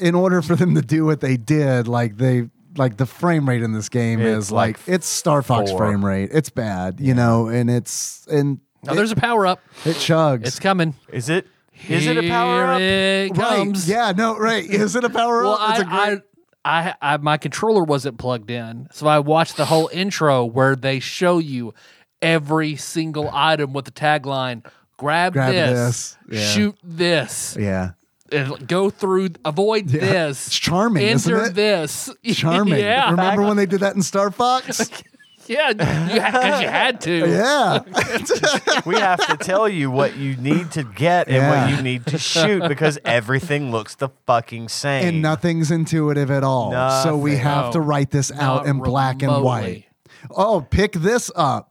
S2: in order for them to do what they did, like they like the frame rate in this game
S3: It's
S2: is like,
S3: like
S2: it's Star Fox
S3: four.
S2: frame rate. It's bad, you know, and it's and
S1: Now there's a power up.
S2: it chugs.
S1: It's coming.
S3: Is it? Is it a power up?
S1: Here it
S2: right?
S1: comes.
S2: Yeah, no, right? Is it a power
S1: Well,
S2: up? It's
S1: I,
S2: a great-
S1: I, I, I, my controller wasn't plugged in, so I watched the whole intro where they show you every single item with the tagline: "Grab,
S2: Grab
S1: this,
S2: this." Yeah.
S1: shoot this, [LAUGHS]
S2: yeah.
S1: and go through, avoid this."
S2: It's charming,
S1: Enter
S2: isn't it?
S1: this. [LAUGHS]
S2: Charming.
S1: yeah,
S2: Remember when they did that in Star Fox?
S1: [LAUGHS] yeah, you had, 'cause you had to. [LAUGHS]
S2: [LAUGHS] yeah.
S3: we have to tell you what you need to get and
S2: Yeah.
S3: what you need to shoot because everything looks the fucking same.
S2: and nothing's intuitive at all. So we
S3: Nothing.
S2: have to write this out
S1: Not
S2: in black and white.
S1: remotely.
S2: Oh, pick this
S3: [LAUGHS]
S2: up.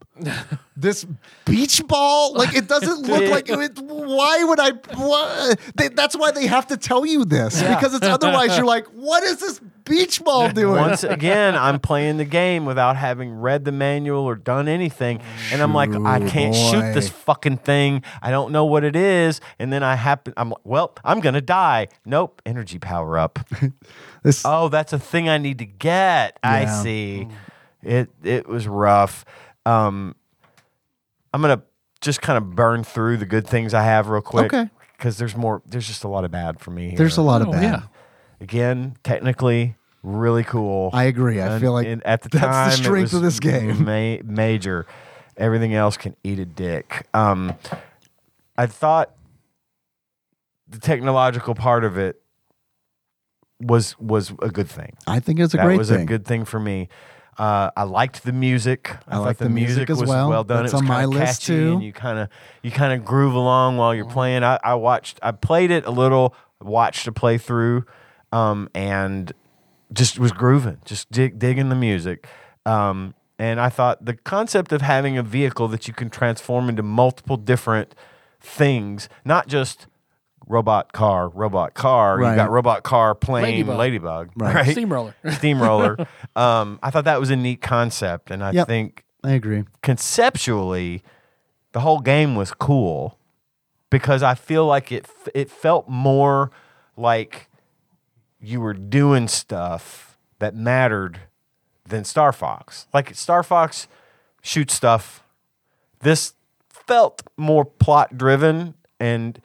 S2: this beach ball, like it doesn't
S3: [LAUGHS]
S2: look like it. Why would I? wha- They, that's why they have to tell you this because it's otherwise you're like, what is this beach ball doing? [LAUGHS]
S3: Once again, I'm playing the game without having read the manual or done anything. And I'm like, I can't shoot this
S2: boy.
S3: fucking thing. I don't know what it is. And then I happen, I'm like, well, I'm going to die. Nope. Energy power up.
S2: [LAUGHS] This-
S3: Oh, that's a thing I need to get.
S2: Yeah.
S3: I see. It it was rough. Um, I'm gonna just kind of burn through the good things I have real quick.
S2: Okay.
S3: Because there's more. There's just a lot of bad for me. Here.
S2: There's a lot of bad.
S1: yeah.
S3: Again, technically, really cool.
S2: I agree. I
S3: And-
S2: feel like
S3: and at the
S2: that's the
S3: time, it
S2: strength
S3: was
S2: of this game.
S3: ma- major. Everything else can eat a dick. Um, I thought the technological part of it was was a good thing.
S2: I think it's a
S3: that
S2: great
S3: was
S2: thing.
S3: a good thing for me. Uh, I liked the music. I,
S2: I
S3: thought
S2: like
S3: the,
S2: the music
S3: music,
S2: as
S3: was
S2: well.
S3: well done.
S2: That's
S3: it was
S2: on my
S3: kinda
S2: list,
S3: catchy,
S2: too. Mm.
S3: And you kind of you kind of groove along while you're playing. I, I watched. I played it a little. Watched a playthrough, um, and just was grooving. Just dig, digging the music. Um, and I thought the concept of having a vehicle that you can transform into multiple different things, not just robot car, robot car.
S2: Right.
S3: You got robot car, plane,
S1: Ladybug.
S3: ladybug, right?
S1: Steamroller.
S3: steamroller. um, I thought that was a neat concept, and I
S2: Yep.
S3: think
S2: I agree.
S3: conceptually, the whole game was cool because I feel like it f- it felt more like you were doing stuff that mattered than Star Fox. Like Star Fox shoots stuff. This felt more plot driven and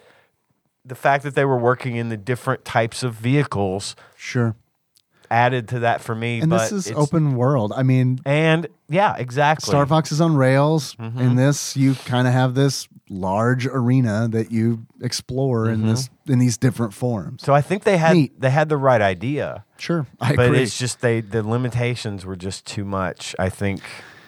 S3: the fact that they were working in the different types of vehicles
S2: Sure.
S3: added to that for me.
S2: And
S3: but
S2: this is
S3: it's-
S2: open world. I mean,
S3: And yeah, exactly.
S2: Star Fox is on rails.
S3: Mm-hmm.
S2: In this, you kind of have this large arena that you explore
S3: Mm-hmm.
S2: in this in these different forms.
S3: So I think they had
S2: Neat.
S3: they had the right idea,
S2: Sure, I
S3: but
S2: agree.
S3: it's just they the limitations were just too much. I think.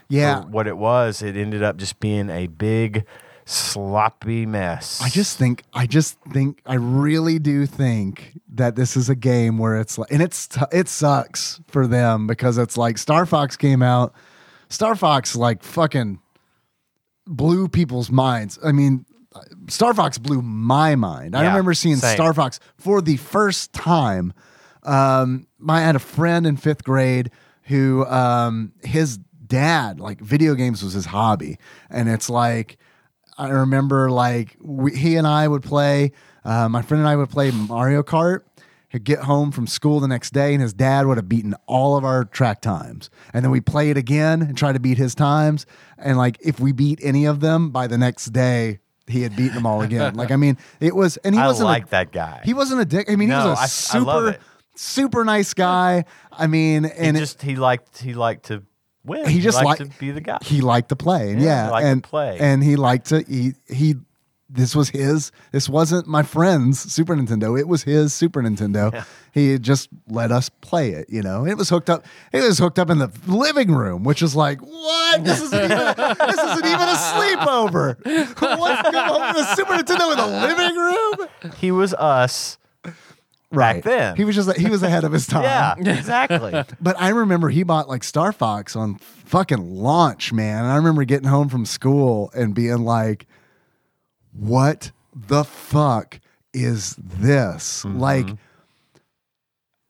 S2: Yeah.
S3: for what it was, it ended up just being a big sloppy mess.
S2: I just think, I just think, I really do think that this is a game where it's like, and it's t- it sucks for them because it's like Star Fox came out, Star Fox like fucking blew people's minds. I mean, Star Fox blew my mind. I
S3: Yeah,
S2: remember seeing
S3: same.
S2: Star Fox for the first time. Um, my, I had a friend in fifth grade who um, his dad like video games was his hobby, and it's like. I remember like we, he and I would play, uh, my friend and I would play Mario Kart. He'd get home from school the next day, and his dad would have beaten all of our track times. And then we play it again and try to beat his times. And like if we beat any of them by the next day, he had beaten them all again. like I mean, it was, and he
S3: [LAUGHS] I
S2: wasn't
S3: like
S2: a,
S3: that guy.
S2: He wasn't a dick. I mean, he
S3: No,
S2: was a
S3: I- I
S2: super,
S3: love it.
S2: super nice guy. I mean,
S3: he
S2: and it-
S3: just he liked he liked to win.
S2: he just
S3: liked
S2: liked,
S3: to be the guy.
S2: He liked to play, and
S3: Yeah,
S2: yeah,
S3: he liked to
S2: and
S3: play.
S2: and he liked to. He he. This was his. This wasn't my friend's Super Nintendo. It was his Super Nintendo. He had just let us play it. You know, it was hooked up. It was hooked up in the living room, which is like, what? This isn't even. this isn't even a sleepover. What's going on with a Super Nintendo in the living room?
S3: he was us.
S2: Right
S3: then.
S2: he was just he was ahead of his time.
S3: [LAUGHS] Yeah,
S2: [LAUGHS]
S3: exactly.
S2: But I remember he bought like Star Fox on fucking launch, man. And I remember getting home from school and being like, what the fuck is this?
S3: Mm-hmm.
S2: Like,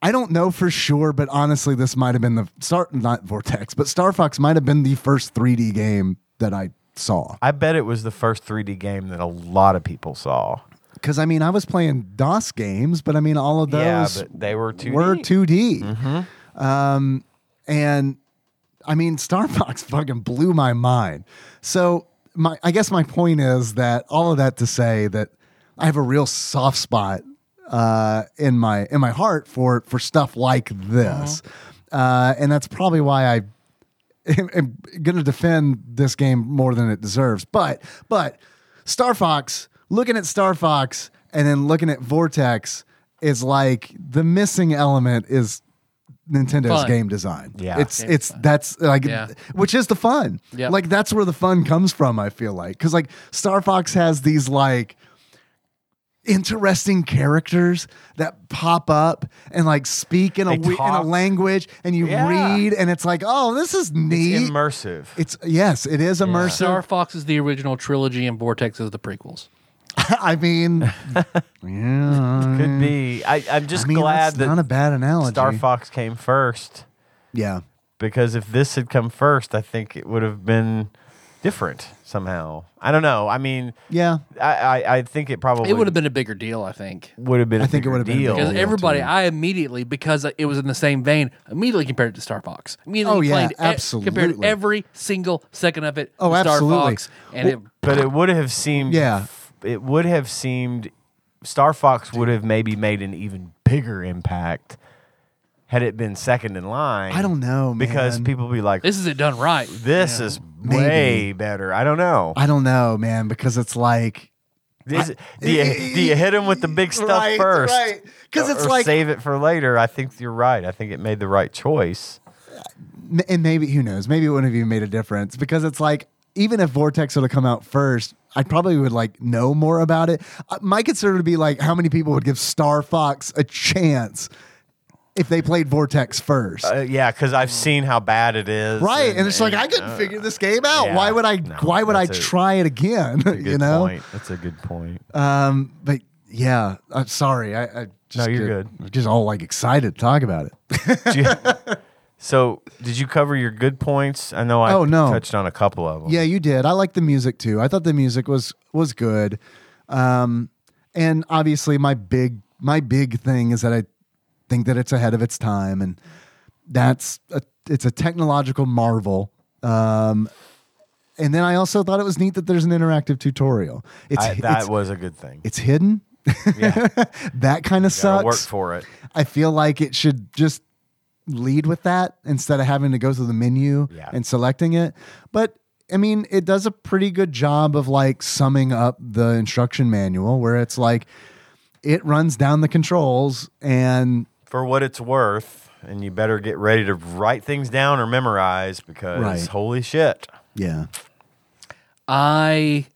S2: I don't know for sure, but honestly, this might have been the start, not Vortex, but Star Fox might have been the first 3D game that I saw.
S3: I bet it was the first 3D game that a lot of people saw.
S2: Cause I mean, I was playing DOS games, but I mean, all of
S3: yeah,
S2: those
S3: but they were too.
S2: were 2D. Um, and I mean, Star Fox [LAUGHS] fucking blew my mind. So my, I guess my point is that all of that to say that I have a real soft spot uh, in my in my heart for for stuff like this, uh, and that's probably why I am, am going to defend this game more than it deserves. But but Star Fox, looking at Star Fox and then looking at Vortex is like the missing element is Nintendo's
S1: Fun.
S2: game design.
S3: Yeah.
S2: it's it's that's like
S1: Yeah.
S2: which is the fun.
S1: Yep.
S2: Like that's where the fun comes from. I feel like because like Star Fox has these like interesting characters that pop up and like speak in a
S3: They
S2: we- in a
S3: talk.
S2: language and you
S3: Yeah.
S2: read and it's like oh this is neat it's,
S3: immersive.
S2: yes it is immersive [LAUGHS]
S1: Star Fox is the original trilogy, and Vortex is the prequels.
S2: i mean yeah
S3: Could be. I, I'm just
S2: Mm. i mean
S3: glad
S2: that's not a
S3: that
S2: bad analogy
S3: Star Fox came first
S2: yeah
S3: because if this had come first, I think it would have been different somehow. I don't know. I mean,
S2: yeah
S3: I, I, I think it probably
S1: It would have been a bigger deal, I think.
S3: would have been.
S2: I think it would have been a
S3: deal.
S2: bigger
S1: Because
S2: Oh,
S1: everybody,
S2: too.
S1: I immediately because it was in the same vein, immediately compared it to Star Fox. Immediately
S2: Oh, yeah,
S1: complained, e- compared
S2: absolutely.
S1: every single second of it.
S2: Oh,
S1: to Star
S2: absolutely.
S1: Fox, and it
S3: but it would have seemed.
S2: Yeah.
S3: It would have seemed. Star Fox would have maybe made an even bigger impact had it been second in line.
S2: I don't know,
S3: because
S2: man.
S3: people be like,
S1: this is it done right.
S3: "This is
S2: Maybe.
S3: way better. I don't know.
S2: I don't know, man, because it's like
S3: Is- do, you, do you hit them with the big stuff
S2: Right,
S3: first?
S2: right. 'Cause
S3: Or-
S2: it's
S3: or
S2: like-
S3: save it for later. I think you're right. I think it made the right choice.
S2: M- and maybe who knows maybe it wouldn't have even made a difference because it's like even if vortex would have come out first i probably would like know more about it Uh, my concern would be like how many people would give star fox a chance if they played vortex first
S3: Uh, yeah, because I've seen how bad it is.
S2: right and, it's like i couldn't figure this game out
S3: Uh, yeah,
S2: why would i
S3: no,
S2: why would i
S3: that's a-
S2: try it again [LAUGHS]
S3: Good
S2: you know
S3: point. That's a
S2: [LAUGHS]
S3: good point.
S2: um but yeah i'm sorry i, I just
S3: you're
S2: get-
S3: good.
S2: just all like excited to talk about it
S3: Do you- so, did you cover your good points? I know I
S2: Oh, no.
S3: touched on a couple of them.
S2: Yeah, you did. I like the music too. I thought the music was was good. Um, and obviously my big my big thing is that I think that it's ahead of its time and that's a, it's a technological marvel. Um, and then I also thought it was neat that there's an interactive tutorial. It's
S3: I, that
S2: it's,
S3: was a good thing.
S2: it's
S3: [LAUGHS]
S2: hidden. [LAUGHS] that kind of
S3: Gotta
S2: sucks.
S3: work for it.
S2: I feel like it should just lead with that instead of having to go through the menu
S3: Yeah.
S2: and selecting it. But I mean, it does a pretty good job of like summing up the instruction manual where it's like it runs down the controls and
S3: for what it's worth, and you better get ready to write things down or memorize because
S2: Right.
S3: holy shit.
S2: yeah.
S1: I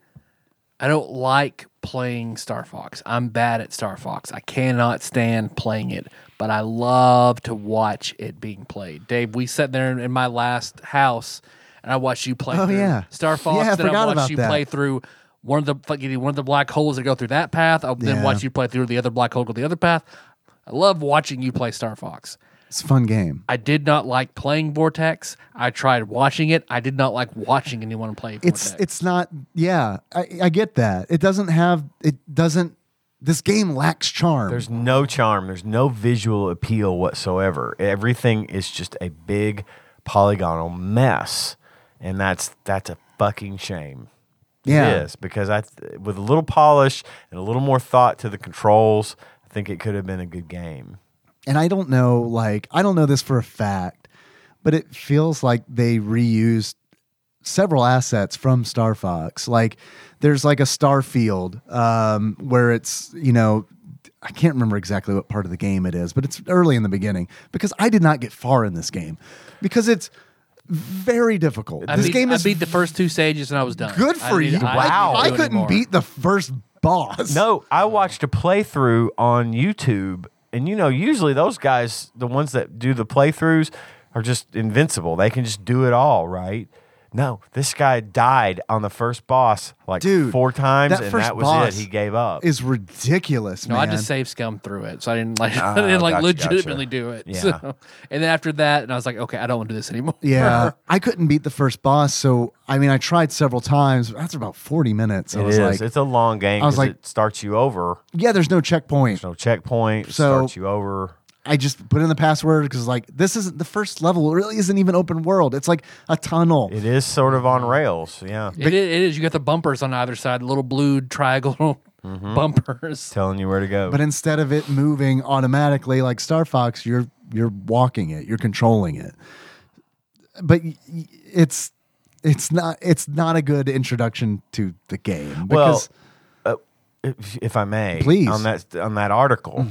S1: I don't like playing Star Fox. I'm bad at Star Fox. I cannot stand playing it, but I love to watch it being played. Dave, we sat there in, in my last house and I watched you play
S2: Oh,
S1: through
S2: yeah.
S1: Star Fox.
S2: Yeah, I
S1: then I
S2: forgot
S1: watched
S2: about
S1: you
S2: that.
S1: play through one of the fucking one of the black holes that go through that path. I then
S2: Yeah.
S1: watch you play through the other black hole go the other path. I love watching you play Star Fox.
S2: It's a fun game.
S1: I did not like playing Vortex. I tried watching it. I did not like watching anyone play Vortex.
S2: It's it's not yeah, I, I get that. It doesn't have it doesn't this game lacks charm.
S3: There's no charm, there's no visual appeal whatsoever. Everything is just a big polygonal mess. And that's that's a fucking shame.
S2: Yeah.
S3: It is because I th- with a little polish and a little more thought to the controls, I think it could have been a good game.
S2: and I don't know, like, I don't know this for a fact, but it feels like they reused several assets from Star Fox. Like, there's like a star field um, where it's, you know, I can't remember exactly what part of the game it is, but it's early in the beginning because I did not get far in this game because it's very difficult.
S1: I
S2: this
S1: beat,
S2: game is
S1: I beat the first two stages and I was done.
S2: good for
S1: I mean,
S2: you.
S1: I-
S3: Wow.
S1: I
S2: I,
S1: couldn't do
S2: couldn't
S1: anymore.
S2: beat the first boss.
S3: No, I watched a playthrough on YouTube, and you know, usually those guys, the ones that do the playthroughs, are just invincible. They can just do it all, right? No, this guy died on the first boss like
S2: Dude,
S3: four times,
S2: that
S3: and
S2: first
S3: that was
S2: boss
S3: it. He gave up.
S2: Is ridiculous,
S1: No,
S2: man. Ah,
S1: I just save scum through it, so I didn't like. [LAUGHS] I didn't like
S3: gotcha,
S1: legitimately
S3: gotcha.
S1: do it.
S3: Yeah.
S1: So- and then after that, and I was like, okay, I don't want to do this anymore.
S2: Yeah, I couldn't beat the first boss, so I mean, I tried several times. But after about forty minutes, I
S3: It
S2: was
S3: is.
S2: like,
S3: it's a long game.
S2: I was
S3: 'cause
S2: like-
S3: it starts you over.
S2: "Yeah, there's no checkpoint."
S3: There's no checkpoint. It
S2: So-
S3: starts you over.
S2: I just put in the password because, like, this isn't the first level. It really isn't even open world. It's like a tunnel.
S3: It is sort of
S2: Mm-hmm.
S3: on rails. Yeah.
S1: It is, it is. You got the bumpers on either side, little blue triangle [LAUGHS]
S2: Mm-hmm.
S1: bumpers.
S3: Telling you where to go.
S2: But instead of it moving automatically like Star Fox, you're you're walking it, you're controlling it. But y- y- it's it's not it's not a good introduction to the game because
S3: well, uh, if, if I may,
S2: Please. Mm-hmm.
S3: on that on that article.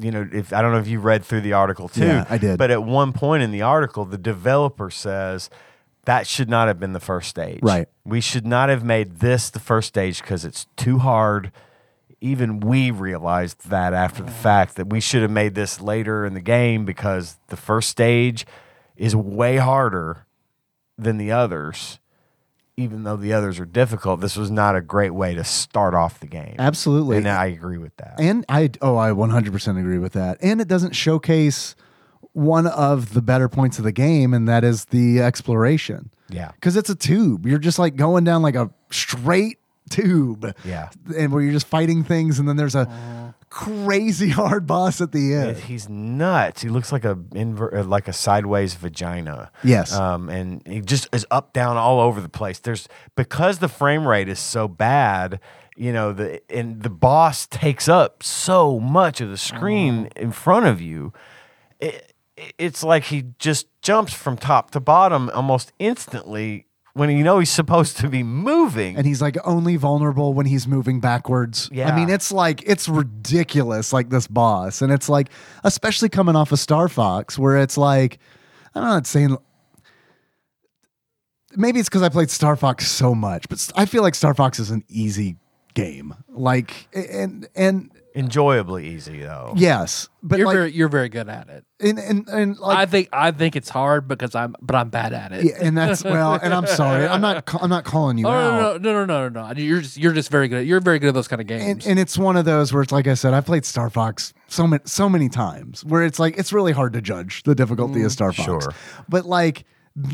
S3: You know, if I don't know if you read through the article too,
S2: Yeah, I did.
S3: But at one point in the article, the developer says that should not have been the first stage.
S2: Right.
S3: We should not have made this the first stage because it's too hard. Even we realized that after the fact that we should have made this later in the game because the first stage is way harder than the others. Even though the others are difficult, this was not a great way to start off the game.
S2: absolutely
S3: And I agree with that.
S2: And I oh I 100% agree with that. And it doesn't showcase one of the better points of the game and that is the exploration.
S3: Yeah.
S2: Cuz it's a tube. You're just like going down like a straight tube.
S3: Yeah.
S2: And where you're just fighting things and then there's a crazy [LAUGHS] hard boss at the
S3: Uh,
S2: end.
S3: He's nuts. He looks like a inver- uh, like a sideways vagina.
S2: Yes.
S3: Um, and he just is up down all over the place. There's because the frame rate is so bad. You know the and the boss takes up so much of the screen in front of you. It, it's like he just jumps from top to bottom almost instantly when you know he's supposed to be moving.
S2: and he's like only vulnerable when he's moving backwards. I
S3: Yeah.
S2: mean, it's like it's ridiculous, like this boss, and it's like especially coming off of Star Fox, where it's like I'm not saying. Maybe it's because I played Star Fox so much, but I feel like Star Fox is an easy game. Like, and and
S3: Enjoyably easy though.
S2: yes, but
S1: you're
S2: like,
S1: very you're very good at it.
S2: and, and and like
S1: I think I think it's hard because I'm but I'm bad at it.
S2: Yeah, and that's well, and I'm sorry, I'm not, ca- I'm not calling you
S1: [LAUGHS] Oh
S2: out.
S1: no no no no no no! no. You're just you're just very good. At, you're very good at those kind of games.
S2: and, and it's one of those where it's like I said, I played Star Fox so many so many times where it's like it's really hard to judge the difficulty of Star Fox.
S3: Mm, sure.
S2: But like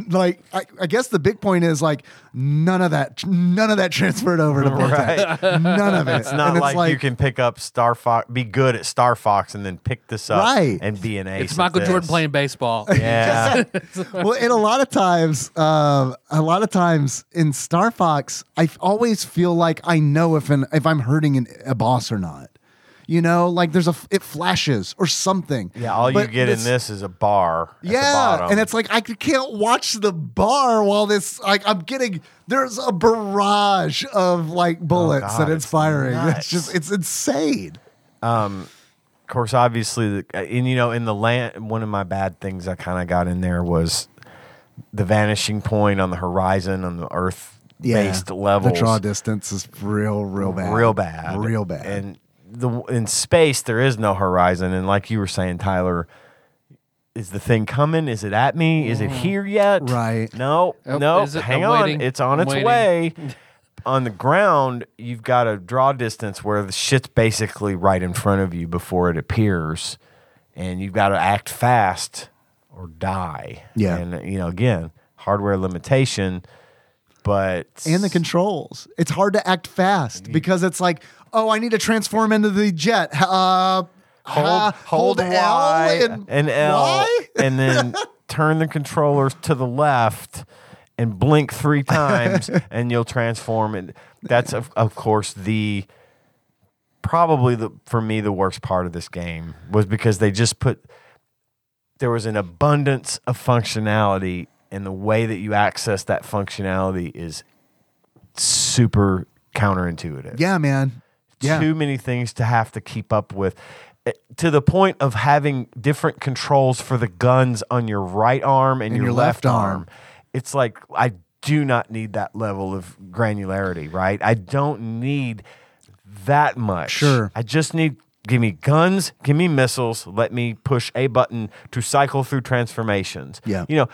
S2: like I, I guess the big point is like none of that none of that transferred over to Vortex. None
S3: [LAUGHS]
S2: of it.
S3: It's not like, you can pick up Star Fox, be good at Star Fox, and then pick this up
S2: Right.
S3: and be an ace.
S1: it's
S3: at
S1: Michael Jordan
S3: this.
S1: playing baseball.
S3: Yeah,
S2: [LAUGHS] well, and a lot of times, um, a lot of times in Star Fox, I f- always feel like I know if an if I'm hurting an, a boss or not. You know, like there's a f- it flashes or something.
S3: yeah. All you
S2: But
S3: get in
S2: this-
S3: this is a bar. at the
S2: Yeah,
S3: bottom.
S2: and it's like I c- can't watch the bar while this like I'm getting there's a barrage of like bullets
S3: Oh, God,
S2: that it's
S3: it's
S2: firing. It's
S3: nuts.
S2: just it's insane.
S3: of course, obviously, the, and you know, in the land, one of my bad things I kind of got in there was the vanishing point on the horizon on the Earth based levels.
S2: The draw distance is real, real bad,
S3: real bad,
S2: real bad.
S3: And the in space there is no horizon, and like you were saying, Tyler, is the thing coming? Is it at me? Is it here yet?
S2: Right.
S3: No,
S1: Yep.
S3: no.
S1: Mm. Is it-
S3: Hang
S1: I'm
S3: on,
S1: waiting.
S3: it's on
S1: I'm
S3: its
S1: waiting. [LAUGHS]
S3: way. on the ground, you've got a draw distance where the shit's basically right in front of you before it appears, and you've got to act fast or die.
S2: Yeah.
S3: and you know, again, hardware limitation. But
S2: and the controls. It's hard to act fast because it's like, oh, I need to transform into the jet. Uh,
S3: hold,
S2: uh,
S3: hold,
S2: L
S3: Y
S2: and,
S3: and L,
S2: Y? [LAUGHS]
S3: and then turn the controllers to the left and
S2: [LAUGHS]
S3: blink three times, and you'll transform. And that's of, of course the probably the for me the worst part of this game was because they just put there was an abundance of functionality, and the way that you access that functionality is super counterintuitive
S2: Yeah, man. Yeah.
S3: too many things to have to keep up with eh, to the point of having different controls for the guns on your right arm and, your, left, arm. It's like I do not need that level of granularity, right? I don't need that much.
S2: Sure.
S3: I just need give me guns, give me missiles, let me push a button to cycle through transformations.
S2: Yeah.
S3: You know,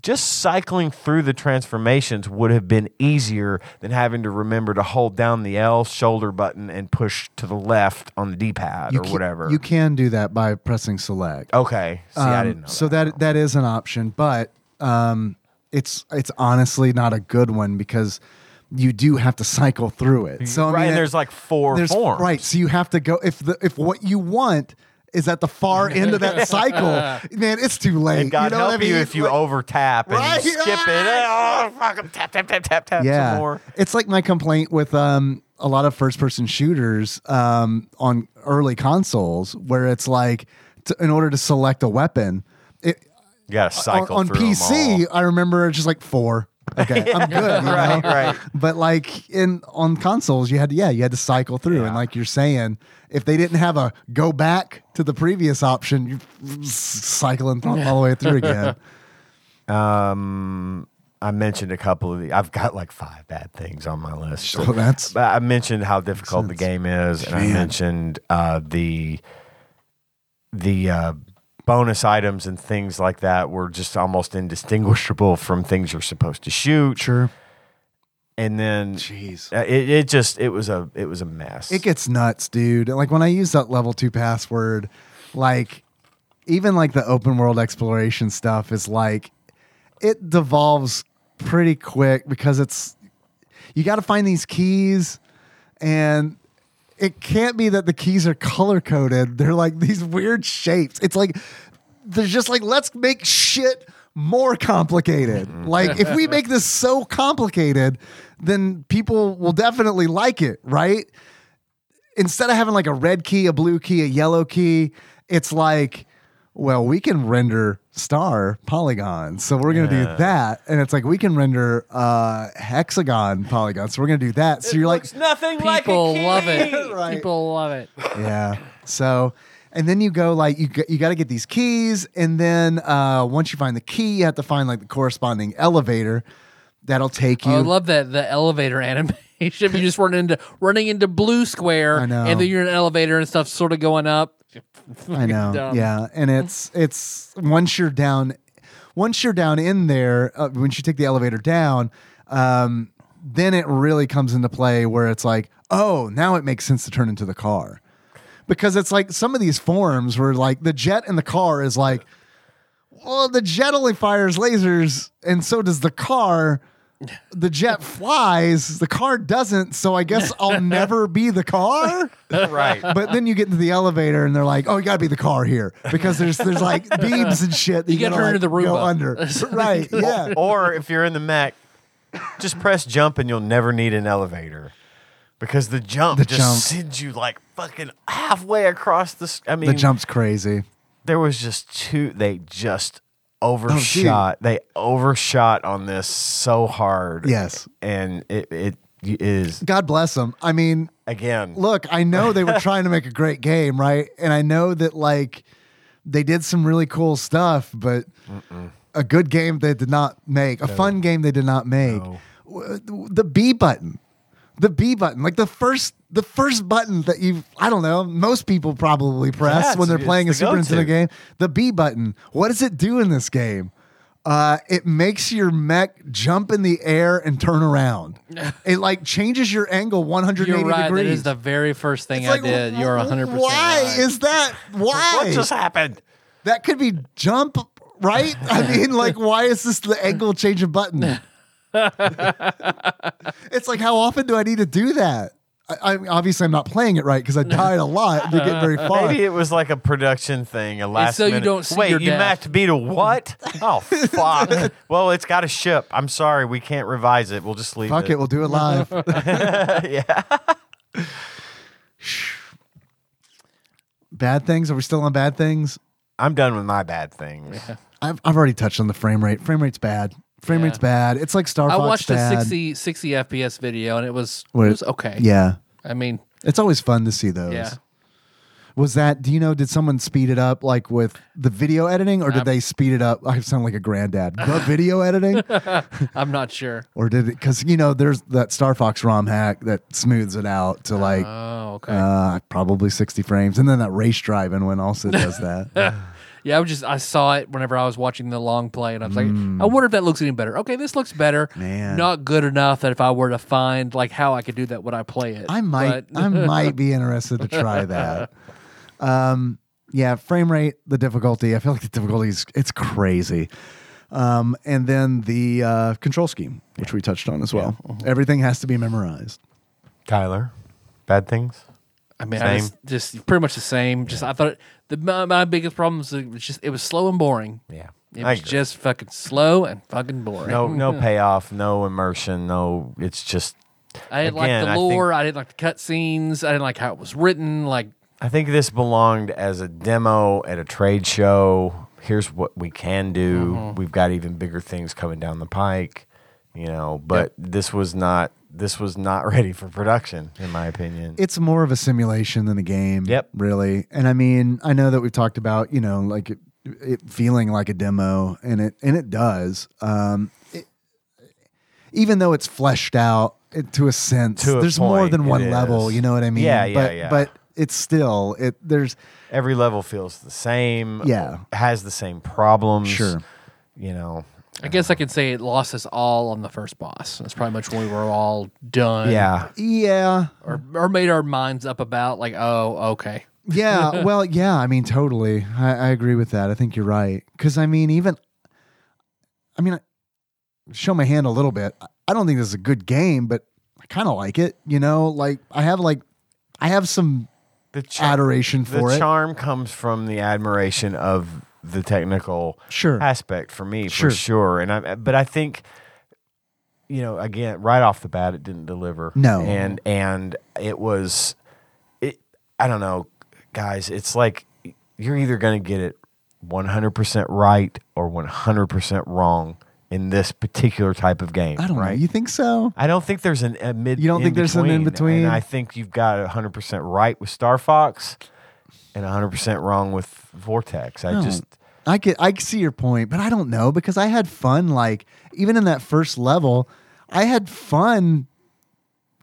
S3: just cycling through the transformations would have been easier than having to remember to hold down the L shoulder button and push to the left on the D pad
S2: You
S3: or
S2: ca-
S3: whatever.
S2: You can do that by pressing select.
S3: okay. See, I
S2: Um,
S3: didn't know.
S2: So
S3: that.
S2: that that is an option, but um, it's it's honestly not a good one because you do have to cycle through it. So I
S3: right,
S2: mean,
S3: and
S2: it-
S3: there's like four
S2: there's-
S3: forms.
S2: Right. So you have to go if the if what you want is at the far end of that cycle, man, it's too late.
S3: And God
S2: you know what
S3: help
S2: I mean?
S3: you if you
S2: Like-
S3: over tap and
S2: Right, Ah!
S3: you skip
S2: right.
S3: it. Oh, fuck, I'm tap, tap, tap, tap, tap
S2: yeah.
S3: some more.
S2: It's like my complaint with um a lot of first person shooters um on early consoles where it's like t- in order to select a weapon, it
S3: You got to
S2: on,
S3: cycle
S2: on
S3: through 'em
S2: PC, I remember just like four. Okay,
S3: [LAUGHS]
S2: I'm good. you
S3: all. Right,
S2: know?
S3: right.
S2: But like in on consoles, you had to, yeah, you had to cycle through, and
S3: Yeah.
S2: like you're saying, if they didn't have a go back to the previous option, you're s- cycling th- all the way through
S3: [LAUGHS]
S2: again.
S3: I mentioned a couple of the. I've got like five bad things on my list.
S2: So that's
S3: But I mentioned how difficult the game is, and I
S2: Man.
S3: mentioned uh, the the uh, bonus items and things like that were just almost indistinguishable from things you're supposed to shoot.
S2: sure.
S3: And then
S2: Jeez.
S3: uh, it, it just it was a it was a mess.
S2: It gets nuts, dude. Like when I use that level two password, like even like the open world exploration stuff is like it devolves pretty quick because it's you got to find these keys and it can't be that the keys are color coded. They're like these weird shapes. It's like they're just like let's make shit more complicated. like if we make this so complicated, then people will definitely like it, right? Instead of having like a red key, a blue key, a yellow key, it's like well, we can render star polygons. So we're going to do that. And it's like, we can render uh, hexagon polygons. So we're going to do that. So you're [LAUGHS] like,
S3: nothing
S1: People love it.
S2: Right.
S1: People love it.
S2: yeah. So, and then you go like you g- you got to get these keys, and then uh, once you find the key, you have to find like the corresponding elevator that'll take you.
S1: Oh, I love that the elevator [LAUGHS] animation. you just run into running into blue square,
S2: I know.
S1: and then you're in an elevator and stuff, sort of going up.
S2: I know.
S1: dumb.
S2: Yeah, and it's it's once you're down, once you're down in there, uh, once you take the elevator down, um, then it really comes into play where it's like, oh, now it makes sense to turn into the car, because it's like some of these forms where like the jet and the car is like, well, the jet only fires lasers, and so does the car. The jet flies, the car doesn't, so I guess I'll never be the car
S3: Right.
S2: but then you get into the elevator and they're like, "Oh, you gotta be the car here because there's there's like beams and shit." That you,
S1: You gotta
S2: gotta,
S1: turn
S2: like,
S1: to the
S2: go
S1: Roomba.
S2: under, right?
S3: [LAUGHS]
S2: Yeah,
S3: or if you're in the Mac, just press jump and you'll never need an elevator. Because the jump
S2: The
S3: just
S2: jump.
S3: sends you like fucking halfway across the. s- I mean,
S2: the jump's crazy.
S3: there was just two. They just
S2: Oh,
S3: overshot. they overshot on this so hard.
S2: Yes.
S3: and it it is
S2: God bless them. I mean,
S3: again.
S2: look, I
S1: [LAUGHS]
S2: know they were trying to make a great game, right? And I know that like they did some really cool stuff, but a good game they did not make, a fun game they did not make. W- The B button. The B button, like the first the first button that you I don't know, most people probably press
S3: Yeah,
S2: when they're
S3: it's-
S2: playing a
S3: it's the
S2: Super Nintendo
S3: go-to.
S2: game. The B button. What does it do in this game? Uh, it makes your mech jump in the air and
S1: [LAUGHS]
S2: turn around. It like changes your angle 180
S1: You're right.
S2: degrees.
S1: That is the very first thing
S2: It's
S1: I
S2: like,
S1: did. You're 100 percent
S2: Why is that? Why
S3: What just happened?
S2: that could be jump, right?
S1: [LAUGHS]
S2: I mean, like, why is this the angle changing button? it's like, how often do I need to do that? I, I obviously I'm not playing it right because I died a lot to get
S3: [LAUGHS]
S2: very far.
S3: Maybe it was like a production thing, a last
S1: so you
S3: minute-
S1: don't see
S3: Wait,
S1: your
S3: you
S1: death.
S3: matched B
S2: [LAUGHS]
S3: to what? Oh fuck! well, it's got a ship. I'm sorry, we can't revise it. We'll just leave
S2: Fuck it, we'll do it live.
S3: [LAUGHS] yeah.
S2: bad things? Are we still on bad things?
S3: I'm done with my bad things.
S2: I've I've already touched on the frame rate. Frame rate's bad. Frame
S1: Yeah.
S2: rate's bad. It's like Star
S1: I
S2: Fox
S1: watched
S2: bad.
S1: a 60, 60 FPS video and it was
S2: Where-
S1: it was okay.
S2: Yeah,
S1: I mean,
S2: it's always fun to see those.
S1: yeah.
S2: Was that? Do you know? Did someone speed it up, like with the video editing, or did they speed it up? [LAUGHS] I sound like a granddad.
S1: [LAUGHS]
S2: The video editing,
S1: I'm not sure.
S2: or did it? Because you know, there's that Star Fox ROM hack that smooths it out to like
S1: Oh, okay.
S2: uh, probably 60 frames, and then that race driving one also does
S1: [LAUGHS]
S2: that.
S1: yeah, I was just I saw it whenever I was watching the long play, and I was like, I wonder if that looks any better. Okay, this looks better.
S2: Mm. Man.
S1: Not good enough that if I were to find like how I could do that, would I play it?
S2: I might,
S1: But- [LAUGHS]
S2: I might be interested to try that. Um, yeah, frame rate, the difficulty. I feel like the difficulty is it's crazy. Um, and then the uh, control scheme, which we touched on as well.
S1: Uh-huh.
S2: Everything has to be memorized.
S3: Tyler, bad things.
S1: I mean, I
S3: Same.
S1: was just pretty much the same. Just I thought it, the my, my biggest problem was it was just it was slow and boring.
S3: Yeah.
S1: It
S3: I
S1: was
S3: agree.
S1: just fucking slow and fucking boring. [LAUGHS]
S3: No, no payoff, no immersion, no. It's just.
S1: I didn't
S3: Again,
S1: like
S3: I
S1: the
S3: think-
S1: lore. I, didn't like the cutscenes. I didn't like how it was written. Like
S3: I think this belonged as a demo at a trade show. Here's what we can do.
S2: Mm-hmm.
S3: We've got even bigger things coming down the pike, you know. But this was not. This was not [LAUGHS] ready for production, in my opinion.
S2: it's more of a simulation than a game.
S3: Yep.
S2: Really. And I mean, I know that we've talked about, you know, like it, it feeling like a demo and it and it does. Um it- even though it's fleshed out it, to a sense,
S3: To a
S2: there's more
S3: point,
S2: than
S3: it
S2: one level,
S3: is.
S2: you know what I mean?
S3: Yeah, yeah,
S2: but
S3: yeah.
S2: but it's still it there's
S3: Every level feels the same.
S2: Yeah.
S3: has the same problems.
S2: Sure.
S3: you know.
S1: I guess
S3: Uh-huh.
S1: I could say it lost us all on the first boss. That's probably much when we were all done.
S3: Yeah,
S2: yeah.
S1: or or made our minds up about like oh okay.
S2: yeah well yeah i mean totally i, I agree with that i think you're right because i mean even i mean I, show my hand a little bit I- i don't think this is a good game but i kind of like it you know like i have like i have some
S3: the char-
S2: adoration
S3: the
S2: for it
S3: charm comes from the admiration of the technical
S2: Sure.
S3: aspect for me
S2: Sure.
S3: for sure and i uh, but i think you know again right off the bat it didn't deliver
S2: No.
S3: and and it was it i don't know guys it's like you're either going to get it 100% right or 100% wrong in this particular type of game.
S2: I don't
S3: right?
S2: know. You think so?
S3: I don't think there's an a mid.
S2: You don't think there's an
S3: in-between,
S2: in-between?
S3: And I think you've got 100% right with Star Fox and 100% wrong with Vortex. I
S2: No.
S3: just
S2: I get I see your point, but I don't know because I had fun like even in that first level, I had fun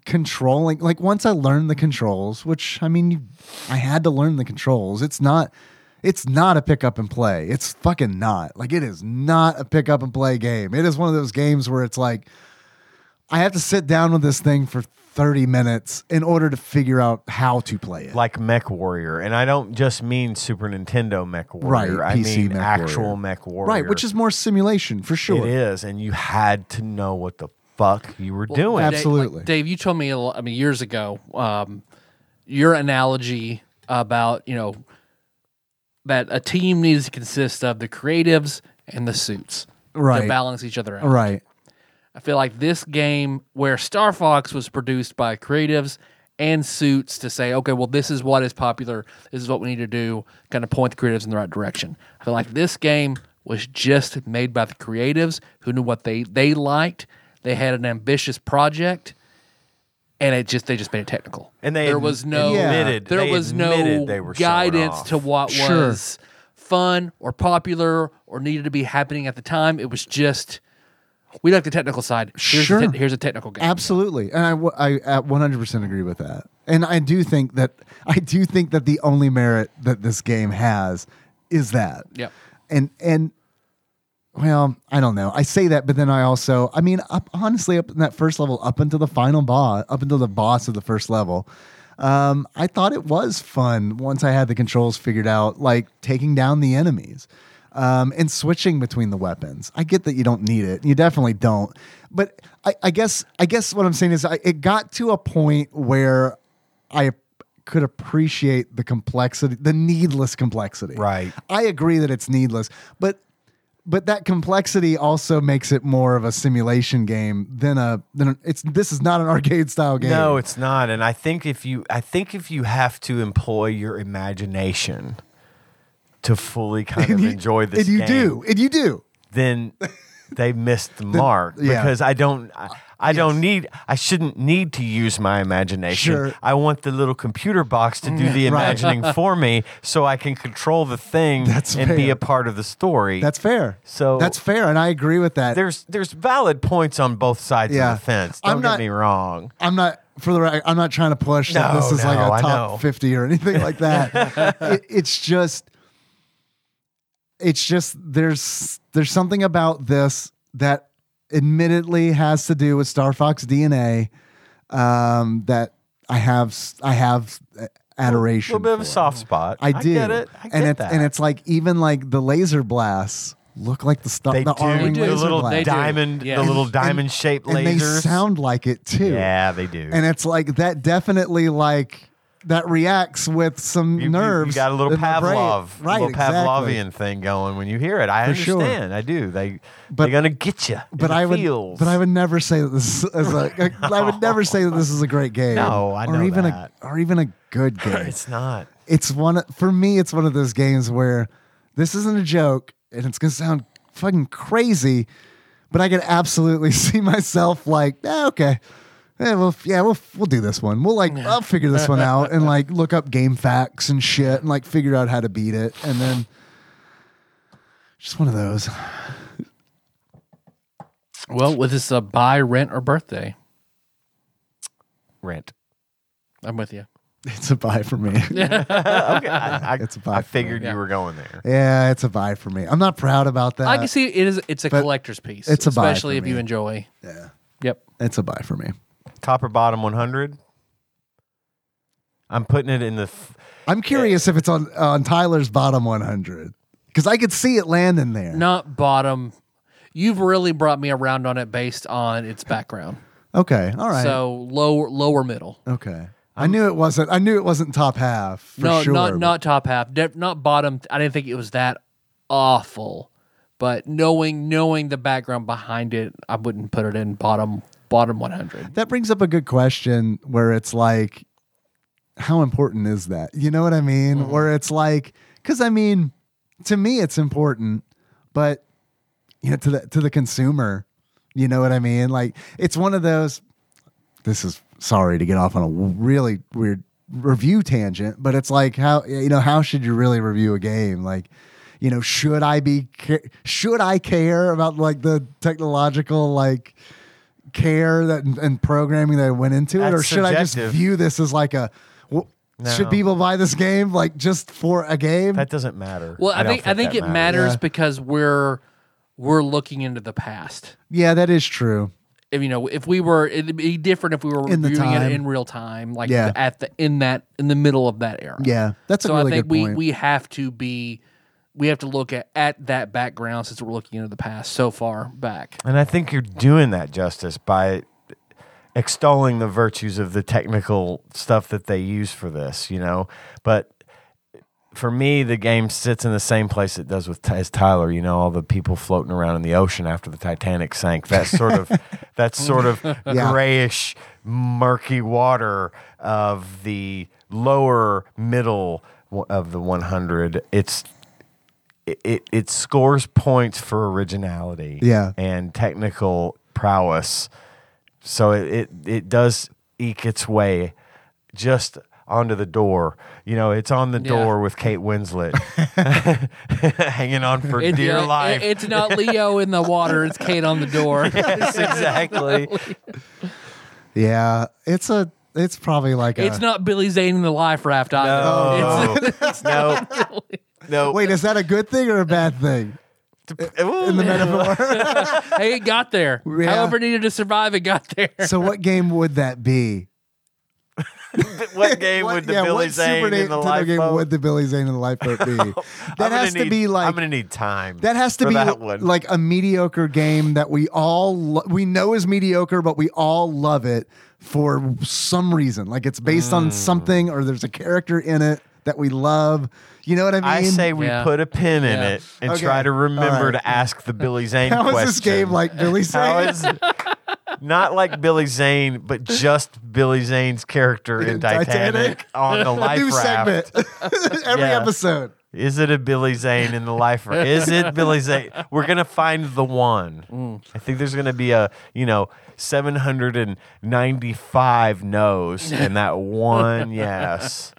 S2: controlling like once I learned the controls, which I mean you, I had to learn the controls. It's not it's not a pick up and play. It's fucking not. Like it is not a pick up and play game. It is one of those games where it's like I have to sit down with this thing for 30 minutes in order to figure out how to play it.
S3: like Mech Warrior, and I don't just mean Super Nintendo Mech Warrior.
S2: Right,
S3: I
S2: PC
S3: mean
S2: Mech
S3: actual
S2: Warrior.
S3: Mech Warrior.
S2: right, which is more simulation for sure.
S3: it is, and you had to know what the fuck you were doing.
S1: Oh,
S2: Absolutely.
S1: Dave, like, Dave, you told me a lot, I mean years ago um, your analogy about you know that a team needs to consist of the creatives and the suits
S2: Right.
S1: to balance each other out.
S2: Right.
S1: I feel like this game where Star Fox was produced by creatives and suits to say, okay, well, this is what is popular. This is what we need to do, kind of point the creatives in the right direction. I feel like this game was just made by the creatives who knew what they, they liked. They had an ambitious project, and it just they just made it technical.
S3: And they
S1: there
S3: adm-
S1: was no
S3: admitted-
S1: there
S3: they
S1: was no
S3: admitted they were showing
S1: guidance
S3: off.
S1: to what
S2: Sure.
S1: was fun or popular or needed to be happening at the time. It was just we like the technical side. Here's,
S2: Sure.
S1: a, te- here's a technical game.
S2: Absolutely, and I w- I at one hundred percent agree with that. And I do think that I do think that the only merit that this game has is that.
S1: Yep.
S2: And and well, I don't know. I say that, but then I also, I mean, up, honestly, up in that first level, up until the final boss, up until the boss of the first level, um, I thought it was fun once I had the controls figured out, like taking down the enemies um, and switching between the weapons. I get that you don't need it, you definitely don't, but I, I guess, I guess what I'm saying is, I, it got to a point where I could appreciate the complexity, the needless complexity.
S3: Right.
S2: I agree that it's needless, but but that complexity also makes it more of a simulation game than a than a, it's this is not an arcade style game.
S3: No, it's not. And I think if you I think if you have to employ your imagination to fully kind of
S2: And you-
S3: enjoy
S2: And
S3: this
S2: you
S3: game,
S2: do. And you do.
S3: then they
S2: [LAUGHS]
S3: missed the mark
S2: yeah.
S3: because I don't I, I don't need I shouldn't need to use my imagination.
S2: Sure. Mm,
S3: I want the little computer box to do the
S2: [LAUGHS]
S3: imagining for me so I can control the thing
S2: That's
S3: and be
S2: fair.
S3: a part of the story.
S2: That's fair.
S3: So-
S2: that's fair, and I agree with that.
S3: there's there's valid points on both sides
S2: Yeah.
S3: of the fence. Don't
S2: I'm
S3: get
S2: not-
S3: me wrong.
S2: I'm not for the record. I'm not trying to push that
S3: No,
S2: this is like
S3: no, I
S2: a
S3: know.
S2: top fifty or anything like that.
S3: [LAUGHS]
S2: it, it's just, it's just there's there's something about this that admittedly has to do with Star Fox DNA um, that I have s- I have uh,
S3: A
S2: adoration.
S3: little bit of a
S2: for.
S3: soft spot.
S2: I do.
S3: get it. I get
S2: and it's
S3: that.
S2: and it's like even like the laser blasts look like the stuff
S3: they
S2: the
S3: do
S2: arming
S1: They
S3: the
S1: do.
S2: laser
S3: little
S2: blasts.
S1: They do.
S3: diamond,
S1: Yeah.
S3: the little
S2: And-
S3: diamond shaped
S2: and they
S3: lasers.
S2: sound like it too.
S3: yeah, they do.
S2: And it's like that definitely like that reacts with some
S3: you, you-
S2: nerves.
S3: You got a little
S2: in my brain.
S3: Pavlov,
S2: right?
S3: little
S2: exactly.
S3: Pavlovian thing going when you hear it. I
S2: For sure.
S3: understand. I do. They
S2: But-
S3: they're gonna get you.
S2: But I would,
S3: feels.
S2: but I would never say that this is
S3: [LAUGHS]
S2: a. I would never say that this is a great game.
S3: No, I know
S2: or even
S3: that.
S2: a, or even a
S3: [LAUGHS]
S2: good game.
S3: [LAUGHS] It's not.
S2: it's one of- for me. It's one of those games where this isn't a joke, and it's gonna sound fucking crazy, but I can absolutely [LAUGHS] see myself like, "Ah, okay, yeah, well, f- yeah, we'll f- we'll do this one. We'll like, I'll figure this one out, and like look up game facts and shit, and like figure out how to beat it, and then just one of those. [LAUGHS]
S1: Well, was this a buy, rent, or birthday?
S3: Rent.
S1: I'm with you.
S2: It's a buy for me.
S3: Uh, okay,
S2: [LAUGHS]
S3: I, I,
S2: It's a
S3: I
S2: vibe.
S3: figured
S1: Yeah.
S3: you were going there.
S2: yeah, it's a buy for me. I'm not proud about that.
S1: I can see it is. It's a
S2: but
S1: collector's piece.
S2: it's a buy
S1: especially
S2: for
S1: if you
S2: me.
S1: enjoy.
S2: Yeah.
S1: Yep.
S2: It's a buy for me.
S3: Top or bottom 100. I'm putting it in the. F-
S2: I'm curious if it's on on Tyler's bottom 100 because I could see it landing there.
S1: Not bottom. You've really brought me around on it based on its background.
S2: Okay. All right.
S1: So lower, lower middle.
S2: okay. i knew it wasn't. I knew it wasn't top half for
S1: no,
S2: sure.
S1: not
S2: but-
S1: not top half, De- not bottom. I didn't think it was that awful, but knowing knowing the background behind it, I wouldn't put it in bottom bottom 100.
S2: That brings up a good question where it's like,
S3: Mm-hmm.
S2: how important is that? You know what I mean? Where it's like, because I mean, to me it's important, but you know, to the to the consumer, you know what I mean? Like it's one of those this is sorry to get off on a really weird review tangent, but it's like how you know how should you really review a game? Like, you know, should I be ca- should I care about like the technological like care that and programming that went into it,
S3: That's
S2: or should I just
S3: subjective.
S2: view this as like a w- should
S3: No.
S2: people buy this game like just for a game?
S3: That doesn't matter.
S1: Well, I,
S3: don't
S1: think I think
S3: that
S1: it matters
S2: Yeah.
S1: because we're we're looking into the past.
S2: yeah, that is true.
S1: If, you know, if we were, it'd be different if we were
S2: In the
S1: reviewing
S2: time.
S1: it in real time, like
S2: Yeah.
S1: at the in that in the middle of that era.
S2: Yeah, that's
S1: so
S2: a really
S1: I think
S2: good
S1: we
S2: point.
S1: we have to be we have to look at at that background since we're looking into the past so far back.
S3: And I think you're doing that justice by extolling the virtues of the technical stuff that they use for this, you know. But for me, the game sits in the same place it does with as Tyler. You know, all the people floating around in the ocean after the Titanic sank. That sort of that sort of grayish, murky water of the lower middle w- of the 100. It's it, it, it scores points for originality
S2: Yeah.
S3: and technical prowess. So it, it, it does eke its way just onto the door. You know, it's on the
S1: Yeah.
S3: door with Kate Winslet [LAUGHS] hanging on for
S1: It-
S3: dear
S1: it-
S3: life.
S1: it's not Leo in the water; it's Kate on the
S3: [LAUGHS]
S1: door. [LAUGHS]
S3: yes, [LAUGHS] exactly.
S2: Yeah, it's a it's probably like a.
S1: It's not Billy Zane in the life raft either.
S3: Oh. No, no, no. [LAUGHS]
S2: Wait, is that a good thing or a bad thing?
S3: in the
S1: [LAUGHS] It's- hey, it got there.
S2: [LAUGHS] Yeah.
S1: However, it needed to survive, it got there.
S2: So, what game would that be?
S3: what game
S2: What-
S3: would the
S2: yeah,
S3: Billy
S2: what Super
S3: Zane in the
S2: Nintendo
S3: life
S2: game
S3: boat?
S2: would the Billy Zane in the lifeboat be?
S3: [LAUGHS] I'm
S2: That
S3: gonna
S2: has to
S3: need-
S2: be like
S3: I'm gonna need time.
S2: that has to
S3: for
S2: be
S3: that one.
S2: like a mediocre game that we all lo- we know is mediocre, but we all love it for some reason. Like it's based
S3: Hmm.
S2: on something, or there's a character in it that we love. You know what I mean?
S3: I say we
S1: Yeah.
S3: put a pin in
S1: Yeah.
S3: it and
S2: Okay.
S3: try to remember
S2: All right.
S3: to ask the
S2: [LAUGHS]
S3: Billy
S2: [LAUGHS]
S3: Zane
S2: how is
S3: question.
S2: this game like Billy
S3: [LAUGHS] How
S2: Zane? [LAUGHS]
S3: is not like Billy Zane, but just Billy Zane's character in
S2: In
S3: Titanic,
S2: [LAUGHS] Titanic?
S3: on the
S2: A
S3: life
S2: [LAUGHS] new
S3: raft.
S2: segment [LAUGHS] every
S3: Yeah.
S2: episode.
S3: Is it a Billy Zane in the life raft? Is it Billy Zane? We're gonna find the one. I think there's gonna be a you know 795 no's and that one yes.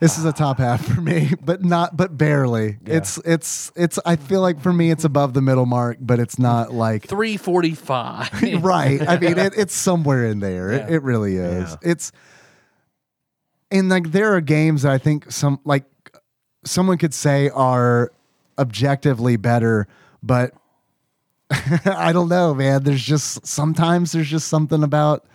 S2: This is a top half for me, [LAUGHS] but not but barely. It's it's it's I feel like for me it's above the middle mark, but it's not like
S1: Three forty-five.
S2: [LAUGHS] right. I mean it, it's somewhere in there. It, it really is. It's and like there are games that I think some like someone could say are objectively better, but [LAUGHS] I don't know, man. There's just sometimes there's just something about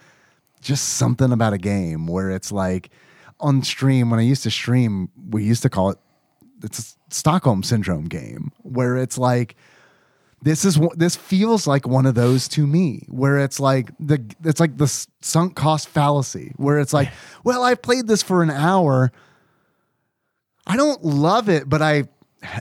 S2: just something about a game where it's like on stream when I used to stream, we used to call it it's a Stockholm syndrome game where it's like this is one- this feels like one of those to me where it's like the it's like the s- sunk cost fallacy where it's like well I played this for an hour I don't love it but I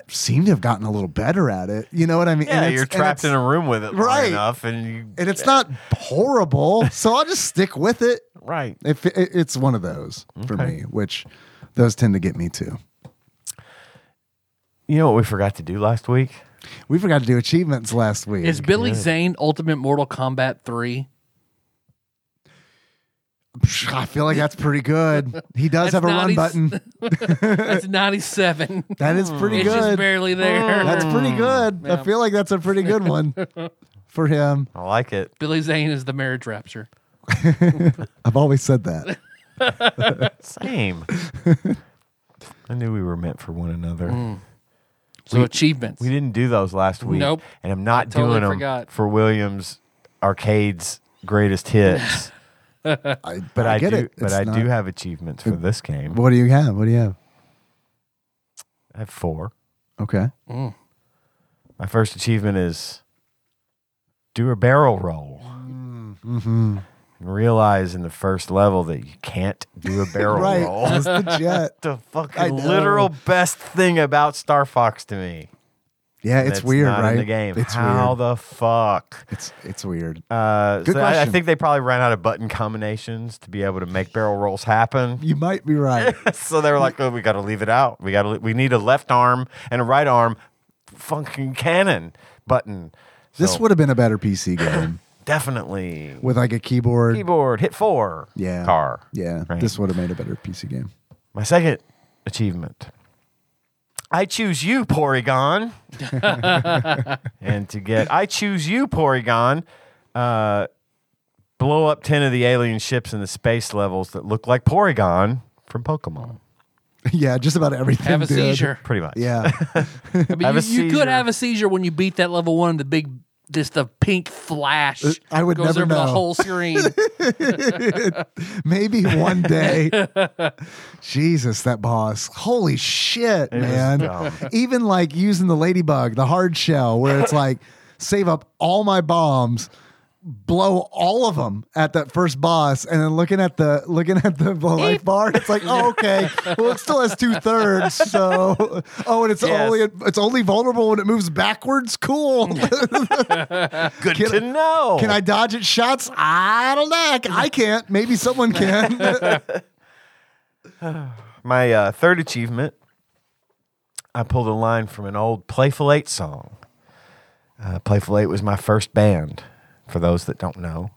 S2: seem to have gotten a little better at it you know what I mean
S3: Yeah,
S2: And
S3: you're
S2: it's- and
S3: trapped
S2: it's-
S3: in a room with it long
S2: Right.
S3: enough, and you
S2: and it's not horrible, so I'll just stick with it.
S3: right.
S2: If it, it's one of those for me, which those tend to get me too.
S3: You know what we forgot to do last week?
S2: We forgot to do achievements last week.
S1: Is Billy Zane Ultimate Mortal Kombat three?
S2: Psh, I feel like that's pretty good. He does
S1: That's
S2: have a
S1: not
S2: run
S1: his-
S2: button. [LAUGHS]
S1: That's ninety-seven. [LAUGHS]
S2: That is pretty
S1: it's just Mm,
S2: good. Oh.
S1: barely there.
S2: that's pretty good. I feel like that's a pretty good
S1: [LAUGHS]
S2: one for him.
S3: I like it.
S1: Billy Zane is the marriage rapture.
S2: I've always said that.
S1: [LAUGHS]
S3: Same. I knew we were meant for one another.
S1: Mm. So achievements.
S3: We didn't do those last week.
S1: Nope.
S3: And I'm not
S1: Totally
S3: doing them
S1: forgot.
S3: for Williams Arcade's greatest hits.
S2: I,
S3: [LAUGHS] But I,
S2: get
S3: do.
S2: it.
S3: But
S2: It's
S3: I
S2: not-
S3: do have achievements for this game.
S2: What do you have? What do you have?
S3: I have four.
S2: Okay.
S3: My first achievement is do a barrel roll.
S2: Mm-hmm.
S3: And realize in the first level that you can't do a
S2: [LAUGHS]
S3: barrel
S2: right.
S3: roll.
S2: That's
S3: [LAUGHS]
S2: the jet.
S3: the
S2: I
S3: fucking
S2: know.
S3: literal best thing about Star Fox to me.
S2: Yeah, it's
S3: that's
S2: weird,
S3: not in
S2: right?
S3: the game.
S2: It's
S3: How
S2: weird.
S3: the fuck?
S2: It's it's weird.
S3: Uh,
S2: Good
S3: so I- I,
S2: question.
S3: think they probably ran out of button combinations to be able to make barrel rolls happen. [LAUGHS]
S2: You might be right.
S3: so they were like, "Oh, we got to leave it out. We got to. We need a left arm and a right arm, fucking cannon button."
S2: this
S3: So,
S2: would have been a better PC
S3: [LAUGHS]
S2: game
S3: definitely
S2: with like a keyboard.
S3: keyboard hit four.
S2: Yeah.
S3: car.
S2: Yeah,
S3: Right.
S2: this would have made a better PC game. [LAUGHS]
S3: My second achievement. I choose you, Porygon. and to get I choose you, Porygon, uh, blow up 10 of the alien ships in the space levels that look like Porygon from Pokemon.
S2: yeah, just about everything.
S1: Have a
S2: did.
S1: seizure.
S3: Pretty much.
S2: Yeah,
S3: [LAUGHS]
S1: I mean,
S3: Have
S1: you, you
S3: a
S1: could
S3: seizure.
S1: have a seizure when you beat that level one. The big, just the pink flash.
S2: Uh, I would
S1: goes
S2: never
S1: over the
S2: know.
S1: whole
S2: [LAUGHS]
S1: screen.
S2: maybe one
S3: [LAUGHS]
S2: day. Jesus, that boss! Holy shit,
S3: was
S2: man!
S3: dumb.
S2: Even like using the ladybug, the hard shell, where it's like save up all my bombs, blow all of them at that first boss, and then looking at the looking at the life bar, it's like, oh, okay, well, it still has two thirds. So, [LAUGHS] oh, and it's
S3: Yes.
S2: only it's only vulnerable when it moves backwards.
S3: [LAUGHS]
S2: Cool.
S3: Good
S2: Can-
S3: to know.
S2: Can I dodge at shots? I don't know. I c- I can't. Maybe someone can. [LAUGHS]
S3: My uh, third achievement, I pulled a line from an old Playful Eight song. Uh, Playful Eight was my first band, for those that don't know.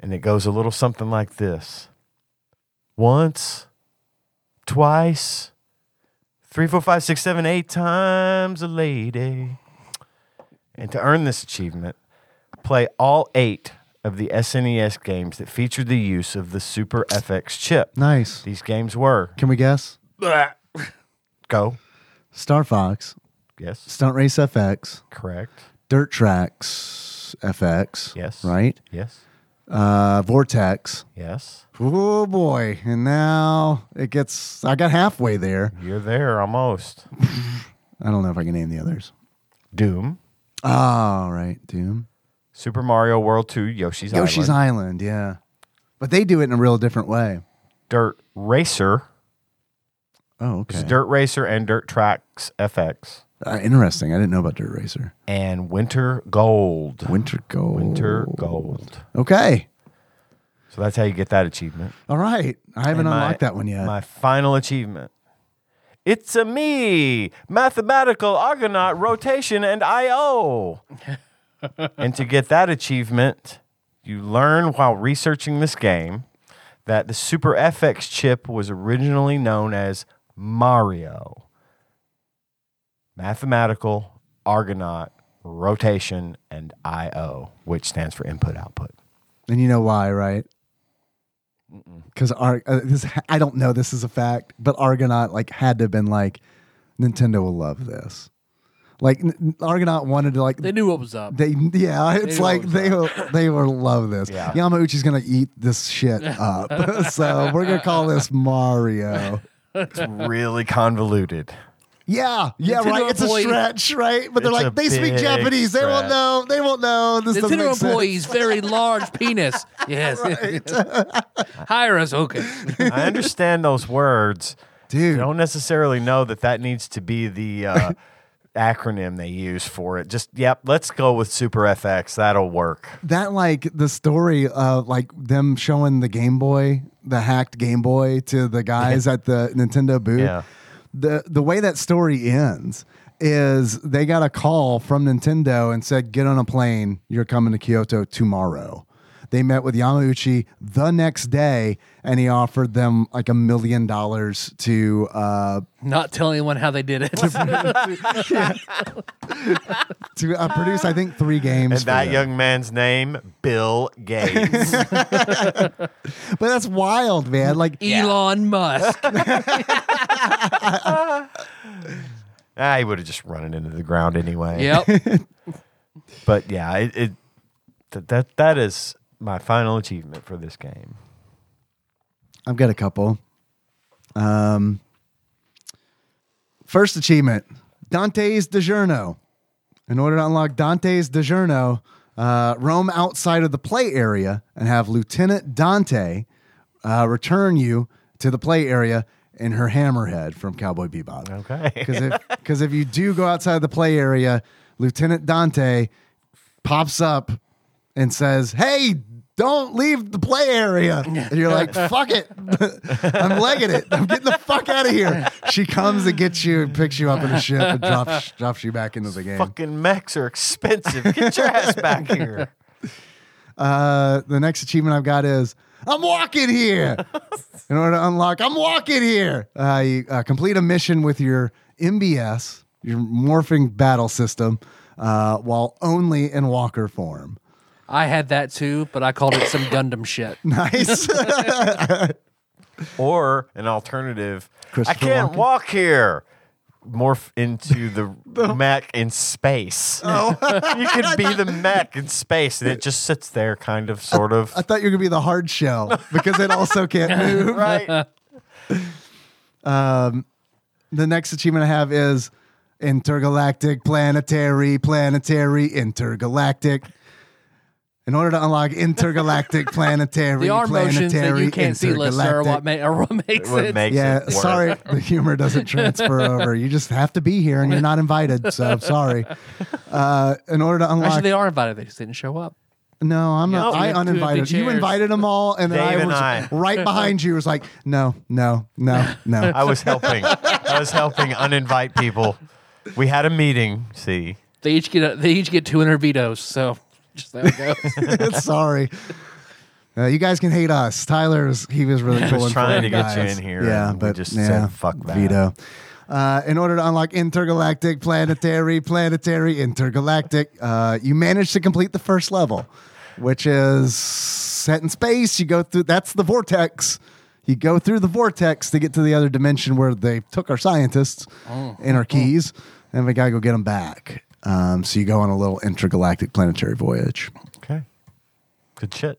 S3: And it goes a little something like this Once, twice, three, four, five, six, seven, eight times a lady. And to earn this achievement, play all eight of the SNES games that featured the use of the Super FX chip.
S2: nice.
S3: These games were
S2: Can we guess?
S3: Go.
S2: Star Fox,
S3: Yes.
S2: Stunt Race FX,
S3: Correct.
S2: Dirt Tracks FX.
S3: Yes.
S2: Right?
S3: Yes.
S2: Uh, Vortex.
S3: Yes.
S2: Oh boy. And now it gets, I got halfway there.
S3: You're there almost.
S2: I don't know if I can name the others.
S3: Doom.
S2: All right, Doom.
S3: Super Mario World 2, Yoshi's,
S2: Yoshi's
S3: Island.
S2: Island. Yeah. But they do it in a real different way.
S3: Dirt Racer.
S2: Oh,
S3: This
S2: okay.
S3: is Dirt Racer and Dirt Tracks FX.
S2: Uh, interesting. I didn't know about Dirt Racer.
S3: And Winter Gold.
S2: Winter Gold.
S3: Winter Gold.
S2: Okay.
S3: So that's how you get that achievement.
S2: All right. I haven't
S3: And my-
S2: unlocked that one yet.
S3: My final achievement. It's a me, mathematical argonaut rotation and IO. and to get that achievement, you learn while researching this game that the Super FX chip was originally known as Mario. Mathematical argonaut rotation and IO, which stands for input output.
S2: and you know why, right? Because Ar- uh, this, I don't know. This is a fact, but Argonaut like had to have been like, Nintendo will love this. Like N- N- Argonaut wanted to like
S1: they knew what was up.
S2: they yeah. It's
S1: knew
S2: like
S1: what was
S2: they will, they will love this.
S3: Yeah.
S2: Yamauchi's gonna eat this shit up.
S3: [LAUGHS]
S2: so we're gonna call this Mario.
S3: It's really convoluted.
S2: Yeah, yeah,
S1: Nintendo
S2: right. It's a
S1: employee-
S2: stretch, right? But they're
S3: It's a
S2: like they speak
S3: big
S2: Japanese. They won't
S3: stretch.
S2: know. They won't know. This doesn't
S1: Nintendo
S2: make sense.
S1: employees, very
S2: [LAUGHS]
S1: large penis. Yes. [LAUGHS] Hire us, okay.
S2: [LAUGHS]
S3: I understand those words.
S2: Dude.
S3: I don't necessarily know that that needs to be the [LAUGHS] uh, acronym they use for it. Just, yep, let's go with Super FX. That'll work.
S2: that like the story of like them showing the Game Boy, the hacked Game Boy to the guys at the Nintendo booth.
S3: Yeah.
S2: The the way that story ends is they got a call from Nintendo and said, "Get on a plane. You're coming to Kyoto tomorrow." They met with Yamauchi the next day, and he offered them like a million dollars to uh,
S1: Not tell anyone how they did it.
S2: [LAUGHS] to uh, produce, I think, three games.
S3: And
S2: for
S3: that
S2: them.
S3: young man's name, Bill [LAUGHS] Gates.
S2: but that's wild, man. Like
S1: Elon Musk.
S3: ah, he would have just run it into the ground anyway.
S1: Yep.
S3: But yeah, it, it th- that that is my final achievement for this game.
S2: I've got a couple. Um, first achievement Dante's DiGiorno. In order to unlock Dante's DiGiorno, uh, roam outside of the play area and have Lieutenant Dante uh, return you to the play area and her hammerhead from Cowboy Bebop.
S3: Okay.
S2: Because if, 'cause if you do go outside the play area, Lieutenant Dante pops up and says, Hey, don't leave the play area. And you're like, Fuck it. [LAUGHS] I'm legging it. I'm getting the fuck out of here. She comes and gets you and picks you up in a ship and drops, drops you back into the game.
S3: [LAUGHS] Fucking mechs are expensive. Get your ass [LAUGHS] back here.
S2: Uh, the next achievement I've got is I'm walking here.
S1: [LAUGHS]
S2: In order to unlock, I'm walking here. Uh, you uh, complete a mission with your MBS, your morphing battle system, uh, while only in walker form. [LAUGHS]
S1: I had that too, but I called it some Gundam shit.
S2: Nice. [LAUGHS]
S3: Or an alternative. I
S2: Christopher
S3: can't
S2: Walken?
S3: walk here. Morph into [LAUGHS] the, mech in space. [LAUGHS] Oh. you could be the mech in space, and it just sits there, kind of, sort of.
S2: I thought you were gonna be the hard shell because it
S1: [LAUGHS]
S2: also can't move.
S3: right.
S2: The next achievement I have is intergalactic, planetary, planetary, intergalactic. In order to
S1: [LAUGHS]
S2: unlock intergalactic, planetary,
S1: The arm motions that
S2: planetary,
S1: you can't see, listener, are what,
S2: intergalactic.
S1: ma- [LAUGHS] are what makes
S3: What
S1: it.
S3: makes
S2: Yeah,
S3: it work.
S2: sorry, the humor doesn't
S3: [LAUGHS]
S2: transfer over. You just have to be here, and you're not invited, so I'm sorry. Uh, in order to unlock,
S1: Actually, they are invited. They just didn't show up.
S2: no, I'm not.
S3: No,
S2: I
S3: you have
S1: two empty
S2: uninvited. You
S1: chairs.
S2: invited them all, and then
S3: Dave
S2: I
S3: and
S2: was
S3: I.
S2: right behind you. Was like, no, no, no, no.
S3: I was helping. I was helping uninvite people. We had a meeting. See,
S1: They each get a, they each get 200 vetoes. So [LAUGHS] just there it
S2: [LAUGHS]
S1: goes.
S3: [LAUGHS]
S2: Sorry. Uh, you guys can hate us. Tyler's he was really cool. and
S3: trying
S2: fun,
S3: to get you
S2: guys.
S3: in here,
S2: Yeah,
S3: and we
S2: but
S3: just
S2: yeah,
S3: said, "Fuck that."
S2: Veto. Uh, in order to unlock intergalactic, planetary, planetary, intergalactic, uh, you manage to complete the first level, which is set in space. You go through that's the vortex. You go through the vortex to get to the other dimension where they took our scientists and our keys, and we gotta go get them back. Um, so you go on a little intergalactic planetary voyage.
S3: okay, good shit.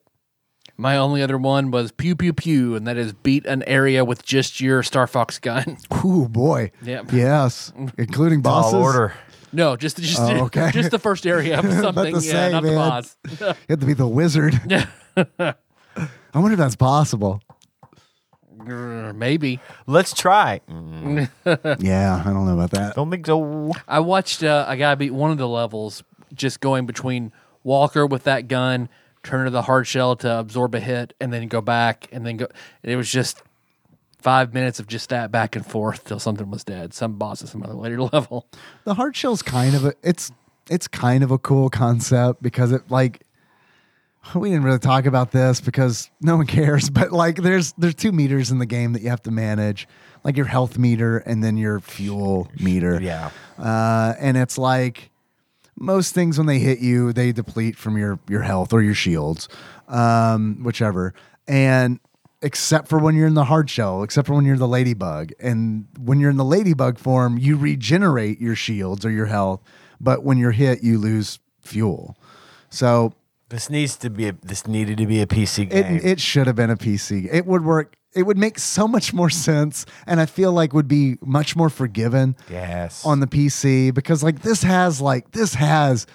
S1: My only other one was pew pew pew, and that is beat an area with just your Star Fox gun. [LAUGHS]
S2: Ooh boy.
S1: Yep.
S2: Yes, including bosses.
S3: All order.
S1: No, just just
S2: Oh, okay.
S1: just the first area
S2: [LAUGHS]
S1: of something. yeah,
S2: to say,
S1: not the
S2: man.
S1: boss.
S2: You have to be the wizard. I wonder if that's possible.
S1: Grr, Maybe
S3: Let's try. Mm,
S2: yeah, I don't know about that.
S3: Don't think so.
S1: I watched uh, a guy beat one of the levels just going between Walker with that gun, turn to the hard shell to absorb a hit, and then go back, and then go. It was just five minutes of just that back and forth till something was dead. Some boss at some other later [LAUGHS] level.
S2: The hard shell's kind of a it's it's kind of a cool concept because it like we didn't really talk about this because no one cares, [LAUGHS] but like there's there's two meters in the game that you have to manage, like your health meter and then your fuel meter.
S3: Yeah.
S2: Uh, and it's like most things when they hit you, they deplete from your your health or your shields, um, whichever. And except for when you're in the hard shell, except for when you're the ladybug, and when you're in the ladybug form, you regenerate your shields or your health. But when you're hit, you lose fuel. So
S3: This needs to be. A, this needed to be a PC
S2: it
S3: game.
S2: it should have been a PC. It would work. It would make so much more sense, and I feel like would be much more forgiven
S3: yes.
S2: on the PC because like this has like this has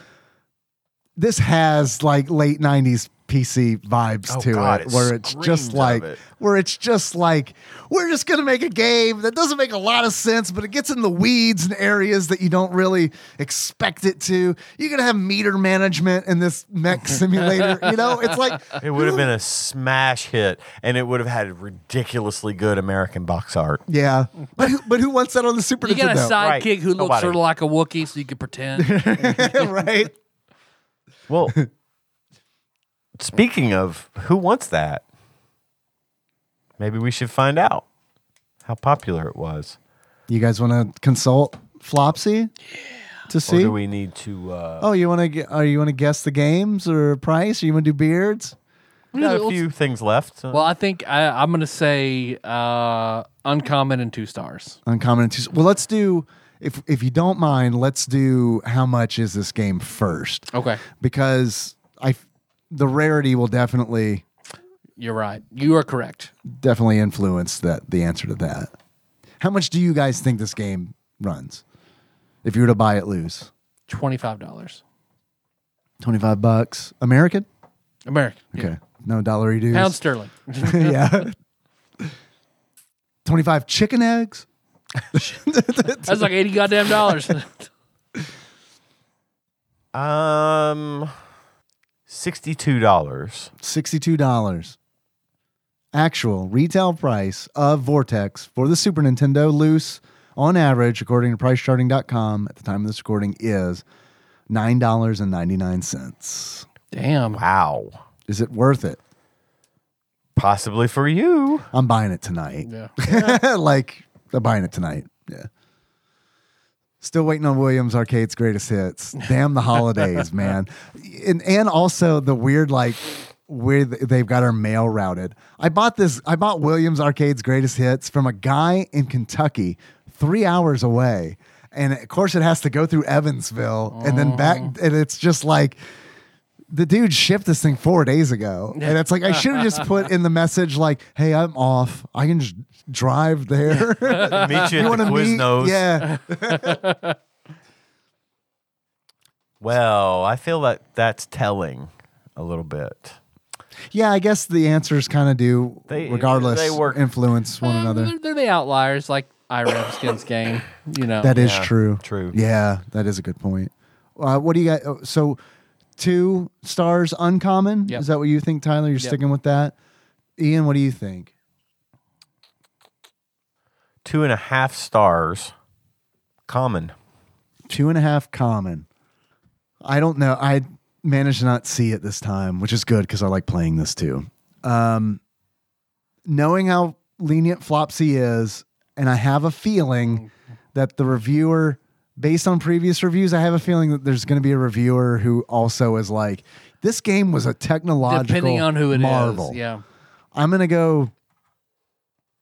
S2: this has like late 90s PC vibes
S3: Oh,
S2: to
S3: God,
S2: it
S3: it
S2: where it's
S3: screams
S2: just
S3: of
S2: like
S3: it.
S2: where it's just like we're just going to make a game that doesn't make a lot of sense but it gets in the weeds and areas that you don't really expect it to. You're going to have meter management in this
S3: [LAUGHS]
S2: mech simulator, you know? It's like
S3: it would have been a smash hit, and it would have had ridiculously good American box art.
S2: yeah. But who, but who wants that on the Super
S1: You
S2: Nintendo?
S1: got a sidekick
S3: Right.
S1: who looks
S3: Nobody.
S1: sort of like a Wookiee, so you could pretend.
S2: [LAUGHS] right? [LAUGHS]
S3: Well, speaking of who wants that, maybe we should find out how popular it was.
S2: You guys want to consult Flopsy? To see?
S3: Or do we need to? Uh,
S2: Oh, you want to? Oh, you want to guess the games or price? Or you want to do beards?
S3: we got a few things left.
S1: Well, I think I, I'm going to say uh, uncommon and two stars.
S2: Uncommon and two. Well, let's do. If if you don't mind, let's do how much is this game first?
S1: Okay,
S2: Because I, f- the rarity will definitely
S1: you're right. You are correct.
S2: definitely influence that the answer to that. How much do you guys think this game runs? If you were to buy it loose,
S1: Twenty five dollars
S2: twenty five bucks American.
S1: American
S2: [LAUGHS] Okay, no dollar dues.
S1: pound sterling.
S2: yeah. 25 chicken eggs.
S1: That's like eighty goddamn dollars.
S3: Um, sixty-two dollars.
S2: $62. Actual retail price of Vortex for the Super Nintendo loose on average, according to pricecharting.com at the time of this recording, is $9.99.
S1: Damn.
S3: Wow.
S2: Is it worth it?
S3: Possibly for you.
S2: [LAUGHS] I'm buying it tonight.
S1: Yeah.
S2: [LAUGHS] like, I'm buying it tonight. Yeah. Still waiting on Williams Arcade's greatest hits. Damn the holidays, man. And and also the weird like where th- they've got our mail routed. I bought this I bought Williams Arcade's greatest hits from a guy in Kentucky 3 hours away. And of course it has to go through Evansville and then back and it's just like the dude shipped this thing four days ago. And it's like, I should have just put in the message, like, hey, I'm off. I can just drive there. [LAUGHS]
S3: Meet you,
S2: you
S3: at
S2: want
S3: the
S2: to meet?
S3: Quiznos.
S2: Yeah.
S3: Well, I feel that that's telling a little bit.
S2: Yeah, I guess the answers kind of do,
S3: They-
S2: regardless,
S3: they work-
S2: influence one another.
S1: They're, they're the outliers, like I Redskins game. You know.
S2: That is
S3: Yeah,
S2: true.
S3: true.
S2: Yeah, that is a good point. Uh, what do you got? oh, So, two stars uncommon?
S1: Yep.
S2: Is that what you think, Tyler? You're sticking with that? Ian, what do you think?
S3: Two and a half stars. Common.
S2: two and a half common. I don't know. I managed to not see it this time, which is good because I like playing this too. Um, knowing how lenient Flopsy is, and I have a feeling that the reviewer, based on previous reviews, I have a feeling that there's going to be a reviewer who also is like, "This game was a technological
S1: Depending on who it is.
S2: marvel."
S1: Yeah.
S2: I'm gonna go.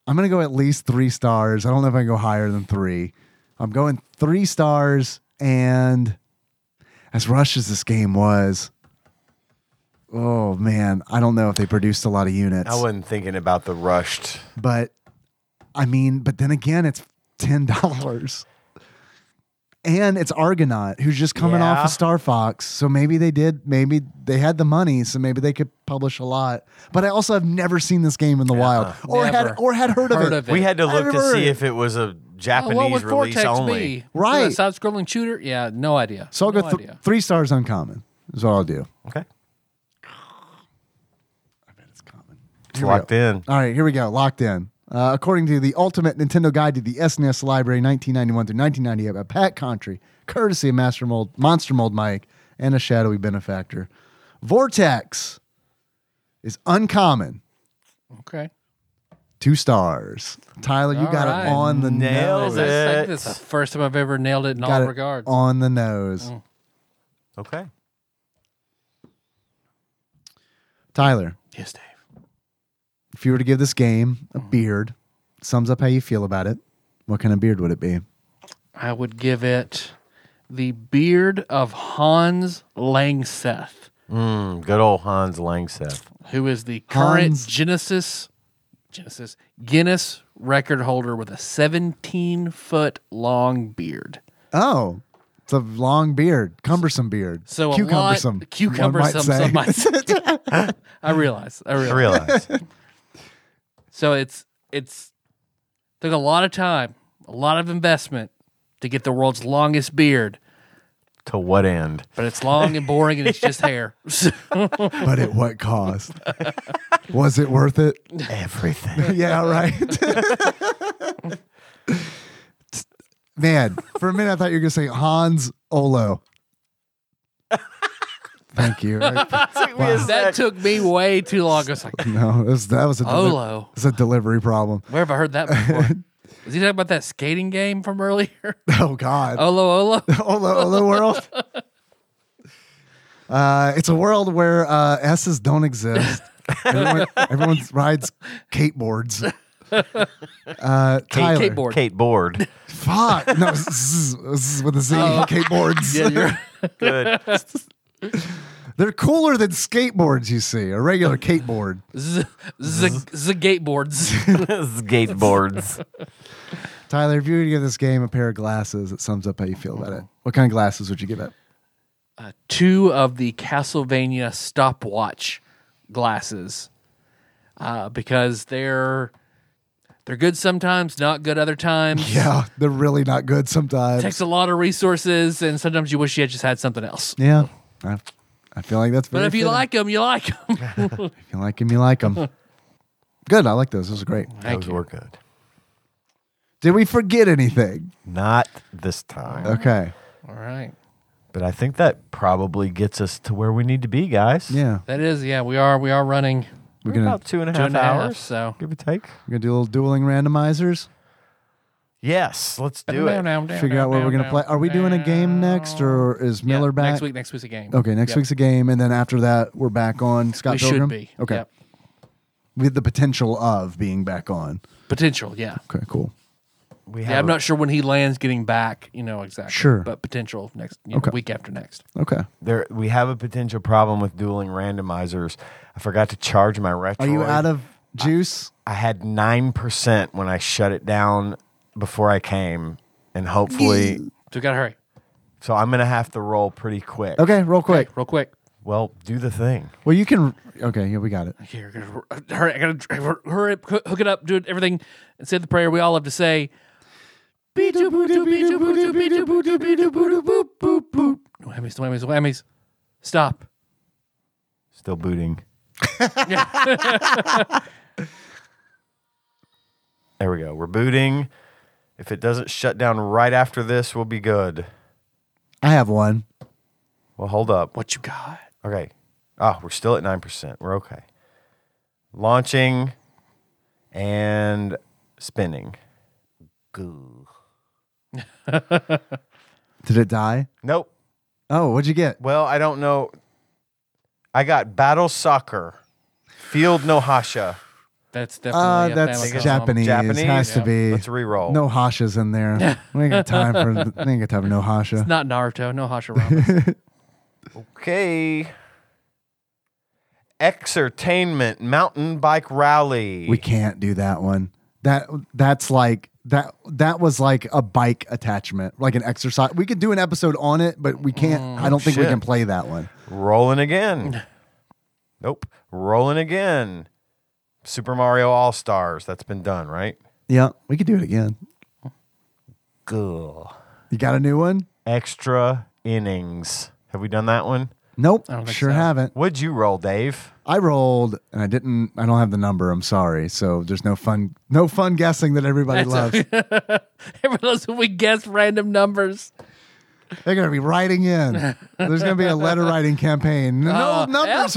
S2: I'm gonna go at least three stars. I don't know if I can go higher than three. I'm going three stars, and as rushed as this game was, oh man, I don't know if they produced a lot of units,
S3: I wasn't thinking about the rushed.
S2: but I mean, but then again, it's ten dollars, and it's Argonaut, who's just coming off
S3: Yeah.
S2: of Star Fox, so maybe they did, maybe they had the money, so maybe they could publish a lot. But I also have never seen this game in the wild, or
S1: Never.
S2: had or had heard,
S1: Heard
S2: of it.
S1: of it.
S3: We had to
S2: I
S3: look to
S2: remember
S3: see
S2: it.
S3: if it was a
S1: Oh,
S3: Japanese
S1: what would
S3: release
S1: Vortex
S3: only.
S1: be?
S2: Right.
S1: Side scrolling shooter? Yeah, no idea.
S2: So I'll
S1: no
S2: go th-
S1: idea.
S2: three stars uncommon. Is what I'll do.
S3: Okay.
S2: I bet it's common.
S3: It's locked in.
S2: All right, here we go. Locked in. Uh, according to the Ultimate Nintendo Guide to the SNES Library, 1991 through 1998, by Pat Contry, courtesy of Master Mold, Monster Mold Mike, and a shadowy benefactor, Vortex is uncommon.
S1: Okay.
S2: Two stars. Tyler, you
S1: All
S2: got
S1: right.
S2: it on the
S3: Nailed
S2: nose.
S3: it.
S1: That's, like, that's the first time I've ever nailed it in
S2: Got
S1: all
S2: it
S1: regards. Oh.
S2: on the nose.
S3: Okay.
S2: Tyler,
S1: yes, Dave.
S2: if you were to give this game
S1: Mm-hmm.
S2: a beard, sums up how you feel about it. What kind of beard would it be?
S1: I would give it the beard of Hans Langseth,
S3: Mm, good old Hans Langseth.
S1: who is the current
S2: Hans-
S1: Genesis Genesis Guinness record holder with a 17 foot long beard.
S2: Oh, it's a long beard, cumbersome beard.
S1: So a
S2: cucumbersome,
S1: lot cucumbersome. Some might say. I realize. I
S3: I
S1: realize.
S3: [LAUGHS] realize.
S1: So it's it's took a lot of time, a lot of investment to get the world's longest beard,
S3: to what end?
S1: but it's long and boring and it's just hair.
S2: but at what cost? [LAUGHS] Was it worth it? [LAUGHS]
S1: [LAUGHS]
S3: Everything.
S2: yeah, right. [LAUGHS] Man, for a minute I thought you were gonna say Hans Olo. Thank you. [LAUGHS] I-
S1: that took me way too long. I was like,
S2: no, this, that was a deli-
S1: Olo.
S2: It's a delivery problem. [LAUGHS]
S1: Where have I heard that before? Was he talking about that skating game from earlier?
S2: Oh God.
S1: Olo Olo. [LAUGHS]
S2: Olo Olo world. [LAUGHS] Uh, it's a world where uh, S's don't exist. Everyone, everyone rides skateboards. Uh, Tyler,
S1: Kate Board.
S3: Kate Board.
S2: fuck no, [LAUGHS] zzz, zzz with a Z, skateboards.
S1: Oh. Yeah, you're, [LAUGHS]
S3: Good.
S2: They're cooler than skateboards. You see,
S1: [LAUGHS]
S2: a regular skateboard.
S1: z- z- z- Gateboards.
S3: Skateboards.
S2: Tyler, if you were to give this game a pair of glasses that sums up how you feel about it, what kind of glasses would you give it?
S1: uh, two of the Castlevania stopwatch glasses uh, because they're They're good sometimes, not good other times.
S2: Yeah, they're really not good sometimes.
S1: Takes a lot of resources, and sometimes you wish you had just had something else.
S2: yeah, I, I feel like that's.
S1: But
S2: very
S1: if you
S2: fitting.
S1: like them, you like them.
S2: [LAUGHS] if you like him, you like him. [LAUGHS] good, I like those. Those are great.
S1: Thank
S3: Those
S1: you.
S3: were good.
S2: Did we forget anything?
S3: Not this time.
S2: Okay.
S1: All right.
S3: But I think that probably gets us to where we need to be, guys.
S2: Yeah,
S1: That is, yeah, we are we are running
S2: we're
S3: We're
S2: gonna
S3: about two and a
S1: two
S3: half
S1: and a half,
S3: hours,
S1: so.
S3: give or take.
S2: we're gonna do a little dueling randomizers.
S3: Yes, let's do it.
S2: Figure out what we're gonna play. Are we doing a game next, or is
S1: Yeah,
S2: Miller back?
S1: Next week, next week's a game.
S2: Okay, next
S1: Yep.
S2: week's a game, and then after that, we're back on Scott
S1: we
S2: Pilgrim.
S1: should be.
S2: Okay,
S1: Yep.
S2: with the potential of being back on.
S1: Potential, yeah.
S2: Okay, cool.
S3: We
S1: Yeah, I'm
S3: a-
S1: not sure when he lands getting back, you know, exactly.
S2: Sure.
S1: But potential next you know,
S2: Okay.
S1: week after next.
S2: Okay.
S3: there. We have a potential problem with dueling randomizers. I forgot to charge my retro.
S2: Are you out of juice?
S3: I had nine percent when I shut it down before I came, and hopefully,
S1: So we gotta hurry.
S3: so I'm gonna have to roll pretty quick.
S2: Okay, real quick.
S1: Real quick.
S3: Well, do the thing.
S2: Well, you can. Okay, yeah, we got it.
S1: Here, gotta- uh, hurry, I gotta hurry up, hook it up, do it, everything, and say the prayer we all have to say. No whammies, no whammies, no whammies. Stop.
S2: [LAUGHS]
S3: Still booting. there we go. We're booting. If it doesn't shut down right after this, we'll be good.
S2: I have one.
S3: Well, hold up.
S1: What you got?
S3: Okay. Oh, we're still at 9%. We're okay. Launching and spinning. Goo.
S2: Did it die?
S3: Nope.
S2: Oh, what'd you get?
S3: Well, I don't know. I got Battle Soccer, Field Nohasha.
S1: That's definitely
S2: Uh,
S1: a
S2: that's
S1: family song.
S2: Japanese.
S3: Japanese?
S2: Has to
S3: Yeah.
S2: be.
S3: Let's re-roll.
S2: Eh,
S1: Oh.
S2: No hashas
S1: [LAUGHS]
S2: in there. we ain't got time for. We ain't got time for no hasha.
S1: Not Naruto, no
S2: [LAUGHS]
S1: Hashirama.
S3: Okay. Exertainment Mountain Bike Rally.
S2: we can't do that one. That that's like that. That was like a bike attachment, like an exercise. We could do an episode on it, but we can't.
S1: Mm,
S2: I don't think we
S3: shit.
S2: can play that one. [LAUGHS]
S3: Rolling again. nope. Rolling again. Super Mario All Stars. That's been done, right?
S2: Yeah, we could do it again.
S3: Cool.
S2: You got a new one?
S3: Extra innings. Have we done that one?
S2: Nope.
S1: don't think
S2: Sure
S1: so.
S2: haven't.
S3: What'd you roll, Dave?
S2: I rolled and I didn't. I don't have the number. I'm sorry. So there's no fun. No fun guessing that everybody loves.
S1: [LAUGHS] Everyone else, we guess random numbers.
S2: They're gonna be writing in.
S1: [LAUGHS]
S2: There's gonna be a letter writing campaign. No
S1: Uh,
S2: numbers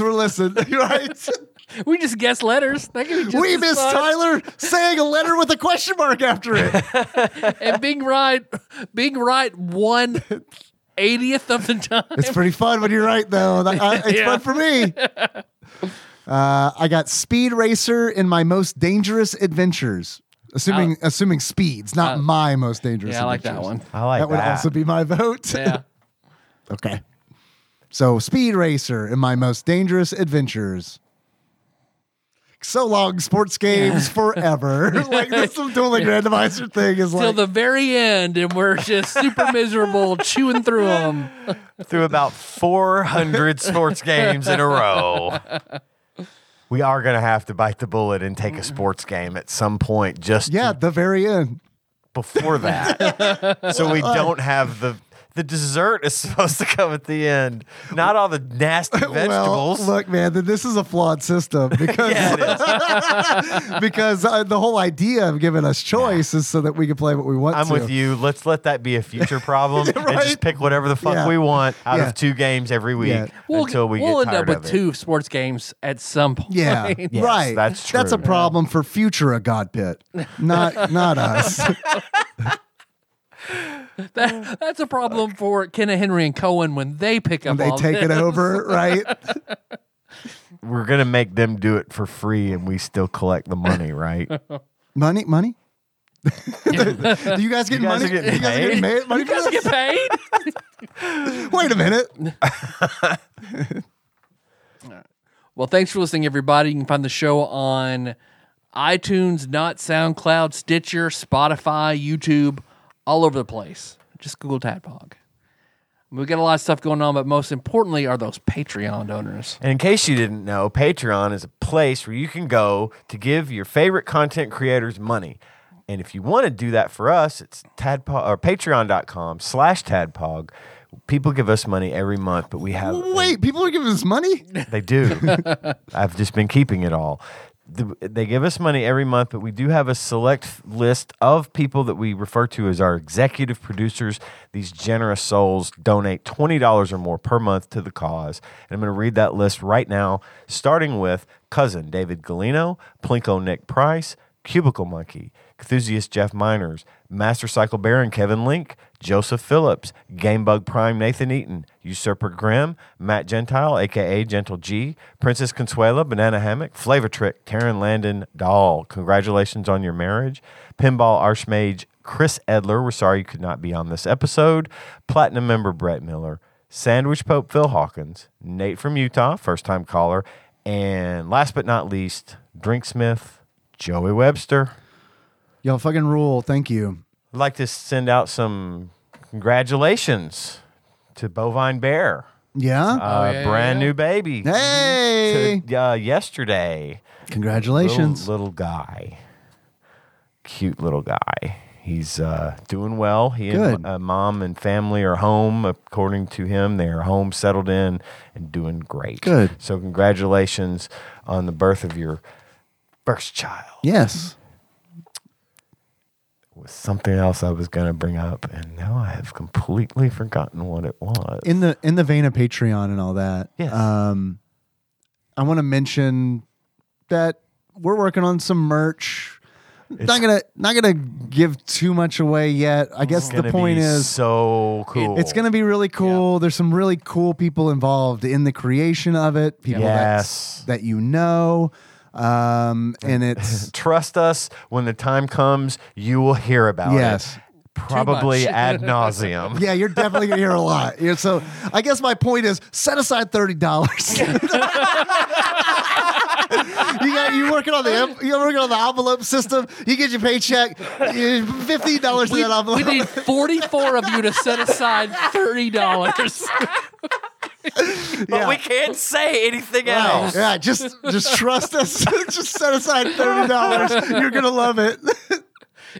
S1: F?
S2: were listed. [LAUGHS] Right?
S1: We just guess letters. That could be just
S2: we
S1: as
S2: missed
S1: fun.
S2: Tyler saying a letter with a question mark after it.
S1: And being right, being right
S2: [LAUGHS]
S1: one eightieth of the time.
S2: It's pretty fun when you're right, though. That- I- it's
S1: Yeah.
S2: fun for me. Uh, I got Speed Racer in my most dangerous adventures. Assuming assuming speeds, not my most dangerous.
S1: Yeah, I like that
S2: adventures.
S1: one.
S3: I like that.
S2: that would also be my vote.
S1: Yeah.
S2: [LAUGHS] okay. So, Speed Racer in my most dangerous adventures. So long, sports [LAUGHS] games forever. like this [LAUGHS] dueling randomizer thing is
S1: Till
S2: like
S1: the very end, and we're just
S3: [LAUGHS]
S1: super miserable, chewing through them.
S3: through
S2: [LAUGHS]
S3: about 400 sports games in a row. We are going to have to bite the bullet and take a sports game at some point just
S2: yeah, the very end.
S3: before that.
S2: [LAUGHS]
S3: so
S2: uh,
S3: we don't have the the dessert is supposed to come at the end, not all the nasty vegetables.
S2: [LAUGHS] Well, look, man, th- this is a flawed system
S3: [LAUGHS]
S2: because
S3: yeah, it is.
S2: because uh, the whole idea of giving us choice is so that we can play what we want.
S3: I'm
S2: to.
S3: with you. Let's let that be
S2: [LAUGHS]
S3: a future problem and
S2: Right?
S3: just pick whatever the fuck
S2: Yeah.
S3: we want out
S2: Yeah.
S3: of two games every week
S2: Yeah.
S1: We'll,
S3: until we
S1: we'll
S3: get
S1: end
S3: tired
S1: up with
S3: of it.
S1: two sports games at some point.
S2: Yeah,
S3: [LAUGHS] Yes,
S2: right.
S3: that's
S2: That's a
S3: true.
S2: problem for future a god pit,
S3: [LAUGHS]
S2: not not us.
S1: [LAUGHS] That- that's a problem for Kenna Henry and Cohen when they pick up.
S2: And they
S1: all
S2: take it
S1: this.
S2: over, right?
S3: We're gonna make them do it for free, and we still collect
S1: [LAUGHS]
S3: the money, right?
S2: Money,
S3: [LAUGHS]
S2: money. Do you guys get
S3: guys
S2: money?
S3: are getting
S2: you guys are getting
S3: paid?
S2: ma- money
S1: You guys [LAUGHS]
S2: for
S1: get
S2: this?
S1: paid.
S2: Wait a
S3: [LAUGHS]
S2: minute.
S1: Well, thanks for listening, everybody. You can find the show on iTunes, not SoundCloud, Stitcher, Spotify, YouTube, all over the place. Just Google Tadpog. We got a lot of stuff going on, but most importantly are those Patreon donors.
S3: And in case you didn't know, Patreon is a place where you can go to give your favorite content creators money. And if you want to do that for us, it's tadpog or patreon.com slash tadpog. People give us money every month, but we have
S2: Wait, people are giving us money?
S3: They do. I've just been keeping it all. The- They give us money every month, but we do have a select list of people that we refer to as our executive producers. These generous souls donate $20 or more per month to the cause. And I'm going to read that list right now, starting with cousin David Galino, Plinko Nick Price, Cubicle Monkey, Enthusiast Jeff Miners, Master Cycle Baron Kevin Link, Joseph Phillips, Gamebug Prime Nathan Eaton, Usurper Grimm, Matt Gentile, aka Gentle G, Princess Consuela, Banana Hammock, Flavor Trick, Taryn Landon Dahl. Congratulations on your marriage. Pinball Archmage Chris Edler, we're sorry you could not be on this episode. Platinum member Brett Miller, Sandwich Pope Phil Hawkins, Nate from Utah, first time caller, and last but not least, Drinksmith Joey Webster.
S2: Y'all fucking rule. Thank you.
S3: I'd like to send out some congratulations to Bovine Bear,
S2: Yeah.
S3: uh,
S1: Oh, yeah,
S3: brand
S1: yeah.
S3: new baby.
S2: hey.
S3: To, uh, yesterday, little,
S2: Congratulations.
S3: little guy, cute little guy. He's uh, doing well. He
S2: Good.
S3: and uh, mom and family are home, according to him. They are home, settled in, and doing great.
S2: Good.
S3: So congratulations on the birth of your first child.
S2: Yes.
S3: was something else I was going to bring up, and now I have completely forgotten what it was.
S2: In the in the vein of Patreon and all that.
S3: Yes.
S2: Um I want to mention that we're working on some merch. not gonna not gonna give too much away yet. I guess the
S3: Gonna
S2: point
S3: be
S2: is
S3: so cool.
S2: It's going to be really cool. There's some really cool people involved in the creation of it. People
S3: Yes.
S2: that, that you know. Um, and
S3: [LAUGHS]
S2: it's
S3: Trust us. When the time comes, you will hear about
S2: Yes.
S3: it. Probably
S1: much.
S3: ad nauseum.
S2: yeah, you're definitely going to hear a lot. Yeah, so I guess my point is set aside [LAUGHS] $30. You got you working on the em- you're working on the envelope system. You get your paycheck, you- fifteen dollars in
S1: We,
S2: that envelope.
S1: we
S2: [LAUGHS]
S1: need 44 of you to set aside $30.
S3: But
S2: Yeah.
S3: we can't say anything else.
S2: yeah, just just trust us. [LAUGHS] just set aside thirty dollars. You're gonna
S1: [LAUGHS]
S2: love it.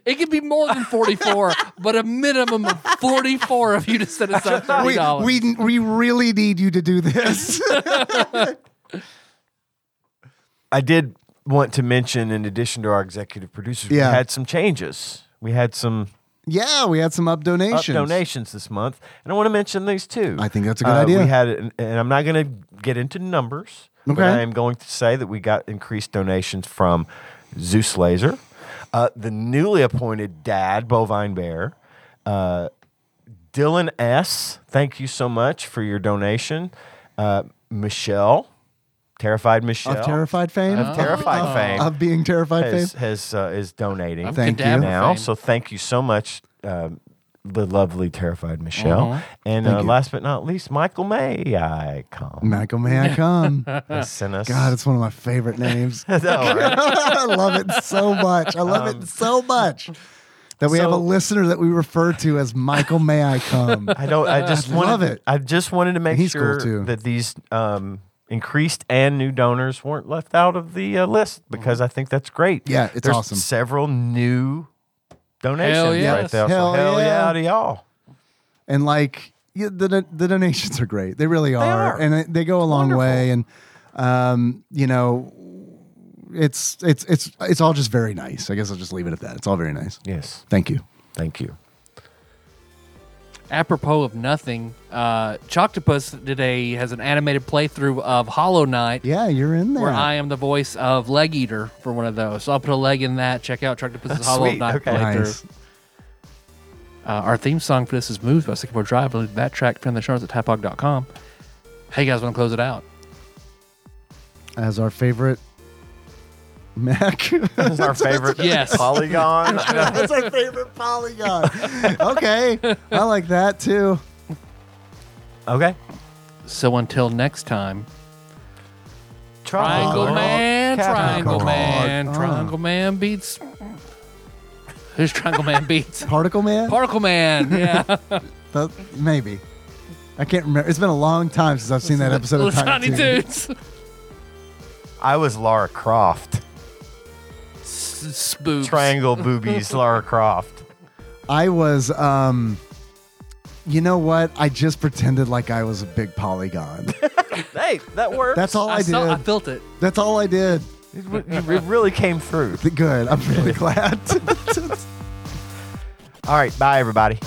S1: It could be more than 44, but a minimum of 44 of you to set aside
S2: we,
S1: $30.
S2: we we really need you to
S1: [LAUGHS]
S2: do this.
S3: I did want to mention, in addition to our executive producers,
S2: Yeah.
S3: we had some changes. We had some
S2: Yeah, we had some up
S3: up
S2: donations.
S3: Uh, donations this month, and I want to mention these too.
S2: I think that's a good
S3: Uh,
S2: idea.
S3: We had, and I'm not going to get into numbers, but
S2: Okay.
S3: I am going to say that we got increased donations from Zeus Laser, uh, the newly appointed dad Bovine Bear, uh, Dylan S. Thank you so much for your donation, uh, Michelle, terrified Michelle,
S2: of terrified fame.
S3: Of terrified fame
S2: Of being terrified fame.
S3: has, has uh, is donating.
S1: I'm
S2: Thank
S1: cadaver
S2: you.
S3: now.
S1: fame.
S3: So thank you so much, um, the lovely, terrified Michelle, and uh,
S2: Mm-hmm. you.
S3: last but not least, Michael May. I come.
S2: Michael, may I
S3: [LAUGHS]
S2: come?
S3: sent us.
S2: God, it's one of my favorite names. [LAUGHS]
S3: I know, right?
S2: I love it so much. I love it so much that we have a
S3: so-
S2: listener that we refer to as Michael. May [LAUGHS] I come?
S3: I don't. I just wanted,
S2: love it.
S3: I just wanted to make
S2: He's cool,
S3: sure
S2: too.
S3: that these um, increased and new donors weren't left out of the uh, list because I think that's great.
S2: Mm-hmm. Yeah, it's
S3: There's
S2: awesome.
S3: Several new donations right
S1: yes.
S3: there. So
S2: Hell
S3: hell
S2: yeah.
S3: yeah to y'all.
S2: and like yeah, the do- the donations are great. They really are,
S3: are.
S2: and it- they go a long way. And um, you know, it's it's it's it's all just very nice. I guess I'll just leave it at that. It's all very nice.
S3: Yes,
S2: Thank you.
S3: thank
S2: [LAUGHS]
S3: you.
S1: apropos of nothing, uh, Choctopus today has an animated playthrough of Hollow Knight,
S2: Yeah, you're in there.
S1: where I am the voice of Leg Eater for one of those. So I'll put a leg in that. Check out Choctopus's Hollow
S3: sweet.
S1: Knight
S3: Okay.
S1: playthrough.
S2: nice.
S1: Uh, our theme song for this is Moves by Sycamore Drive. I'll leave that track from the show notes at tapog.com. Hey guys, want to close it out?
S2: As our favorite Mac. [LAUGHS] Oh
S3: This is our favorite
S1: Yes.
S3: polygon.
S2: That's our favorite polygon. [LAUGHS] okay. I like that too.
S3: okay.
S1: So until next time,
S3: Triangle
S1: Triangle Man,
S3: Cat-
S1: Triangle
S2: God.
S1: Man,
S2: Ah.
S1: Triangle Man beats. Who's Triangle Man beats?
S2: Particle Man?
S1: [LAUGHS] Particle Man. Yeah.
S2: Th- maybe. I can't remember. It's been a long time since I've seen that episode
S1: Little
S2: of Tiny,
S1: Tiny
S2: Toons.
S1: Toons.
S3: I was Lara Croft.
S1: S- Spooks. [LAUGHS]
S3: Triangle boobies, Lara Croft.
S2: I was, um, you know what? I just pretended like I was a
S1: [LAUGHS]
S2: big polygon.
S3: Hey, that worked.
S2: That's all I,
S1: I,
S2: did.
S1: saw, I felt it.
S2: That's all I did.
S3: It w- it really came through.
S2: Th- Good. I'm really glad. [LAUGHS]
S3: All right, bye everybody.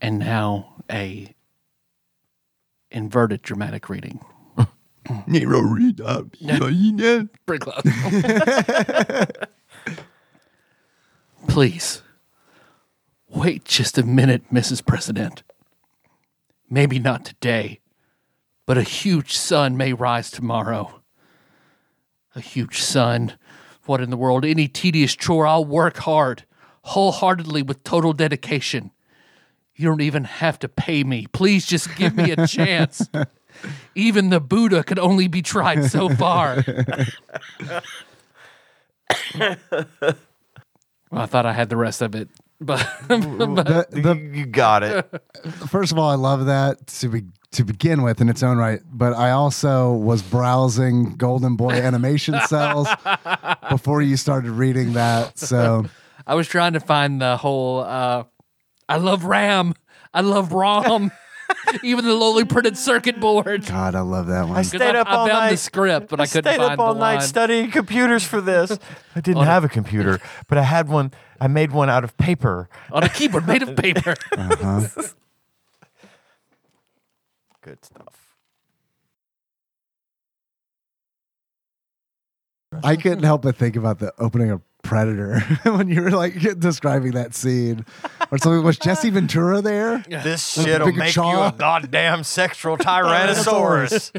S1: And now a inverted dramatic reading. [LAUGHS] Pretty close. [LAUGHS] Please wait just a minute, Mrs. President. Maybe not today, but a huge sun may rise tomorrow. A huge sun. What in the world? Any tedious chore, I'll work hard, wholeheartedly with total dedication. You don't even have to pay me. Please just give me a chance. Even the Buddha could only be tried so far. Well, I thought I had the rest of it, but [LAUGHS]
S2: The-
S3: You,
S2: the-
S3: you got it.
S2: first of all, I love that to be to begin with in its own right. But I also was browsing
S1: [LAUGHS]
S2: Golden Boy animation cells before you started reading that. So
S1: I was trying to find the whole. Uh, I love RAM. I love ROM. [LAUGHS] Even the lowly printed circuit board. 'Cause
S2: God, I love that one.
S3: I stayed
S1: I,
S3: up
S1: I
S3: all
S1: found
S3: night.
S1: the script, but I, couldn't
S3: stayed
S1: find
S3: up all
S1: the
S3: night
S1: line.
S3: studying computers
S1: [LAUGHS]
S3: for this. I didn't have a computer, but I had one. I made one out of paper.
S1: on a keyboard made of
S3: [LAUGHS]
S1: paper.
S2: Uh-huh.
S3: Good stuff.
S2: I couldn't help but think about the opening of Predator [LAUGHS] when you were like describing that scene or something. Was Jesse Ventura there?
S3: This
S2: With a
S3: shit'll
S2: bigger
S3: make
S1: [LAUGHS]
S2: jaw.
S3: you a goddamn sexual tyrannosaurus.